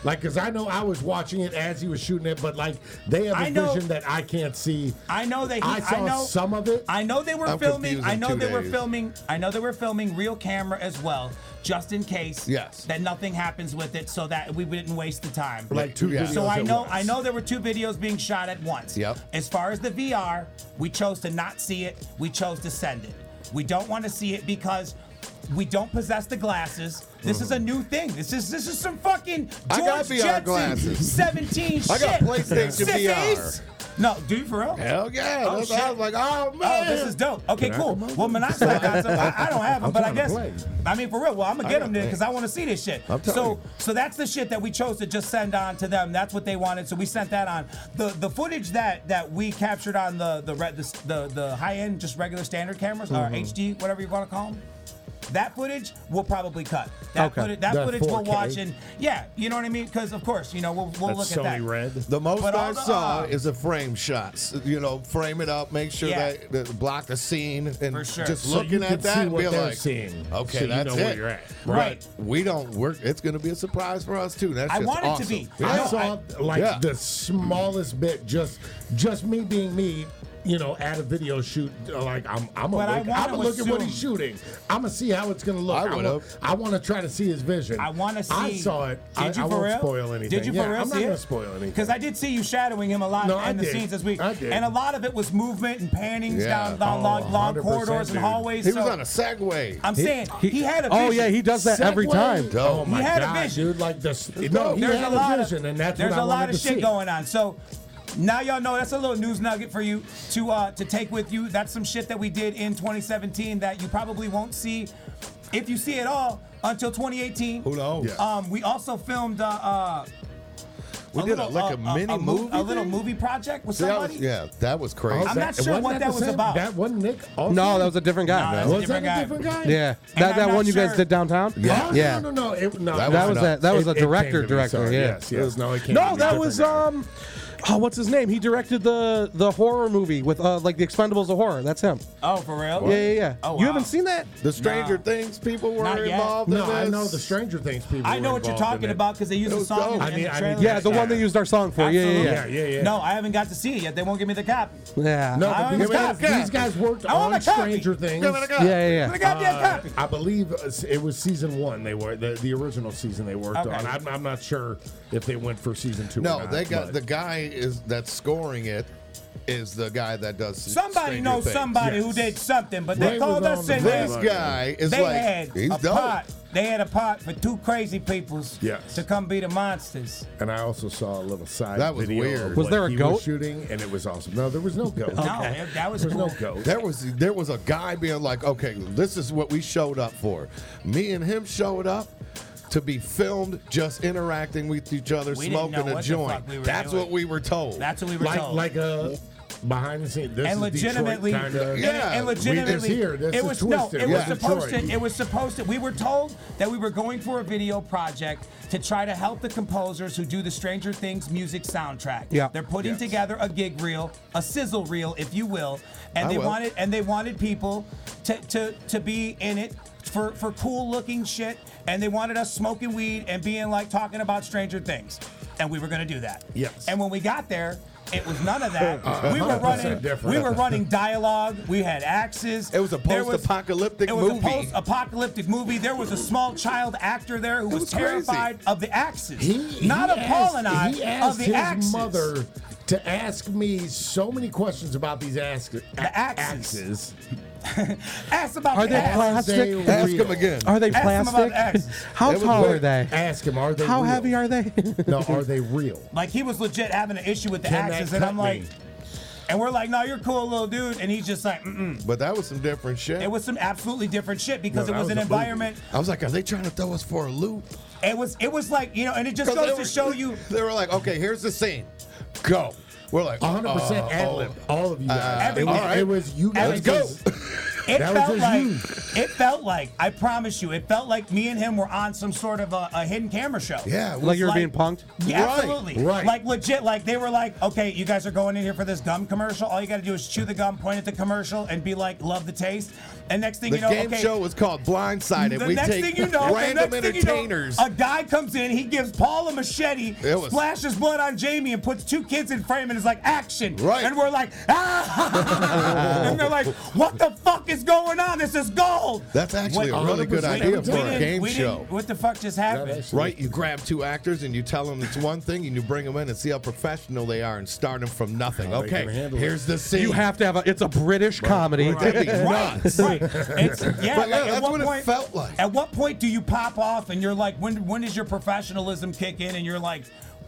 S3: Like, cause I know I was watching it as he was shooting it, but like they have
S1: I
S3: a
S1: know-
S3: vision that I can't see.
S1: I know that he,
S3: I saw
S1: know
S3: some of it.
S1: I know they were
S2: I'm
S1: filming.
S2: confused
S1: I
S2: in
S1: know
S2: two
S1: they were
S2: days.
S1: filming. I know they were filming real camera as well, just in case.
S2: Yes.
S1: That nothing happens with it, so that we didn't waste the time.
S3: like two
S2: Yeah.
S3: videos.
S1: So I
S3: at
S1: know
S3: once.
S1: I know there were two videos being shot at once.
S2: Yep.
S1: As far as the VR, we chose to not see it. We chose to send it. We don't want to see it because We don't possess the glasses. This is a new thing. This is this is some fucking George
S2: I got VR
S1: Jetson
S2: glasses.
S1: 17 shit.
S2: I got PlayStation VR.
S1: Sissies. No, do you for real?
S2: Hell yeah.
S1: Oh,
S2: That's-
S1: shit.
S2: I was like, oh
S1: Oh,
S2: man.
S1: this is dope. Okay,
S3: Can I
S1: cool.
S3: come over?
S1: Well, Monoxide got some. I, I don't have them,
S3: I'm
S1: but I
S3: trying to
S1: guess.
S3: play.
S1: I mean, for real. Well, I'm gonna
S2: I
S1: get
S2: got
S1: them then because
S2: play.
S1: I want to see this shit.
S2: I'm telling
S1: so,
S2: you.
S1: so that's the shit that we chose to just send on to them. That's what they wanted, so we sent that on. the The footage that that we captured on the the red the the, the high end, just regular standard cameras
S3: Mm-hmm.
S1: or HD, whatever you want to call them. That footage we'll probably cut. That
S4: Okay.
S1: footage, that
S3: That
S1: footage we're
S3: 4K.
S1: watching. Yeah, you know what I mean? Because of course, you know we'll, we'll look
S3: That's
S1: at that.
S3: Sony Red.
S2: The most
S1: But all
S2: I
S1: the-
S2: saw
S1: uh,
S2: is the frame shots. You know, frame it up, make sure
S1: Yeah.
S2: that, that block the scene,
S1: For
S2: and
S1: sure.
S2: just
S1: So
S2: looking
S3: you
S2: at
S3: can
S2: that,
S3: see
S2: and
S3: what
S2: be
S3: they're
S2: like,
S3: seeing.
S2: okay,
S3: So you
S2: that's
S3: know
S2: it.
S3: where you're at.
S1: Right.
S2: We don't work. It's going to be a surprise for us too. That's
S1: I
S2: just
S1: want it to
S2: awesome.
S1: be.
S2: Yeah.
S1: I know,
S3: I saw like
S2: Yeah.
S3: the smallest bit, just just me being me. You know, at a video shoot, uh, like I'm, I'm
S1: But I
S3: gonna look,
S1: wanna
S3: I'm gonna look at what he's
S1: assume-
S3: shooting. I'm gonna see how it's gonna look.
S2: I
S3: I'm
S2: would've.
S3: gonna- I want to try to see his vision.
S1: I want to see.
S3: I saw it.
S1: Did
S3: I,
S1: you
S3: I
S1: for
S3: won't
S1: real?
S3: spoil anything.
S1: Did you
S3: yeah,
S1: for real
S3: I'm not
S1: see
S3: gonna
S1: it?
S3: spoil anything.
S1: Because I did see you shadowing him a lot
S3: No, I
S1: in the
S3: did.
S1: scenes this week,
S3: I did.
S1: and a lot of it was movement and pannings
S2: Yeah.
S1: down, down
S3: Oh,
S1: long, long
S3: 100%,
S1: corridors
S3: dude.
S1: and hallways.
S2: He
S1: so
S2: was on a Segway.
S1: I'm saying he, had a.
S4: Oh
S1: vision.
S4: yeah, he does that every time.
S3: Segway. Oh
S2: He
S3: my
S1: had a
S3: god,
S1: vision.
S3: dude! Like this. No, he
S1: there's
S3: had
S1: a lot
S3: a vision,
S1: of,
S3: and that's
S1: there's
S3: what I
S1: a lot
S3: wanted
S1: of
S3: to
S1: shit
S3: see.
S1: going on. So now y'all know that's a little news nugget for you to uh, to take with you. That's some shit that we did in 2017 that you probably won't see if you see it all until 2018.
S2: Who knows?
S3: Yeah.
S1: Um, we also filmed. Uh, uh,
S2: We
S1: a
S2: did a-
S1: little,
S2: like
S1: uh,
S2: a mini
S1: mo-
S2: movie
S1: a little
S2: thing?
S1: movie project with
S2: See, that
S1: somebody.
S2: was, yeah, that was crazy.
S3: Was
S1: I'm not sure
S3: wasn't
S1: what that
S3: the
S1: was
S3: same-
S1: about.
S3: That wasn't Nick. also?
S4: No, that was a different guy.
S1: Nah,
S3: Was
S1: that's a
S3: that
S1: different guy.
S3: a different guy?
S4: Yeah,
S1: And
S4: that
S1: I'm
S4: that
S1: not
S4: one you guys
S1: sure-
S4: did downtown.
S3: Yeah.
S4: yeah.
S3: Oh, No, no, no, no. It, no
S2: That
S4: That
S2: was
S4: was that. That was
S3: It-
S4: a
S3: it came
S4: director.
S3: to me,
S4: Director.
S3: sorry.
S4: yeah.
S3: Yes, yes. No, it came to
S4: No,
S3: me,
S4: that
S3: different
S4: was
S3: guy.
S4: um, oh, what's his name? He directed the the horror movie with uh, like the Expendables of horror. That's him.
S1: Oh, for real?
S4: Yeah, yeah, yeah.
S1: Oh,
S4: You
S1: wow.
S4: haven't seen that?
S2: the Stranger
S1: Nah.
S2: Things people were
S1: Not yet.
S2: involved
S3: No,
S2: in this.
S3: I know the Stranger Things people.
S1: I
S3: were
S1: know what you're
S3: involved in
S1: talking
S3: it.
S1: about because they use
S2: It
S1: the
S2: was
S1: song.
S2: dope.
S1: in-
S2: I
S1: in
S3: mean,
S1: the
S3: I mean,
S1: trailer.
S4: Yeah, the
S3: Yeah.
S4: one they used our song for. Yeah, yeah, yeah.
S1: Absolutely.
S3: Yeah, yeah, yeah.
S1: No, I haven't got to see it yet. They won't give me the copy.
S4: Yeah.
S3: No,
S1: I
S3: but
S1: want
S3: these
S1: a
S3: guys,
S1: copy.
S3: these guys worked
S1: I want
S3: on
S1: a copy.
S3: Stranger Things.
S2: Give it a go.
S4: yeah, yeah,
S1: The
S4: yeah.
S1: goddamn
S3: Uh,
S1: copy.
S3: I believe it was season one. They were the, the original season they worked
S1: Okay.
S3: on. I'm, I'm not sure if they went for season two. or
S2: No,
S3: not,
S2: they got
S3: but-
S2: the guy is that's scoring it is the guy that does.
S1: Somebody
S2: Stranger
S1: knows
S2: Things.
S1: somebody who
S3: Yes.
S1: did something, but they
S3: Ray
S1: called
S3: was
S1: us
S3: on
S1: in
S3: the
S1: there.
S2: This
S3: Right.
S2: guy is
S1: They
S2: like
S1: had
S2: he's
S1: a
S2: dope.
S1: pot. They had a pot for two crazy peoples
S3: Yes.
S1: to come be the monsters.
S3: And I also saw a little side
S2: That was
S3: video. of
S2: weird.
S3: what
S4: Was there a
S3: he
S4: goat?
S3: Was shooting, and it was awesome. No, there was no goat.
S1: No, that- that was
S3: there was no
S1: cool.
S3: goat.
S2: There was there was a guy being like, okay, this is what we showed up for. Me and him showed up to be filmed, just interacting with each other,
S1: We didn't know
S2: smoking a
S1: what the
S2: joint.
S1: fuck we were
S2: That's
S1: doing.
S2: what we were told.
S1: That's what we were
S3: like
S1: told.
S3: like a behind the scenes. This
S1: and
S3: is Detroit
S1: legitimately,
S3: kinda-
S1: and-
S2: Yeah,
S1: and
S2: we-
S1: legitimately,
S3: it's here. This
S1: it
S3: is
S1: was no,
S3: twisted.
S1: it was
S2: Yeah.
S1: supposed to,
S3: Detroit.
S1: it was supposed to. We were told that we were going for a video project to try to help the composers who do the Stranger Things music soundtrack.
S4: Yeah.
S1: they're putting
S2: Yes.
S1: together a gig reel, a sizzle reel, if you will, and
S2: I
S1: they
S2: will.
S1: wanted and they wanted people to to to be in it. For, for cool looking shit, and they wanted us smoking weed and being like talking about Stranger Things, and we were gonna do that.
S3: Yes. Oh,
S1: And when we got there, it was none of that. we were
S3: 100%
S1: running,
S3: different.
S1: we were running dialogue. We had axes.
S2: It was a
S1: There was-
S2: post-apocalyptic
S1: It was
S2: movie.
S1: a post-apocalyptic movie. There was a small child actor there who was,
S2: was crazy.
S1: terrified of the axes,
S3: He,
S1: not
S3: he
S1: of Paul and I,
S3: asked, he asked
S1: of the
S3: his
S1: axes.
S3: mother to ask me so many questions about these ax- a-
S1: axes. Ask about
S4: Are
S1: the
S4: they
S1: axes.
S4: pla-
S3: Ask they
S4: Plastic?
S2: Ask
S3: real.
S2: him again.
S4: Are they
S1: Ask them about
S4: plastic?
S1: axes.
S4: How
S2: It was
S4: tall are
S2: weird.
S4: they?
S3: Ask him, are they
S4: How
S3: real?
S4: heavy are they?
S3: No, are they real?
S1: Like he was legit having an issue with the
S3: Can that
S1: axes, and
S3: cut
S1: I'm like,
S3: me?
S1: and we're like, no, you're a cool little dude, and he's just like, mm-mm.
S2: But that was some different shit.
S1: it was some absolutely different shit because it
S3: No, that
S1: was,
S3: was
S1: an
S3: a movie.
S1: environment.
S2: I was like, are they trying to throw us for a loop?
S1: It was it was like you know, and it just
S2: 'Cause
S1: goes
S2: they
S1: to
S2: were-
S1: show you.
S2: They were like, okay, here's the scene. Go. We're like,
S3: 100%
S2: uh,
S3: ad lib. all of you
S2: uh,
S3: guys. it, was,
S1: all
S2: right.
S3: it was you
S1: Let's
S3: guys.
S1: go. It
S3: That was
S1: felt
S3: just
S1: like
S3: you.
S1: it felt like I promise you, it felt like me and him were on some sort of a, a hidden camera show.
S2: Yeah.
S4: like you were
S1: like-
S4: being punked.
S1: Yeah,
S2: Right,
S1: absolutely.
S3: right.
S1: Like legit, like they were like, okay, you guys are going in here for this gum commercial. All you gotta do is chew the gum, point at the commercial, and be like, love the taste. And next thing
S2: The
S1: you know,
S2: game
S1: okay.
S2: show was called Blindsided.
S1: the
S2: we
S1: next
S2: take
S1: thing you know, the
S2: random
S1: next thing you know,
S2: entertainers.
S1: a guy comes in, he gives Paul a machete,
S2: It was-
S1: splashes blood on Jamie, and puts two kids in frame, and is like, action.
S2: Right.
S1: And we're like, ah! and they're like, what the fuck is is going on? This is gold.
S2: That's actually a really good idea for a
S1: didn't-
S2: game
S1: we
S2: show.
S1: didn't- What the fuck just happened?
S3: that's-
S2: Right, you grab two actors and you tell them it's one thing, and you bring them in and see how professional they are, and start them from nothing.
S3: How they
S2: Okay,
S3: can handle it.
S2: here's the scene.
S4: You have to have a. It's a British comedy.
S2: That'd be
S1: Right,
S2: nuts.
S1: right. It's, yeah,
S2: But yeah,
S1: like, at
S2: that's
S1: what
S2: what
S1: point,
S2: it felt like.
S1: At what point do you pop off and you're like, when when does your professionalism kick in? And you're like,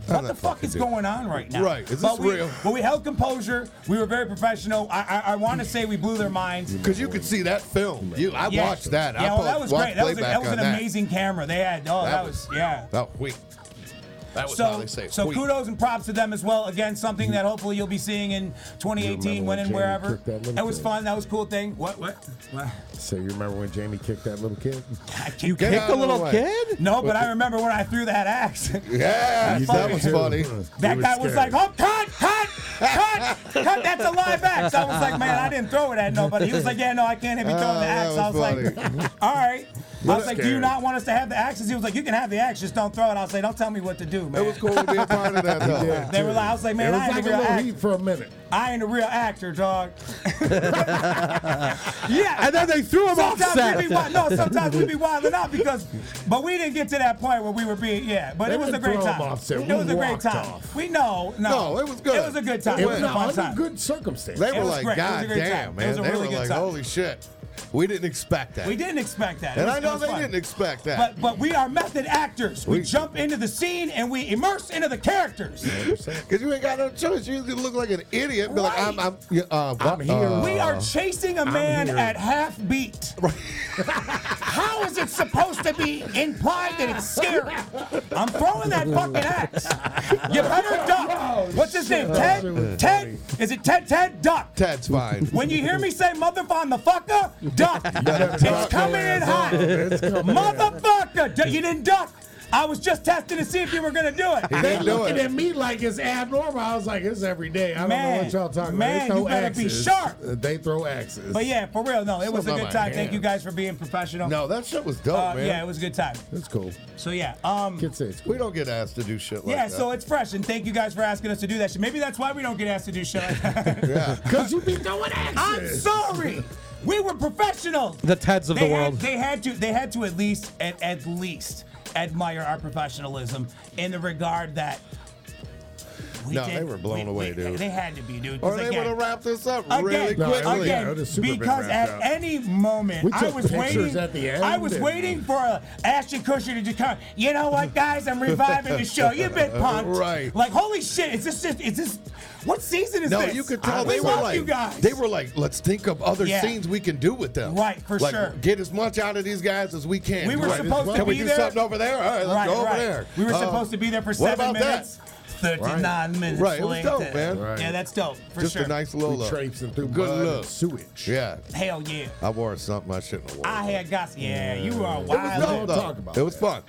S1: what the
S2: that
S1: fuck
S2: fucking
S1: is
S2: do.
S1: going on right now?
S2: Right, is
S1: but
S2: this
S1: we,
S2: real?
S1: But we held composure. We were very professional. I I, I want to say we blew their minds.
S2: Because you could see that film. You, I
S1: Yeah.
S2: watched that.
S1: Yeah,
S2: I
S1: well, that was
S2: watched
S1: great. That was, a,
S2: playback
S1: that was an
S2: on
S1: amazing camera they had. Oh, that,
S2: That
S1: was,
S2: was-
S1: yeah.
S2: That. Oh, wait. That was how
S1: So,
S2: they say.
S1: so
S2: wheat.
S1: kudos and props to them as well. Again, something that hopefully you'll be seeing in 2018,
S3: remember
S1: when
S3: when
S1: and
S3: Jamie
S1: wherever.
S3: cooked that little
S1: That was
S3: thing?
S1: fun. That was a cool thing. What? What? what?
S3: So you remember when Jamie kicked that little kid?
S1: I can't-
S4: You
S2: Get
S4: kicked
S2: out
S4: a
S2: of the
S4: little
S2: way.
S4: kid?
S1: No, but I remember when I threw that axe.
S2: Yeah,
S3: You
S2: that
S3: did
S2: was
S3: too.
S2: funny.
S1: That
S3: You were
S1: guy was
S3: scared.
S1: like, "Oh, cut, cut, cut, cut! That's a live axe." I was like, "Man, I didn't throw it at nobody." He was like, "Yeah, no, I can't have you throwing
S2: Oh,
S1: the
S2: that
S1: axe." I was
S2: was
S1: like, "All right." I was like, "Do you
S3: Scared.
S1: not want us to have the axes?" He was like, "You can have the axe, just don't throw it." I was like, "Don't tell me what to do, man."
S2: It was cool to be a part of that. Though.
S1: They were like, "I was like,
S3: it
S1: man,
S3: was
S1: I ain't
S3: like
S1: a
S3: a
S1: real
S3: little
S1: actor.
S3: heat for a minute.
S1: I ain't a real actor, dog."
S4: Yeah, and then they threw him off
S1: Sometimes we
S4: set.
S1: be wild. No, sometimes we be wilding out because, but we didn't get to that point where we were being yeah. But
S3: They
S1: it was a
S3: didn't
S1: great
S3: throw 'em
S1: time.
S3: off set.
S1: It
S3: We
S1: was a great
S3: walked
S1: time.
S3: off.
S1: We know. No,
S2: No, it was good.
S1: It was a good time. It
S3: It
S2: It
S3: was
S1: a fun
S3: not
S1: time.
S3: under good circumstance.
S2: They
S1: It
S2: were
S1: was
S2: like,
S1: great. It was a
S2: God
S1: great time.
S2: damn,
S1: It was
S2: man.
S1: a
S2: They
S1: really
S2: were
S1: good
S2: like,
S1: time.
S2: holy shit. We didn't expect that.
S1: We didn't expect that. It
S2: And
S1: was-
S2: I
S1: it
S2: know
S1: was
S2: they
S1: fun.
S2: didn't expect that.
S1: But but we are method actors. We,
S2: We-
S1: jump into the scene and we immerse into the characters.
S2: Because you ain't got no choice. You look like an idiot. Be like, I'm,
S1: Right.
S2: I'm, yeah, uh,
S3: I'm here.
S2: uh,
S1: we are chasing a man
S3: here.
S1: at half beat. How is it supposed to be implied that it's scary? I'm throwing that fucking axe. You better duck. What's his
S2: Oh,
S1: name? Ted? Ted? Is it Ted? Ted? Duck.
S2: Ted's fine.
S1: When you hear me say motherfucker, the fucker, duck. It's
S2: duck
S1: coming in hot. Motherfucker, du- you didn't duck. I was just testing to see if you were gonna do it.
S3: They
S2: didn't do
S3: looking
S2: it.
S3: at me like it's abnormal. I was like, it's every day. I don't
S1: Man,
S3: know what y'all talking
S1: man,
S3: about. They throw
S1: you better be
S3: axes.
S1: sharp.
S3: Uh, They throw axes.
S1: But yeah, for real, no, it was a
S2: Something
S1: good
S2: about
S1: time.
S2: my
S1: Thank you
S2: hand.
S1: guys for being professional.
S2: No, that shit was dope,
S1: Uh,
S2: man.
S1: yeah, it was a good time.
S3: That's cool.
S1: So yeah, um,
S3: Kids say it's cool.
S2: we don't get asked to do shit like
S1: yeah,
S2: that.
S1: so it's fresh, and thank you guys for asking us to do that. shit. Maybe that's why we don't get asked to do shit. like that.
S3: Because you be throwing
S1: I'm
S3: axes.
S1: sorry, we were professionals.
S4: The Teds of the
S1: they had,
S4: world.
S1: They had to. They had to at least, at, at least, admire our professionalism in the regard that. We
S2: No, they were blown away, dude.
S1: They had to be, dude. 'cause
S2: or they
S1: again-
S2: would have wrapped this up really
S1: Again,
S3: No, it
S2: quickly.
S3: was- yeah, it
S1: again
S3: would've super been
S1: because at
S3: wrapped up.
S1: any moment
S3: We
S1: I
S3: took
S1: was
S3: pictures
S1: waiting.
S3: at the
S1: I
S3: end
S1: was
S3: and-
S1: waiting for uh, Ashton Kutcher to just come. You know what, guys? I'm reviving the show. You've been punked.
S2: Right.
S1: Like, holy shit! Is this just? Is this? What season is
S2: No,
S1: this?
S2: you could tell
S1: I
S2: they were
S1: love
S2: like
S1: you guys.
S2: they were like, let's think of other
S1: Yeah.
S2: scenes we can do with them.
S1: Right, for
S2: Like,
S1: sure.
S2: Get as much out of these guys as we can.
S1: We were
S2: Right.
S1: supposed to
S2: can we
S1: be
S2: do
S1: there.
S2: something over there? All right, let's
S1: right,
S2: go over
S1: right.
S2: there.
S1: We were
S2: Uh,
S1: supposed to be there for
S2: what
S1: seven
S2: about
S1: minutes.
S2: That?
S1: Thirty-nine minutes
S2: Right, it was
S1: later.
S2: dope, man.
S3: Right.
S1: Yeah, that's dope for
S2: Just
S1: sure.
S2: a nice
S3: We
S2: little look.
S3: traipsing through
S2: Good
S3: mud
S2: look.
S3: and sewage.
S2: Yeah,
S1: Hell yeah!
S2: I wore something I shouldn't have worn.
S1: I had got. Yeah, you were wild.
S2: It was
S3: don't
S2: dope, though.
S3: talk about
S2: it was
S3: that.
S2: fun.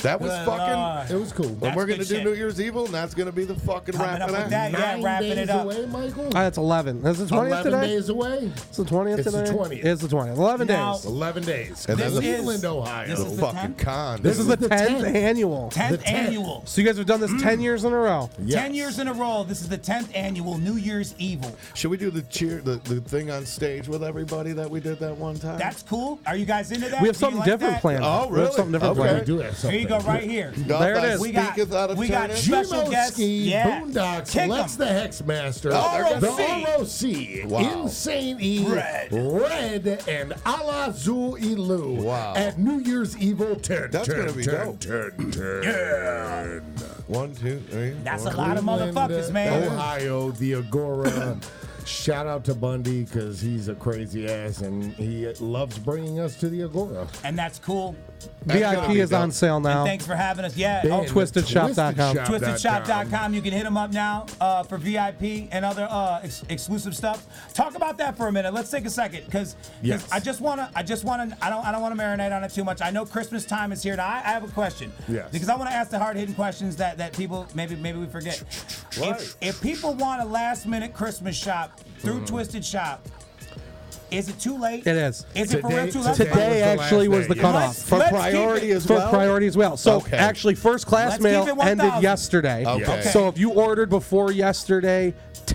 S2: That was
S1: Good
S2: fucking.
S1: Lord.
S3: It was cool.
S2: When
S1: That's
S2: we're
S1: good
S2: gonna do
S1: shit.
S2: New Year's Evil, and that's gonna be the fucking
S1: Coming
S2: wrap
S1: up
S2: of
S1: with that,
S2: that.
S1: yeah,
S3: Nine
S1: wrapping it
S3: days
S1: up.
S3: away, Michael?
S4: Ah, it's 11. Is it 20th
S3: 11
S4: today?
S3: days away?
S4: It's the 20th
S3: It's the
S4: today?
S3: 20th.
S4: It's the 20th. 11
S1: Now-
S4: days.
S3: 11 days.
S2: And then
S3: This
S2: the-
S3: Cleveland, Ohio.
S1: This is
S2: The
S1: the
S2: fucking
S1: 10th?
S2: con.
S4: This is the
S3: the
S4: 10th
S3: 10th.
S4: annual.
S1: Tenth
S3: 10th.
S1: annual.
S4: So you guys have done this 10 years in a row.
S3: Yes.
S1: 10 years in a row. This is the 10th annual New Year's Evil.
S2: Should we do the cheer, the, the thing on stage with everybody that we did that one time?
S1: That's cool. Are you guys into that?
S4: We have
S1: Do you
S4: something
S1: like
S4: different
S1: that?
S4: planned.
S2: Oh,
S4: We have
S2: really?
S4: something different
S2: Okay.
S3: We
S4: planned.
S3: do have
S1: Here
S3: something.
S1: you go, right here.
S2: Doth
S4: There it
S2: thy
S4: is.
S1: We got-
S2: speaketh out of
S1: we got
S2: turn?
S1: ju- Special
S3: Gmo
S1: guest,
S3: Ski,
S1: yeah.
S3: Boondocks,
S1: Kick 'em.
S3: Lex the Hexmaster,
S1: ROC.
S3: the ROC,
S2: Wow.
S3: Insane E,
S1: Red.
S3: Red, and Alazul Ilu
S2: Wow.
S3: at New Year's Evil 10.
S2: That's
S3: 10,
S2: gonna be
S3: 10,
S2: dope.
S3: 10, 10.
S2: One, two, three.
S1: That's
S2: four.
S1: a lot of
S3: Cleveland,
S1: motherfuckers,
S3: uh,
S1: man.
S3: Ohio, the Agora. Shout out to Bundy because he's a crazy ass and he loves bringing us to the Agora.
S1: And that's cool.
S2: That's gonna
S4: VIP
S2: be
S4: is on
S2: dope.
S4: sale now.
S1: Thanks for having us. Yeah.
S3: Ben,
S1: Oh,
S3: at
S4: twistedshop.com.
S1: twistedshop.com. You can hit them up now uh, for VIP and other uh, ex- exclusive stuff. Talk about that for a minute. Let's take a second because
S3: Yes.
S1: I just want to. I just want to. I don't. I don't want to marinate on it too much. I know Christmas time is here. Now I, I have a question.
S3: Yes.
S1: Because I want to ask the hard hitting questions that that people maybe maybe we forget. if, if people want a last minute Christmas shop through Twisted Shop, is it too late?
S4: It is.
S1: Is it for real
S3: Today-
S1: too late?
S4: Today
S3: That was the
S4: actually
S3: last
S4: was the
S3: day,
S4: cutoff.
S1: yes.
S4: For
S1: Let's keep
S4: priority
S1: it-
S4: as well. For priority as well. So
S2: Okay.
S4: actually, first class
S1: Let's
S4: mail
S1: keep it 1,000.
S4: ended yesterday.
S2: Okay.
S4: So if you ordered before yesterday,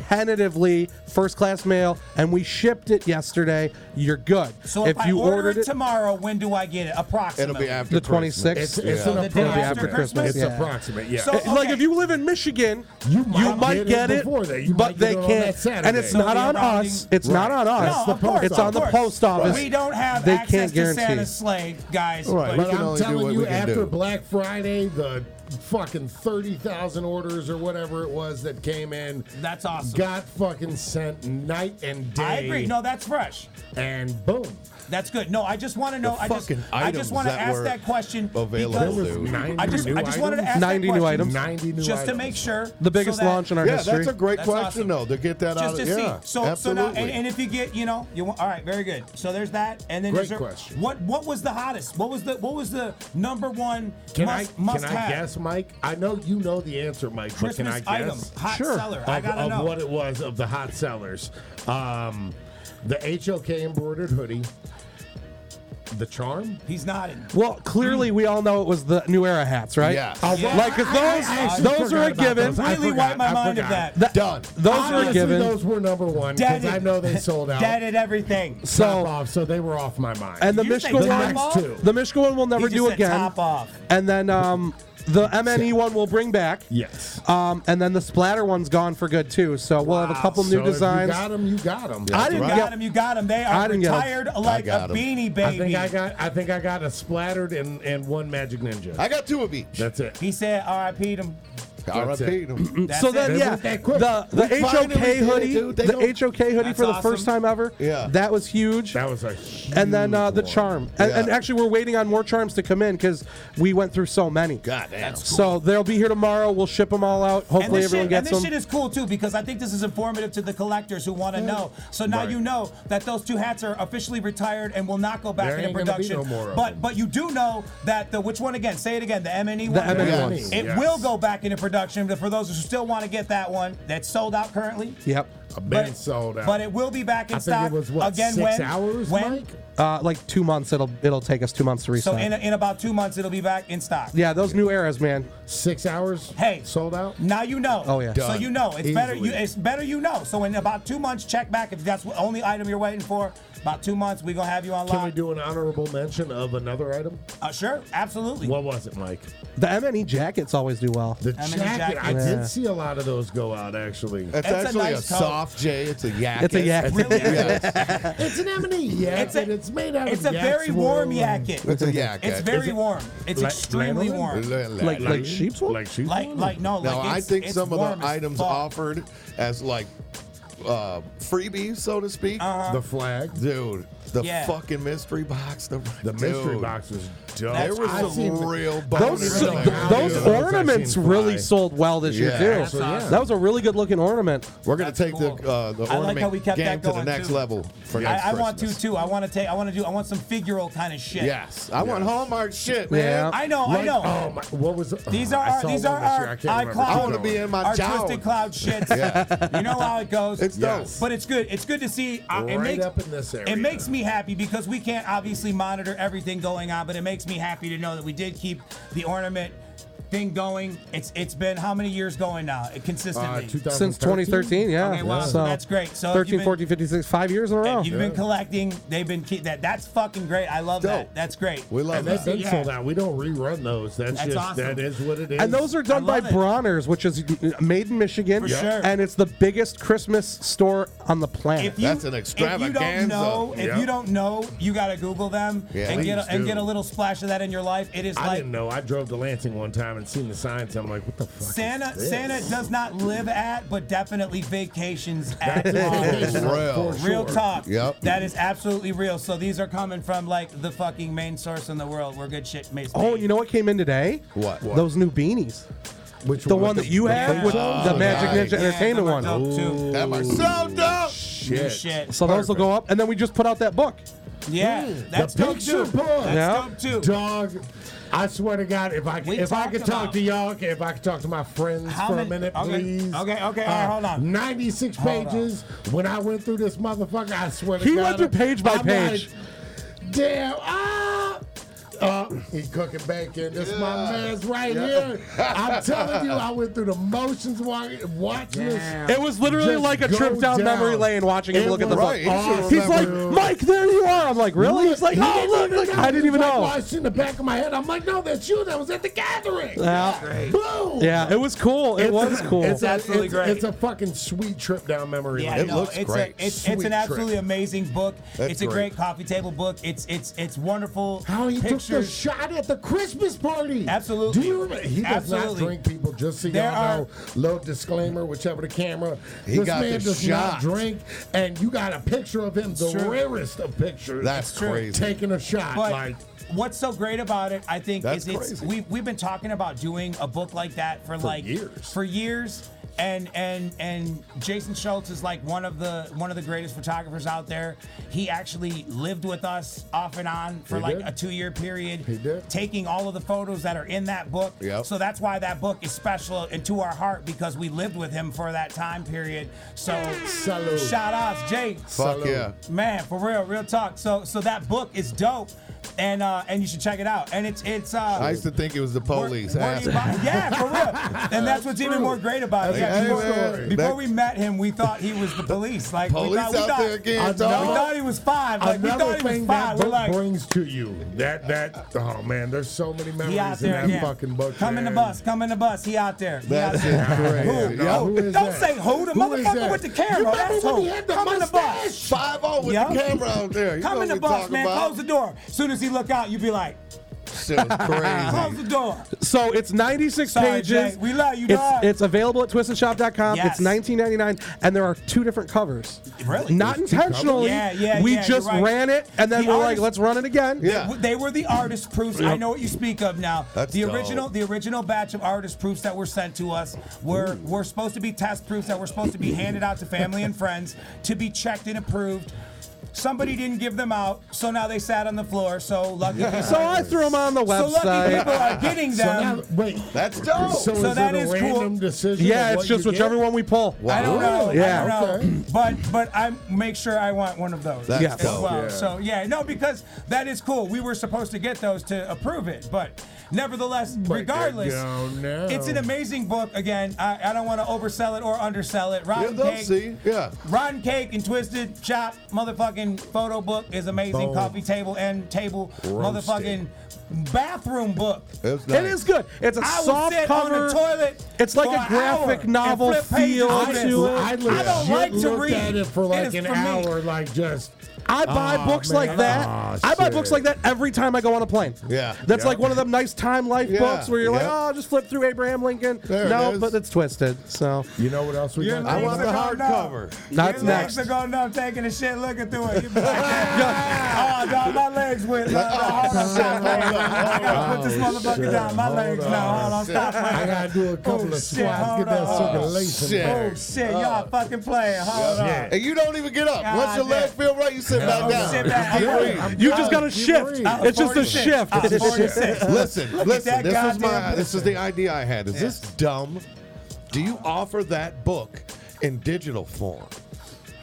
S4: tentatively first class mail, and we shipped it yesterday. You're good.
S1: So if, I
S4: you
S1: order it, tomorrow, when do I get it? Approximately.
S2: It'll be after
S4: the
S2: Christmas.
S4: 26th,
S3: It's, it's
S2: Yeah.
S3: an
S1: So the day
S3: approximate.
S1: after Christmas?
S3: It's
S4: Yeah.
S3: approximate, yeah.
S1: So-
S4: Uh, Like
S1: Okay.
S4: if you live in Michigan, you might, get, it,
S3: before that. You
S4: but
S3: might get
S4: they
S3: it on
S4: can't.
S3: that Saturday.
S4: and it's
S1: So
S4: not
S1: the
S4: on
S1: rounding-
S4: us. It's not on us.
S3: the
S1: of course,
S4: it's on
S1: of
S4: the
S1: course.
S4: post office.
S1: We don't have
S4: They
S1: access
S4: can't guarantee.
S1: to Santa's sleigh, guys.
S5: Right.
S1: but-
S5: We
S3: But
S5: can
S3: I'm
S5: only do
S3: telling
S5: what
S3: you,
S5: we can
S3: after
S5: do.
S3: Black Friday, the fucking 30,000 orders or whatever it was that came in
S1: That's awesome.
S3: got fucking sent night and day.
S1: I agree. No, that's fresh.
S3: And boom.
S1: That's good. No, I just want to know. I just,
S2: fucking
S1: I
S2: items
S1: just want to
S2: that
S1: ask
S2: were
S1: that question
S2: available,
S1: because
S2: dude.
S1: I just,
S3: new
S1: I just wanted to ask
S3: items?
S1: that
S4: 90 new
S1: question
S4: items.
S3: 90 new
S1: just to
S3: items.
S1: make sure.
S4: The biggest
S1: so that-
S4: launch in our
S2: Yeah,
S4: history.
S2: that's a great
S1: That's
S2: question
S1: awesome.
S2: though. To get that
S1: Just
S2: out,
S1: to
S2: of, yeah,
S1: see. So
S2: absolutely.
S1: so now, and, and if you get, you know, you want, all right, very good. So there's that, and then
S3: Great
S1: is there,
S3: question.
S1: What what was the hottest? What was the what was the number one
S3: Can
S1: must
S3: I
S1: must
S3: can
S1: have
S3: I guess, Mike? I know you know the answer, Mike.
S1: Christmas
S3: but can I guess?
S1: item hot
S4: Sure.
S1: seller?
S3: Of,
S1: I gotta
S3: of
S1: know.
S3: what it was of the hot sellers, um, the HOK embroidered hoodie, the charm.
S1: He's nodding.
S4: Well, clearly we all know it was the New Era hats, right?
S2: Yes.
S4: Uh,
S1: Yeah.
S4: Like 'cause those,
S3: I actually
S4: those are
S3: forgot
S4: a
S3: about
S4: given.
S3: those. I
S1: Really
S3: forgot,
S1: wiped my
S3: I
S1: mind of
S3: forgot.
S1: that.
S4: That-
S2: Done.
S4: Those are a
S3: Obviously,
S4: given.
S3: those were number one
S1: Dead
S3: because I
S1: it.
S3: know they sold out.
S1: Dead at everything.
S4: so
S3: Top off, so they were off my mind.
S4: and the
S1: You think
S4: Mishka
S3: the
S4: one,
S3: next two.
S4: the Mishka one we'll
S1: He
S4: never
S1: just
S4: do
S1: said
S4: again.
S1: top off.
S4: And then um, the MNE one we'll bring back.
S3: yes,
S4: Um, and then the splatter one's gone for good too. So we'll have a
S1: Wow.
S4: couple
S3: So
S4: new
S3: if
S4: designs.
S3: You got them. You got them.
S4: I
S1: You
S4: didn't
S1: got
S4: get.
S1: him. You got him. They
S4: I
S1: are
S4: didn't get 'em.
S1: retired like a
S2: got 'em.
S1: beanie
S3: I
S1: baby.
S3: think I got. I think I got a splattered and and one magic ninja.
S2: I got two of each.
S3: That's it.
S1: he said, "R.I.P. them."
S2: That's
S3: it.
S2: them.
S1: That's
S4: so
S1: it.
S4: then,
S3: They
S4: yeah,
S3: went that quick.
S4: the the
S2: We
S4: HOK
S2: finally did it,
S4: hoodie,
S2: dude. They
S4: the
S2: don't-
S4: HOK hoodie for the
S1: That's
S4: first
S1: awesome.
S4: time ever.
S2: Yeah.
S4: that was huge.
S3: That was a. Huge
S4: and then uh, the
S3: one.
S4: charm, and, and
S2: Yeah.
S4: actually we're waiting on more charms to come in because we went through so many.
S2: God damn.
S4: So they'll be here tomorrow. We'll ship them all out.
S1: And
S4: Hopefully
S1: this,
S4: everyone
S1: shit, and
S4: gets
S1: this
S4: them.
S1: shit is cool too because I think this is informative to the collectors who want to know. So now
S3: Right.
S1: you know that those two hats are officially retired and will not go back
S3: There
S1: into
S3: ain't gonna be
S1: production.
S3: no more of
S1: but
S3: them.
S1: but you do know that the which one again? Say it again. The MNE one.
S4: The M&E
S2: Yeah.
S4: one.
S3: Yes.
S1: It
S3: E Yes.
S1: will go back into production. But for those who still want to get that one, that's sold out currently.
S4: Yep.
S3: I've
S1: But
S3: been sold out.
S1: But it will be back in
S3: I
S1: stock
S3: think it was what
S1: again
S3: six
S1: when
S3: hours,
S1: when
S3: Mike.
S4: Uh, like two months. It'll it'll take us two months to restock.
S1: so in, in about two months it'll be back in stock.
S4: yeah, those new eras, man.
S3: Six hours.
S1: Hey,
S3: sold out.
S1: Now you know.
S4: Oh, yeah.
S1: So
S2: Done.
S1: you know it's better. You,
S2: Easily.
S1: it's better you know. So in about two months, check back if that's the only item you're waiting for. About two months, we gonna have you on
S3: Can we
S1: lock.
S3: do an honorable mention of another item?
S1: Uh, sure, absolutely.
S3: What was it, Mike?
S4: The MNE jackets always do well.
S3: The
S1: How
S3: jacket.
S1: many
S3: I
S1: jackets?
S4: Yeah.
S3: did see a lot of those go out actually.
S2: That's
S1: It's a
S2: actually a,
S1: nice coat.
S2: soft J. It's a yak.
S4: It's a yak.
S1: Really?
S3: It's an M&E yak.
S1: It's a-
S3: and it's made out of.
S1: It's a
S3: yak's
S1: very warm
S3: wool.
S1: yakit.
S2: It's a yak.
S1: It's
S2: yak.
S1: very
S3: it-
S1: warm. It's
S3: Like
S1: extremely
S3: lanolin?
S1: warm.
S4: Like- like sheep's wool?
S3: Like sheep's
S1: Like
S3: wool?
S1: like no.
S2: Now,
S1: like
S2: I
S1: it's-
S2: think
S1: it's
S2: some of
S1: warm
S2: the
S1: as
S2: items
S1: fuck.
S2: offered as like uh, freebies, so to speak.
S1: uh,
S3: the flag.
S2: Dude, the
S1: Uh-huh. Yeah.
S2: fucking mystery box. The,
S3: The mystery
S2: dude,
S3: box was dope.
S2: There was
S3: I've
S2: some
S3: seen-
S2: real
S4: Those
S2: boners
S4: so-
S2: in
S3: really
S2: there,
S4: those
S3: good.
S2: dude.
S3: or-
S4: ornaments
S3: I've seen
S4: really
S3: fly.
S4: sold well this
S2: Yeah.
S4: year too.
S2: That's
S3: awesome.
S4: That was a really good looking ornament.
S2: We're gonna
S1: That's
S2: take the
S1: cool.
S2: uh, the
S1: I like
S2: ornament
S1: how we kept
S2: game
S1: that
S2: to the
S1: going,
S2: next
S1: too.
S2: level for next
S1: I, I want to
S2: Christmas.
S1: too. I want to take. I want to do. I want some figural kind of shit.
S2: Yes, I want Hallmark shit,
S4: Yeah.
S2: man.
S1: I know. I
S3: Like-
S1: know.
S3: Oh my! What was it?
S1: These
S3: Oh,
S1: are
S3: I
S1: our,
S3: saw
S1: these
S3: one
S1: are
S3: this year.
S1: our
S3: I can't remember.
S1: iCloud.
S2: I wanna be in my
S1: our
S2: jowl.
S1: twisted cloud shits. You know how it goes.
S2: It's dope.
S1: But it's good. It's good to see. Uh, it
S3: Right
S1: makes,
S3: up in this area.
S1: It makes me happy because we can't obviously monitor everything going on, but it makes me happy to know that we did keep the ornament thing going. It's it's been how many years going now? It
S3: Uh,
S1: consistently.
S3: 2013?
S4: Since 2013, yeah.
S1: Okay, wow,
S4: So
S1: that's great. So if
S4: 13,
S1: you've been-
S4: 14, 56, five years in a row.
S1: If you've been collecting. They've been keep that. That's fucking great. I love
S2: Dope.
S1: that. That's great.
S2: We love
S3: And they've
S2: that.
S3: been
S1: Yeah.
S3: sold out. We don't rerun those. That's,
S1: That's
S3: just
S1: awesome.
S3: that is what it is.
S4: And those are done
S1: I
S4: by
S1: love it.
S4: Bronner's, which is made in Michigan.
S1: For sure.
S4: And it's the biggest Christmas store on the planet.
S1: If you,
S2: That's an
S1: If you don't
S2: extravaganza.
S1: know, if
S3: Yep.
S1: you don't know, you gotta Google them
S2: Yeah,
S1: and get a,
S3: please
S1: and
S3: do.
S1: get a little splash of that in your life. It is
S3: I
S1: like
S3: didn't know. I drove to Lansing one time and seen the signs. I'm like, what the fuck?
S1: Santa.
S3: is this?
S1: Santa does not live at, but definitely vacations at.
S3: That's
S1: Real
S2: all. Real.
S3: For
S1: Real
S3: sure.
S1: talk.
S2: Yep.
S1: That is absolutely real. So these are coming from like the fucking main source in the world where good shit makes.
S4: oh, you know what came in today?
S2: What? What?
S4: Those new beanies.
S3: Which
S4: The one
S3: with
S4: that you
S3: the
S4: have
S3: face
S4: with
S3: on?
S4: the
S2: Oh,
S4: Magic
S2: nice.
S4: Ninja Entertainment one.
S1: Too.
S2: That was so dope.
S1: New
S3: Shit.
S1: shit.
S4: So those will go up. And then we just put out that book.
S1: Yeah, that's
S3: the
S1: dope
S3: picture
S1: too.
S3: book.
S4: Yeah.
S1: That's dope too.
S3: Dog, I swear to God, if I
S1: We
S3: if I could
S1: talked
S3: talk to
S1: about-
S3: y'all, if I could talk to my friends
S1: How
S3: for
S1: many-
S3: a minute,
S1: okay,
S3: please.
S1: okay, okay, all right, hold on.
S3: Ninety six
S1: Hold on.
S3: pages. When I went through this motherfucker, I swear to
S4: He
S3: God,
S4: went through page by
S3: I'm
S4: page.
S3: like, Damn. Ah. Uh, he cooking bacon. This my
S2: Yeah.
S3: man's right
S2: Yeah.
S3: here. I'm telling you, I went through the motions watching watch this.
S4: It was literally
S3: Just
S4: like a
S3: go
S4: trip down
S3: down.
S4: memory lane watching him
S3: It
S4: look at the
S3: was
S4: book.
S2: right.
S4: He's like,
S2: Remember.
S4: Mike, there you are. I'm like, really? He's like,
S3: He
S4: oh,
S3: didn't
S4: look,
S3: even
S4: look.
S3: know.
S4: I didn't even
S3: He's like,
S4: know.
S3: "Well, I see in the back of my head. I'm like, no, that's you that was at the gathering.
S4: Yeah.
S1: Great.
S3: Boom.
S4: Yeah, it was cool. It
S3: It's
S4: was
S3: a-
S4: cool.
S3: It's a-
S1: Absolutely
S3: it's,
S1: great.
S3: It's a fucking sweet trip down memory
S1: Yeah,
S3: lane.
S2: It
S1: no,
S2: looks
S1: it's
S2: great.
S1: A, it's, it's
S3: Sweet
S1: an absolutely
S3: trick.
S1: amazing book.
S2: That's
S1: it's a
S2: great.
S1: great coffee table book. It's it's it's wonderful.
S3: How he
S1: pictures.
S3: took the shot at the Christmas party.
S1: Absolutely.
S3: Do you remember? He does not
S1: Absolutely.
S3: drink, people. Just so
S1: There
S3: y'all know. Little disclaimer, whichever the camera.
S2: He
S3: this
S2: got
S3: man
S2: the
S3: does
S2: shot.
S3: not drink, and you got a picture of him, the
S1: true.
S3: rarest of pictures.
S2: That's crazy.
S3: Taking a shot.
S1: But
S3: like,
S1: what's so great about it, I think,
S2: That's
S1: is it's
S2: crazy.
S1: we've we've been talking about doing a book like that for, like
S3: years.
S1: For years. And and and Jason Schultz is like one of the one of the greatest photographers out there. He actually lived with us off and on for
S3: He
S1: like
S3: did.
S1: a two year period.
S3: He did.
S1: Taking all of the photos that are in that book.
S2: Yep.
S1: So that's why that book is special and to our heart because we lived with him for that time period. So
S3: Salute.
S1: shout outs, Jay.
S2: Fuck
S3: Salute.
S2: yeah.
S1: Man, for real, real talk. So so that book is dope, and uh and you should check it out. And it's it's uh.
S2: I used to think it was the
S1: we're-
S2: police.
S1: we're
S2: Ask-
S1: about- yeah, for real. And that's what's even
S3: true.
S1: more great about it.
S3: That's
S1: Yeah,
S2: a
S1: before,
S2: true story.
S1: before
S2: That-
S1: we met him, we thought he was the police. Like we
S2: Police
S1: thought, we
S2: out
S1: thought,
S2: there again,
S1: we
S2: dog.
S1: thought he was five. Like we
S3: Another
S1: thought he
S3: thing
S1: was
S3: that
S1: five. We're
S3: book
S1: like,
S3: brings to you that that oh man, there's so many
S1: he out
S3: memories in
S1: there
S3: that
S1: again.
S3: fucking book.
S1: come in the
S3: man.
S1: bus. Come in the bus. He out there. He out
S2: That's
S1: there.
S2: crazy.
S3: Who?
S2: Yo,
S3: Who is
S1: Don't
S3: that?
S1: say who. The
S3: Who is
S1: motherfucker
S3: that?
S1: with the camera.
S3: You remember
S1: That's
S3: when
S1: who.
S3: he had the
S1: come in the bus.
S3: mustache?
S2: Five zero with
S1: Yup.
S2: the camera out there. You
S1: Come
S2: know
S1: in the
S2: what we
S1: bus,
S2: talking
S1: man.
S2: About.
S1: Close the door. Soon as he look out, you be like,
S2: Shit was
S1: close the
S2: crazy.
S1: door.
S4: So it's 96
S1: Sorry,
S4: pages.
S1: Jay. We love you,
S4: It's,
S1: dog.
S4: it's available at twistedshop.com.
S1: Yes.
S4: It's 19.99, and there are two different covers.
S1: Really?
S4: Not intentionally.
S1: Yeah, yeah,
S4: we
S1: yeah, you're
S4: just
S1: right.
S4: ran it, and then
S1: The
S4: we're like,
S1: artist-
S4: let's run it again.
S2: Yeah.
S1: W- They were the artist proofs. I know what you speak of now.
S2: That's
S1: the
S2: dope.
S1: original, the original batch of artist proofs that were sent to us were were supposed to be test proofs that were supposed to be handed out to family and friends to be checked and approved. Somebody didn't give them out, so now they sat on the floor. So lucky, people,
S4: So I threw them on the
S1: so lucky people
S4: website.
S1: are getting
S3: So now,
S1: them.
S3: wait.
S2: That's dope.
S3: So,
S1: Oh, So
S3: is
S1: that
S3: it a
S1: is cool.
S3: random decision?
S4: yeah,
S3: of
S4: it's
S3: what
S4: just
S3: you
S4: whichever
S3: get?
S4: one we pull.
S1: I don't know.
S4: Yeah.
S1: I don't know.
S3: Okay.
S1: But but I make sure I want one of those
S2: That's
S1: as
S2: dope.
S1: well.
S2: Yeah.
S1: So yeah, no, because that is cool. We were supposed to get those to approve it, but nevertheless,
S3: But they
S1: regardless,
S3: don't know.
S1: it's an amazing book. Again, I, I don't want to oversell it or undersell it.
S2: Yeah,
S1: Rotten
S2: they'll
S1: cake.
S2: see. Yeah.
S1: Rotten Cake and Twisted Chop motherfucking photo book is amazing.
S3: Boom.
S1: Coffee table and table
S3: Roasted.
S1: motherfucking bathroom book.
S2: It was
S4: It
S2: nice.
S4: is good. It's a
S1: I would
S4: soft
S1: sit
S4: cover.
S1: on the toilet.
S4: It's like
S1: for
S4: a
S1: an
S4: graphic
S1: hour and
S4: novel
S1: flip pages
S4: feel
S1: of this.
S4: to it.
S3: I,
S1: I don't like to
S3: looked
S1: read.
S3: at it for
S1: It
S3: like
S1: is
S3: an
S1: for me.
S3: hour, like just.
S4: I buy
S3: Aw,
S4: books like
S3: man.
S4: that.
S3: Aw,
S4: I buy
S3: shit.
S4: books like that every time I go on a plane.
S2: Yeah.
S4: That's
S2: Yeah.
S4: like one of them nice time life
S2: Yeah.
S4: books where you're like,
S2: Yeah.
S4: oh, I'll just flip through Abraham Lincoln.
S2: There it
S4: no,
S2: is.
S4: but it's twisted. So
S3: You know what else we
S1: Your
S3: got?
S2: I
S1: legs
S2: want
S1: are
S2: the
S1: going up.
S2: hardcover.
S4: That's
S1: Your legs
S4: next.
S1: are going up, taking a shit, looking through it. You be like, oh, dog, my legs went. Uh, uh, hold on, stop, man. I gotta put this
S4: Oh,
S1: motherfucker down. My
S3: Hold
S1: legs
S3: on.
S1: now. Hold on, stop. man.
S3: I gotta do a couple
S1: Oh,
S3: of
S1: shit,
S3: squats,
S1: hold
S3: get that
S1: on.
S3: circulation.
S2: Shit.
S3: going.
S1: Oh shit, y'all fucking playing. Hold on.
S3: Yeah.
S2: And you don't even get up.
S1: God
S2: Once your
S1: damn.
S2: leg feel right, you sit back
S1: Oh,
S2: down.
S1: sit back.
S2: Keep
S1: I'm
S2: reading.
S1: ready.
S4: You just got to
S3: You
S4: shift.
S3: read. I
S1: was
S4: It's just a
S1: 46.
S4: shift.
S1: I was
S4: It's a shift.
S1: 46.
S2: Listen,
S1: Uh, Look at
S2: listen.
S1: that
S2: This is my.
S1: goddamn
S2: This is the idea I had. Is this dumb? Do you offer that book in digital form?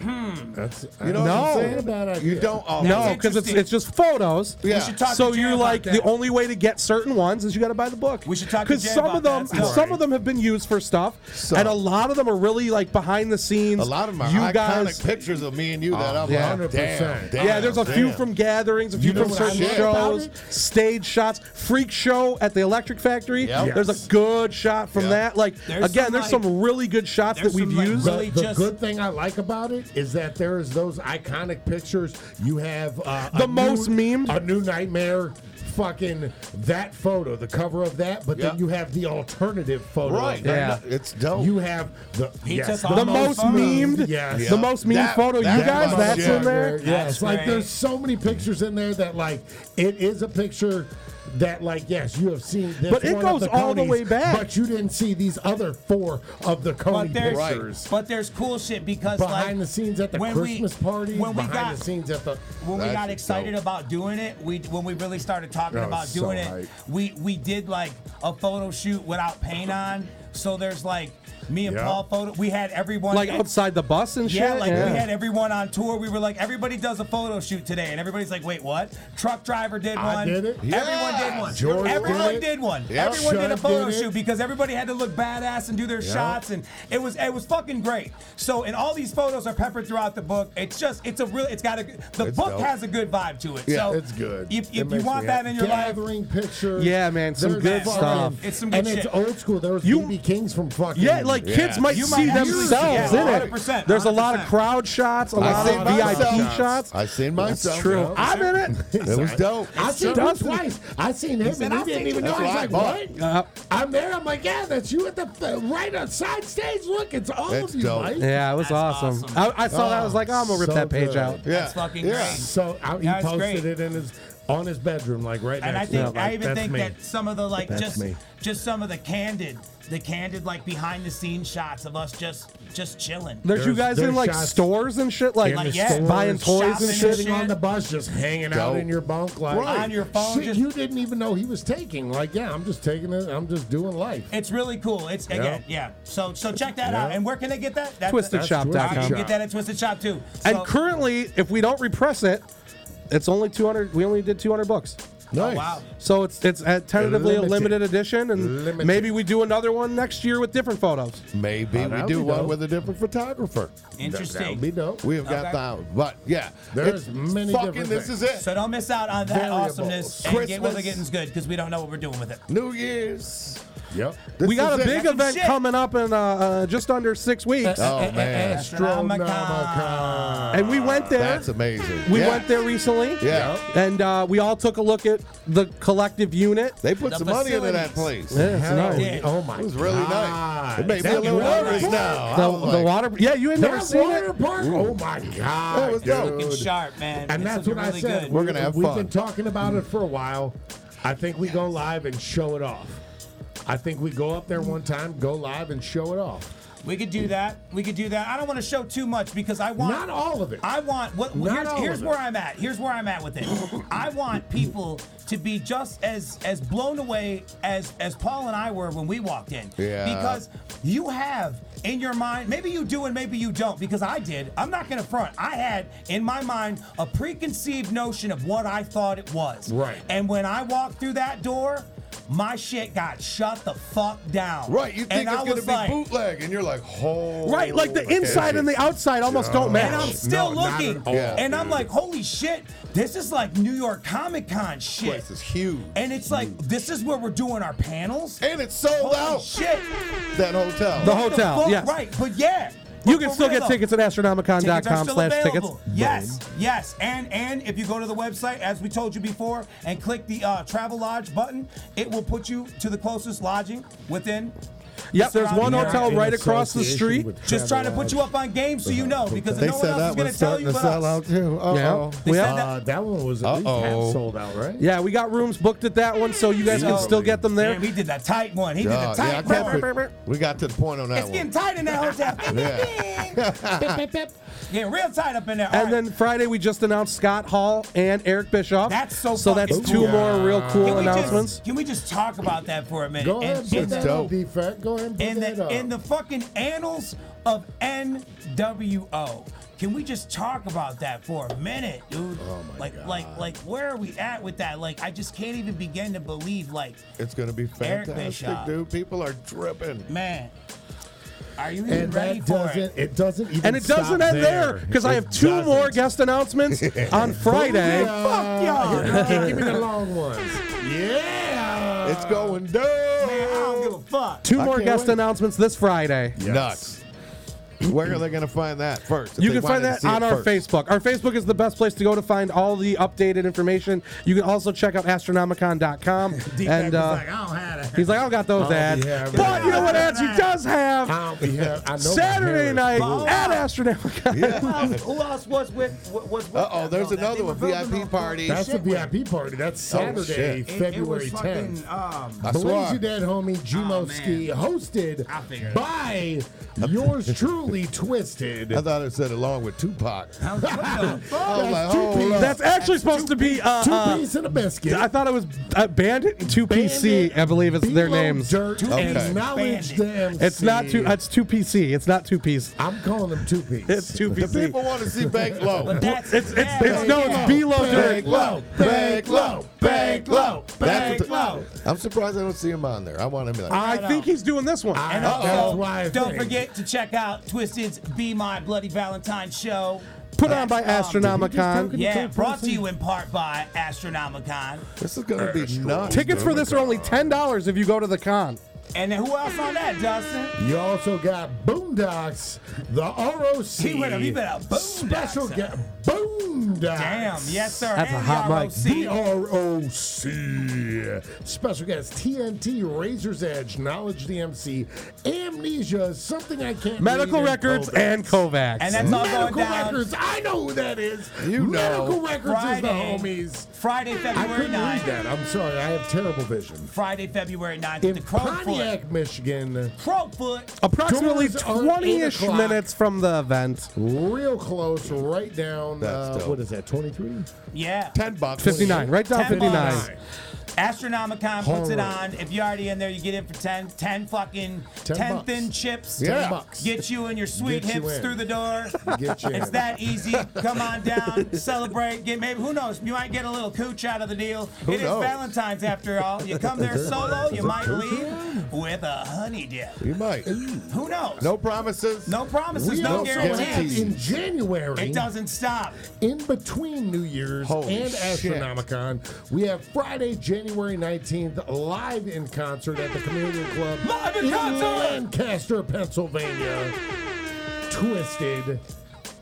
S3: That's,
S2: You know
S4: No.
S2: what
S3: Ain't
S2: I'm
S3: a bad
S2: saying?
S3: idea.
S2: You don't offer.
S4: No,
S1: That's
S4: because it's
S1: interesting.
S4: it's just photos.
S2: Yeah.
S1: We should talk
S4: So
S1: to Jay
S4: you're
S1: about
S4: like
S1: that.
S4: the only way to get certain ones is you got to buy the book.
S1: We should talk to
S4: because
S1: Jay
S4: some of
S1: about
S4: them
S1: that story.
S4: some of them have been used for stuff,
S2: So-
S4: and a lot of them are really like behind the scenes.
S2: A lot of my
S4: you
S2: iconic
S4: guys.
S2: pictures of me and you that I'm
S3: yeah.
S2: like,
S3: 100%.
S2: damn, damn,
S4: yeah, there's a few
S2: damn.
S4: from gatherings, a few
S3: You know
S4: from
S3: what I
S4: certain
S2: love about
S4: shows, stage shots, freak show at the Electric Factory.
S2: Yep.
S4: There's
S3: Yes.
S4: a good shot from
S2: Yep.
S4: that. Like
S1: There's
S4: again,
S1: some,
S4: there's
S1: like-
S4: some really good shots that
S1: there's
S4: we've
S1: some, like,
S4: used.
S1: really-
S3: the, the
S1: just-
S3: good thing I like about it is that there is those iconic pictures. You have uh, a
S4: The most
S3: new,
S4: memed?
S3: a new nightmare. Fucking that photo, the cover of that, but
S2: Yeah.
S3: then you have the alternative photo. of
S2: Right.
S3: that.
S4: Yeah.
S2: It's dope.
S3: You have the
S1: He
S3: yes,
S1: took
S3: the
S1: all
S4: the
S1: the
S4: most
S1: most
S3: memes.
S4: memed,
S3: Yes.
S4: the
S3: Yeah.
S4: most memed
S2: That-
S4: photo. You
S2: that
S4: guys,
S2: was
S4: that's
S2: shit.
S4: in there.
S3: Yes,
S1: That's
S3: like
S1: right.
S3: there's so many pictures in there that like it is a picture that like yes you have seen this
S4: But it
S3: one of
S4: goes
S3: the
S4: all the
S3: Coney's,
S4: way back.
S3: but you didn't see these other four of the Coney
S1: But there's,
S2: Right.
S3: pictures
S1: but there's cool shit because
S3: behind
S1: like,
S3: the scenes at the
S1: when we-
S3: Christmas party
S1: when we
S3: behind
S1: got-
S3: the scenes at the
S1: when we
S2: That's
S1: got excited
S2: dope.
S1: about doing it, we when we really started talking
S3: That
S1: about
S3: was
S1: doing
S3: so
S1: it,
S3: hype.
S1: we we did like a photo shoot without paint on. So there's like Me and
S3: Yeah.
S1: Paul photo. We had everyone
S4: Like
S1: at-
S4: outside the bus and
S1: Yeah,
S4: shit.
S1: like we had everyone on tour. We were like, everybody does a photo shoot today, and everybody's like, wait, what? Truck driver did
S3: I
S1: one.
S3: did it.
S1: Everyone
S2: Yeah.
S1: did one.
S3: George
S1: everyone
S3: did
S1: did,
S3: it.
S1: one.
S2: Yeah.
S1: Everyone did a
S3: Shug
S1: photo
S3: did it.
S1: shoot because everybody had to look badass and do their shots, and it was it was fucking great. So, and all these photos are peppered throughout the book. It's just, it's a real, it's got a, the
S2: It's
S1: book
S2: dope.
S1: has a good vibe to it.
S2: Yeah,
S1: so
S3: It's good.
S1: If, if
S3: It
S1: you
S3: makes
S1: want
S3: me
S1: that
S3: happy.
S1: in your life,
S3: gathering pictures.
S4: Yeah, man, some
S3: There's
S4: good
S3: fucking-
S4: stuff.
S1: It's some good
S3: and it's
S1: shit.
S3: old school. There was
S4: You-
S3: BB Kings from fucking.
S4: Yeah, like kids might
S1: You
S4: see
S1: might actually see
S4: themselves
S1: it.
S4: in it.
S1: 100%,
S4: There's a lot of
S1: 100%.
S4: crowd shots, a lot
S2: seen
S4: of VIP
S2: myself.
S4: shots.
S2: I seen
S4: That's
S2: myself.
S4: true. I'm in it.
S2: It was dope.
S3: I seen him
S4: Dustin.
S3: twice. I seen him,
S1: said,
S3: and we
S1: "I'll
S3: didn't
S1: take
S3: even
S1: you
S3: know. I was like,
S2: That's right.
S3: "What?"
S4: Uh,
S3: I'm there. I'm like, "Yeah, that's you at the the- right outside stage. Look, it's all
S2: That's
S3: of you,
S2: dope.
S3: Mike."
S4: yeah, it was
S1: That's
S4: awesome.
S1: awesome.
S4: I, I saw that. I was like, oh, I'm gonna rip
S3: so
S4: that page
S3: good.
S4: out.
S2: Yeah.
S1: That's fucking
S2: yeah.
S1: great.
S3: So I, he
S1: Yeah, it's
S3: posted
S1: great.
S3: it in his on his bedroom, like right
S1: And I
S3: next
S1: think
S3: to him.
S1: I
S3: Like,
S1: even
S3: that's
S1: think
S3: me.
S1: that some of the like
S3: That's
S1: just
S3: me.
S1: just some of the candid the candid like behind the scenes shots of us just just chilling.
S4: There's, you
S3: There's-
S4: guys in
S3: there's
S4: like
S3: shots
S4: stores and shit, like,
S3: In
S1: Like,
S3: the
S1: yeah.
S3: store,
S4: buying toys
S1: shopping
S4: and
S1: and
S4: shit.
S1: shit.
S3: sitting on the bus, just hanging out
S2: Dope.
S3: in your bunk, like
S2: Right.
S1: On your phone,
S3: Shit,
S1: just-
S3: you didn't even know he was taking. Like, yeah, I'm just taking it. I'm just doing life.
S1: It's really cool. It's again, yeah. So so check that out.
S3: Yeah.
S1: And where can they get that? That's
S4: Twisted Shop dot
S1: I
S4: com.
S1: can get that at Twisted Shop too.
S4: And
S1: So-
S4: currently, if we don't repress it, it's only 200. We only did 200 books.
S1: oh,
S3: Nice.
S1: wow.
S4: So it's it's uh, tentatively a
S3: Limited.
S4: limited edition, and
S3: Limited.
S4: maybe we do another one next year with different photos.
S2: Maybe
S3: Oh,
S2: we
S3: that'd
S2: do
S3: be
S2: one
S3: dope.
S2: with a different photographer.
S1: Interesting.
S3: That would be dope.
S2: We have got
S1: Okay.
S2: that, but yeah, it's
S3: There's many
S2: fucking.
S3: different
S2: This
S3: things.
S2: is it.
S1: So don't miss out on that
S2: Variables.
S1: awesomeness and get with the
S2: Christmas.
S1: getting's good because we don't know what we're doing with it.
S2: New Year's.
S3: Yep.
S2: This
S4: we got
S2: is
S4: a
S2: it.
S4: big
S1: some
S4: event
S1: shit.
S4: coming up in uh, uh, just under six weeks,
S3: Uh,
S2: Oh man,
S1: Astronomicon.
S4: and we went there.
S2: that's amazing.
S4: we
S2: Yeah.
S4: went there recently.
S2: Yeah.
S4: And uh, we all took a look at the collective unit.
S2: They put
S1: The
S2: some money into that
S1: facilities.
S2: place.
S4: Yeah, it's
S3: Hell
S4: nice.
S3: yeah. Oh my!
S2: It was really nice.
S3: God.
S2: It made me
S3: That
S2: a little
S3: water
S2: nervous
S3: park.
S2: now. I
S4: The,
S2: was
S4: the
S2: like,
S4: water. Yeah, you had never
S3: That
S4: seen
S3: water
S4: it.
S3: park. Oh my God!
S2: That was
S3: dude.
S2: dope.
S1: Looking sharp, man.
S3: And
S1: It's
S3: that's
S1: looking
S3: what I
S1: really
S3: said.
S1: good.
S2: We're gonna have
S3: We've
S2: fun.
S3: been talking about it for a while. I think we go live and show it off. I think we go up there one time, go live and show it off.
S1: We could do that. We could do that. I don't want to show too much because I want
S3: Not all of it.
S1: I want what
S3: Not
S1: here's,
S3: all
S1: here's
S3: of it.
S1: where I'm at. Here's where I'm at with it. I want people to be just as as blown away as as Paul and I were when we walked in.
S2: Yeah.
S1: Because you have in your mind, maybe you do and maybe you don't, because I did. I'm not gonna front. I had in my mind a preconceived notion of what I thought it was.
S3: Right.
S1: And when I walked through that door, my shit got shut the fuck down.
S2: Right, you think
S1: and I
S2: it's gonna
S1: was
S2: be
S1: like,
S2: bootleg, and you're like, oh,
S4: Right, like the inside and the outside almost don't
S1: And I'm
S4: match.
S1: still
S3: No, not at
S1: looking.
S3: all,
S2: Yeah.
S1: And I'm like, holy shit, this is like New York Comic Con shit.
S2: place is huge,
S1: And it's like, this is where we're doing our panels.
S2: and it's sold
S1: Holy
S2: out.
S1: shit.
S2: That hotel.
S4: The
S1: What
S4: hotel,
S1: fuck?
S4: yes.
S1: Right, but yeah.
S4: You
S1: But
S4: can
S1: for
S4: still
S1: real
S4: get
S1: though,
S4: tickets at
S1: tickets are
S4: astronomicon.com
S1: still
S4: slash tickets.
S1: available. Yes, yes, and and if you go to the website as we told you before and click the uh, travel lodge button, it will put you to the closest lodging within.
S4: Yep, there's
S1: surrounding
S4: one
S1: area.
S4: hotel
S3: In
S4: right across the
S3: association
S4: street.
S3: with
S1: Just trying to
S3: Travelodge.
S1: put you up on game so you know because no one else is going to tell you but us.
S2: too.
S4: Yeah.
S2: Uh-oh.
S1: They
S4: We
S1: said
S4: are-
S3: Uh, that one was at least
S2: Uh-oh.
S3: half sold out, right?
S4: Yeah, we got rooms booked at that one, so you guys can
S1: So-
S4: still get them there.
S1: Man, he did that tight one. He did
S2: Uh,
S1: the
S2: yeah, I
S1: tight
S2: kept
S1: one.
S2: it. We got to the point on that
S1: It's
S2: one.
S1: getting tight in that hotel. Ding, ding, ding. Getting real tight up in there. All
S4: And
S1: right.
S4: then Friday we just announced Scott Hall and Eric Bischoff.
S1: That's so
S4: So that's
S1: fucking
S4: two
S1: cool.
S4: more real cool
S1: we just-
S4: announcements.
S1: can we just talk about that for a minute?
S3: Go ahead,
S1: In-
S3: and
S1: in
S3: put
S1: the-
S3: that
S2: dope.
S3: up, defect. Go ahead and put
S1: in
S3: that
S1: the
S3: up.
S1: in the fucking annals of NWO. Can we just talk about that for a minute, dude?
S3: Oh my
S1: like,
S3: God.
S1: like, like, where are we at with that? Like, I just can't even begin to believe. Like,
S2: It's gonna be
S1: Eric
S2: fantastic,
S1: Bischoff.
S2: dude. People are dripping.
S1: man, are you even
S3: and
S1: ready
S3: that
S1: for
S3: doesn't.
S1: it?
S3: It. doesn't even.
S4: and it doesn't
S3: stop
S4: end there because I
S3: It
S4: have 2 more
S3: doesn't.
S4: guest announcements on Friday.
S3: Yeah.
S1: Fuck y'all.
S3: Uh, give me the long ones. Yeah.
S2: It's going down.
S1: Man, I don't give a fuck.
S4: Two
S2: I
S4: more
S2: can't
S4: guest
S2: wait.
S4: announcements this Friday.
S2: Nuts. Where are they gonna find that first? if
S4: You
S2: they
S4: can find
S2: wanted to
S4: that
S2: see
S4: on
S2: it
S4: our
S2: first?
S4: Facebook. Our Facebook is the best place to go to find all the updated information. You can also check out astronomicon.com. and uh,
S1: I don't have it.
S4: he's like, I don't got those
S3: I'll be
S4: ads.
S3: having
S4: But you know what ads he
S1: that.
S4: does have?
S3: I'll be here. I know my hair
S4: Saturday
S3: is
S4: night
S3: blue.
S4: at Astronomicon.
S1: Who else- who else was with? wa- Was with
S2: Uh-oh,
S1: them,
S2: there's
S1: though, that
S2: another
S1: they
S2: one,
S1: were building
S2: VIP
S1: on-
S2: party.
S3: That's the
S1: Shit with-
S3: VIP party. That's Saturday,
S2: shit.
S1: It-
S3: February
S1: it was fucking,
S3: 10th.
S1: um,
S2: I
S3: Blaze
S2: swear.
S3: You Dead Homie Jumoski,
S1: I figured
S3: hosted by yours truly, Twisted.
S2: I thought it said along with Tupac.
S1: I was- what the fuck?
S2: I was like,
S3: two
S2: hold
S3: people.
S2: up.
S4: That's actually supposed to be. Uh,
S3: Two
S1: Uh-huh.
S4: uh,
S3: piece and a biscuit.
S4: I thought it was uh, Bandit and Two PC. I believe it's their
S3: Below
S4: names.
S3: Dirt
S2: Okay.
S3: and knowledge
S1: Bandit.
S3: them.
S4: It's not too. It's two PC. It's not two piece.
S3: I'm calling them two piece.
S4: It's two
S2: The
S4: PC.
S2: people want to see Bank Low.
S1: That's,
S4: It's it's
S1: that's-
S4: it's no, it's B low during.
S2: bank low,
S1: bank low,
S2: That's
S1: bank
S2: what
S1: low.
S2: the- I'm surprised I don't see him on there. I want him to be like,
S4: I think he's doing this one. uh,
S1: And
S3: That's
S1: also,
S3: why I
S1: don't
S3: think.
S1: forget to check out Twisted's Be My Bloody Valentine show.
S4: Put on by
S1: That's, um,
S4: Astronomicon.
S1: Yeah, brought to you in part by Astronomicon.
S2: this is going to be nuts.
S4: Tickets for this are only ten dollars if you go to the con.
S1: And then who else on that, Dustin?
S3: You also got Boondocks, the ROC.
S1: He went up, he been out. Boondocks.
S3: Special guest. Boondocks.
S1: Damn, yes, sir.
S4: That's a
S1: and
S4: hot
S1: the
S4: mic.
S1: ROC.
S3: DROC. Special guest TNT, Razor's Edge, Knowledge the MC, Amnesia, Something I Can't
S4: Medical
S3: Read,
S4: records
S3: Kovacs.
S4: and Kovacs.
S1: And that's all going
S3: Medical
S1: down
S3: records. I know who that is.
S2: You know.
S3: Medical records
S1: Friday.
S3: is the homies.
S1: Friday,
S3: I
S1: February
S3: couldn't read
S1: 9th.
S3: that. I'm sorry. I have terrible vision.
S1: Friday, February 9th at
S3: In
S1: the Crowfoot.
S3: Pontiac, Michigan,
S1: Crowfoot.
S4: approximately
S3: Doors are
S4: 20-ish
S3: 8 o'clock.
S4: minutes from the event.
S3: real close, right down.
S2: That's
S3: Uh,
S2: dope.
S3: what is that? 23.
S1: Yeah.
S2: 10 bucks.
S4: 59, right down
S1: 10
S4: 59.
S1: bucks. Astronomicon puts it
S3: Horror.
S1: on. If you're already in there, you get in for 10, 10 fucking 10,
S3: 10 bucks.
S1: thin chips.
S2: Yeah.
S3: 10 bucks.
S1: Get you and your sweet
S3: Get you
S1: hips
S3: in.
S1: through the door.
S3: Get you
S1: it's
S3: in.
S1: that easy. Come on down, celebrate. Get maybe who knows? You might get a little cooch out of the deal. It is
S2: knows?
S1: Valentine's after all. You come there solo, you might leave with a honey dip.
S2: You might.
S1: Who knows?
S2: No promises.
S1: No promises,
S3: We
S1: no
S3: also
S1: guarantees.
S3: have in January.
S1: It doesn't stop.
S3: in between New Year's
S2: Holy
S3: and
S2: shit.
S3: Astronomicon, we have Friday, January 19th, live in concert at the Chameleon Club
S1: Live in
S3: in
S1: concert!
S3: Lancaster, Pennsylvania. Twisted.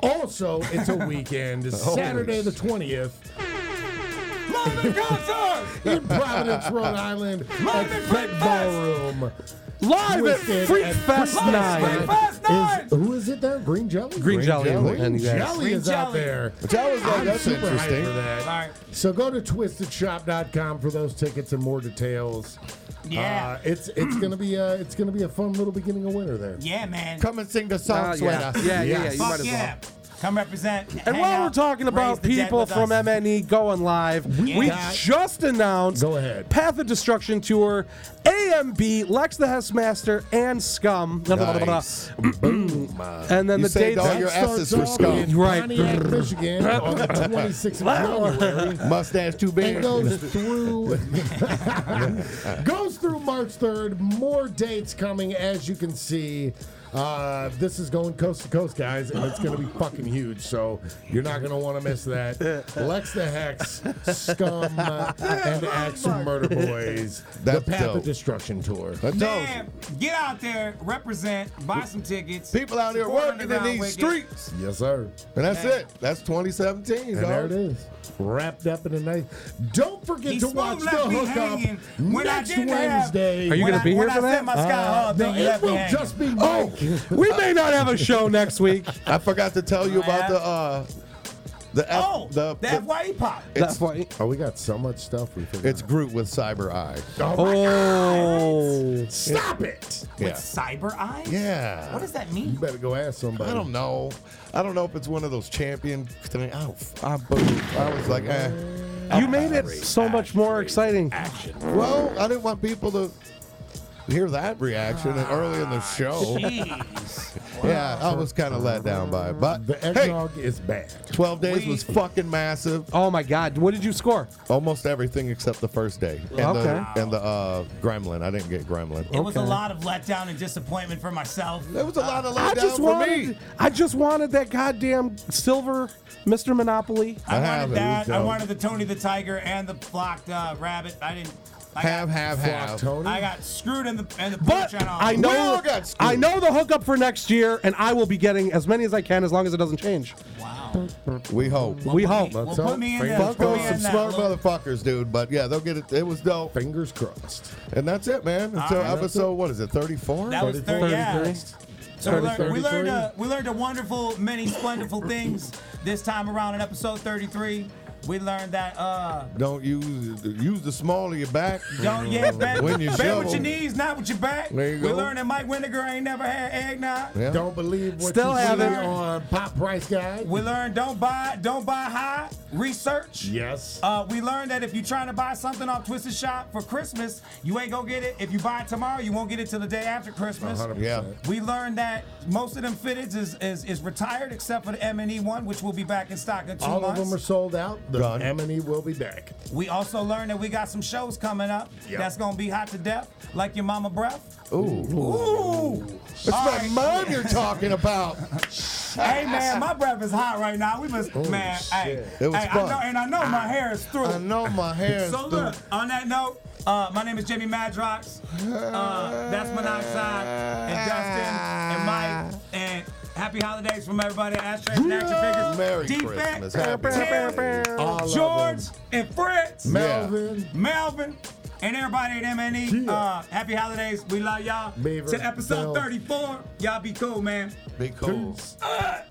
S3: Also, it's a weekend, Saturday the 20th,
S1: Love and concert!
S3: in Providence, Rhode Island, at
S1: Live at Freak
S3: Fred
S1: Fest!
S3: Ballroom.
S4: Live at
S3: Twisted
S4: Freak
S3: at
S4: Fest
S3: Freak
S1: Freak
S4: Night.
S1: Fest night!
S3: Is, who is it there? Green Jelly?
S4: Green Jelly.
S3: Green
S4: And you guys-
S3: Jelly is
S1: Green
S3: out
S1: Jelly.
S3: there.
S2: Which I was like,
S3: I'm
S2: that's
S3: super hyped
S2: interesting.
S3: for that.
S1: All right.
S3: So go to twistedshop.com for those tickets and more details.
S1: Yeah.
S3: Uh, it's it's gonna be a, it's gonna be a fun little beginning of winter there.
S1: Yeah, man.
S2: Come and sing the song,
S4: Uh, yeah.
S2: Sweater.
S4: yeah, yeah, yeah, you
S1: Fuck
S4: might as
S1: yeah.
S4: well.
S1: Come represent.
S4: And
S1: hang
S4: while
S1: out,
S4: we're talking
S1: raise
S4: about
S1: the dead
S4: people
S1: with
S4: from
S1: us.
S4: MNE going live,
S1: We
S4: we
S1: got-
S4: just announced
S3: Go ahead.
S4: Path of Destruction Tour, AMB, Lex the Hessmaster, and Scum. Blah, blah, blah, blah, blah.
S2: Nice.
S4: And then
S2: You
S4: the
S2: saved
S4: dates.
S2: all your
S3: That
S2: asses
S3: starts
S2: for
S3: off
S2: scum.
S3: in
S4: Right.
S3: Pontiac, Michigan on the 26th of January.
S2: Mustache too
S3: And
S2: big.
S3: goes through goes through March 3rd. More dates coming as you can see. Uh, this is going coast to coast, guys, and it's going to be fucking huge. So you're not going to want to miss that. Lex the Hex, Scum, uh, and Axel Murder Boys, the
S2: That's
S3: Path
S2: dope.
S3: of Destruction tour.
S2: That does.
S1: Man, get out there, represent, buy some tickets.
S2: People out here
S1: Support
S2: working in
S1: Underground
S2: these
S1: Wicked.
S2: streets.
S3: Yes, sir.
S2: And that's
S1: Man.
S2: it. That's 2017.
S3: And there
S2: dog.
S3: it is. Wrapped up in a nice. Don't forget
S1: He
S3: to
S1: swung
S3: watch the
S1: left me
S3: hookup
S1: hanging when I
S3: next
S1: didn't have-
S3: Wednesday.
S4: Are you
S1: When
S4: gonna
S1: I-
S4: be here
S1: when
S4: for
S1: I
S4: that?
S1: set my sky
S3: Uh,
S1: high,
S3: no,
S1: thing, you
S3: it
S1: left Oh! me
S3: will
S1: hanging.
S3: just be Mike.
S4: we may not have a show next week.
S2: I forgot to tell you about
S1: yeah.
S2: the uh the F,
S1: Oh,
S2: the,
S1: the FYE pop.
S4: That's funny.
S3: Oh, we got so much stuff we forgot.
S2: it's Groot with Cyber Eye.
S3: oh, my
S4: Oh.
S3: God. stop it!
S1: With
S2: Yeah.
S1: cyber eyes?
S2: Yeah.
S1: What does that
S3: You
S1: mean?
S3: better go ask somebody.
S2: I don't know. I don't know if it's one of those champion thing. I, don't- I, believe, I was like, eh.
S3: Mm.
S4: You made it so much more exciting.
S2: well, I didn't want people to hear that reaction
S3: Ah.
S2: early in the show.
S1: Jeez.
S2: Yeah, I was kind of let down by it. But
S3: The
S2: hey,
S3: eggnog is bad.
S2: 12 days
S1: We-
S2: was fucking massive.
S4: Oh my God! What did you score?
S2: Almost everything except the first day. And
S4: Okay.
S2: the, and the uh, Gremlin. I didn't get Gremlin.
S1: It was a
S4: Okay.
S1: lot of letdown and disappointment for myself.
S2: There was a lot of
S4: I
S2: letdown
S4: just
S2: for
S4: wanted.
S2: me.
S4: I just wanted that goddamn silver, Mr. Monopoly.
S1: I,
S2: I
S1: wanted
S2: haven't,
S1: that. I
S2: so-
S1: wanted the Tony the Tiger and the flocked uh, rabbit. I didn't. I
S2: Have,
S1: got,
S2: have,
S3: Flock
S2: have.
S3: Tony.
S1: I got screwed in the in the
S4: But
S1: porch on all.
S4: I
S2: We all
S4: know,
S2: got screwed.
S4: I know the hookup for next year, and I will be getting as many as I can as long as it doesn't change.
S1: Wow.
S2: We hope.
S4: we hope.
S1: Well,
S3: all.
S1: put me in there. Put me
S2: Funko's
S1: in
S2: some
S1: that
S2: smart
S1: little-
S2: motherfuckers, dude. But yeah, they'll get it. It was dope.
S3: Fingers crossed.
S2: And that's it, man. Until
S1: All right.
S2: episode, what is it, 34?
S1: That was thirty. Yeah.
S4: 33.
S1: So we learned, we
S3: 33.
S1: learned, a, we learned a wonderful, many splendid things this time around in episode 33. We learned that uh
S2: Don't use use the small of your back.
S1: don't yeah, bet,
S2: When you
S1: bet with
S2: shovel.
S1: your knees, not with your back.
S2: There you
S1: we
S2: go.
S1: learned that Mike Windiger ain't never had eggnog.
S2: Yeah.
S3: Don't believe what
S4: Still
S3: you
S4: haven't.
S3: see on Pop Price Guy.
S1: We learned don't buy don't buy high, research.
S3: yes.
S1: Uh, we learned that if you're trying to buy something off Twisted Shop for Christmas, you ain't gonna get it. If you buy it tomorrow, you won't get it till the day after Christmas.
S3: 100%.
S2: Yeah.
S1: We learned that most of them fitteds is, is is retired except for the M and E one, which will be back in stock in two
S3: All
S1: months.
S3: of them are sold out. The
S2: Done.
S3: M&E will be back.
S1: We also learned that we got some shows coming up
S3: Yep.
S1: that's gonna be hot to death, like your mama breath.
S2: Ooh.
S1: Ooh.
S2: It's my mom you're talking about.
S1: Hey man, my breath is hot right now. We must, man. Hey,
S2: It was
S1: hey, I
S2: fun.
S1: know, and I know my hair is through.
S2: I know my hair's
S1: So look, on that note, uh, my name is Jimmy Madrox. Uh, that's Monoxide and Dustin and Mike and happy holidays from everybody at Ashtrays and Action Figures.
S2: Merry
S1: Defect,
S2: Christmas. Happy
S1: Tim,
S4: Oh.
S3: All of
S1: George
S3: them.
S1: and Fritz,
S3: Melvin.
S1: Melvin. And everybody at MNE,
S3: Yeah.
S1: uh, happy holidays. We love y'all.
S3: Beaver,
S1: to episode
S3: Bell.
S1: 34. Y'all be cool, man.
S2: Be cool.
S1: Uh,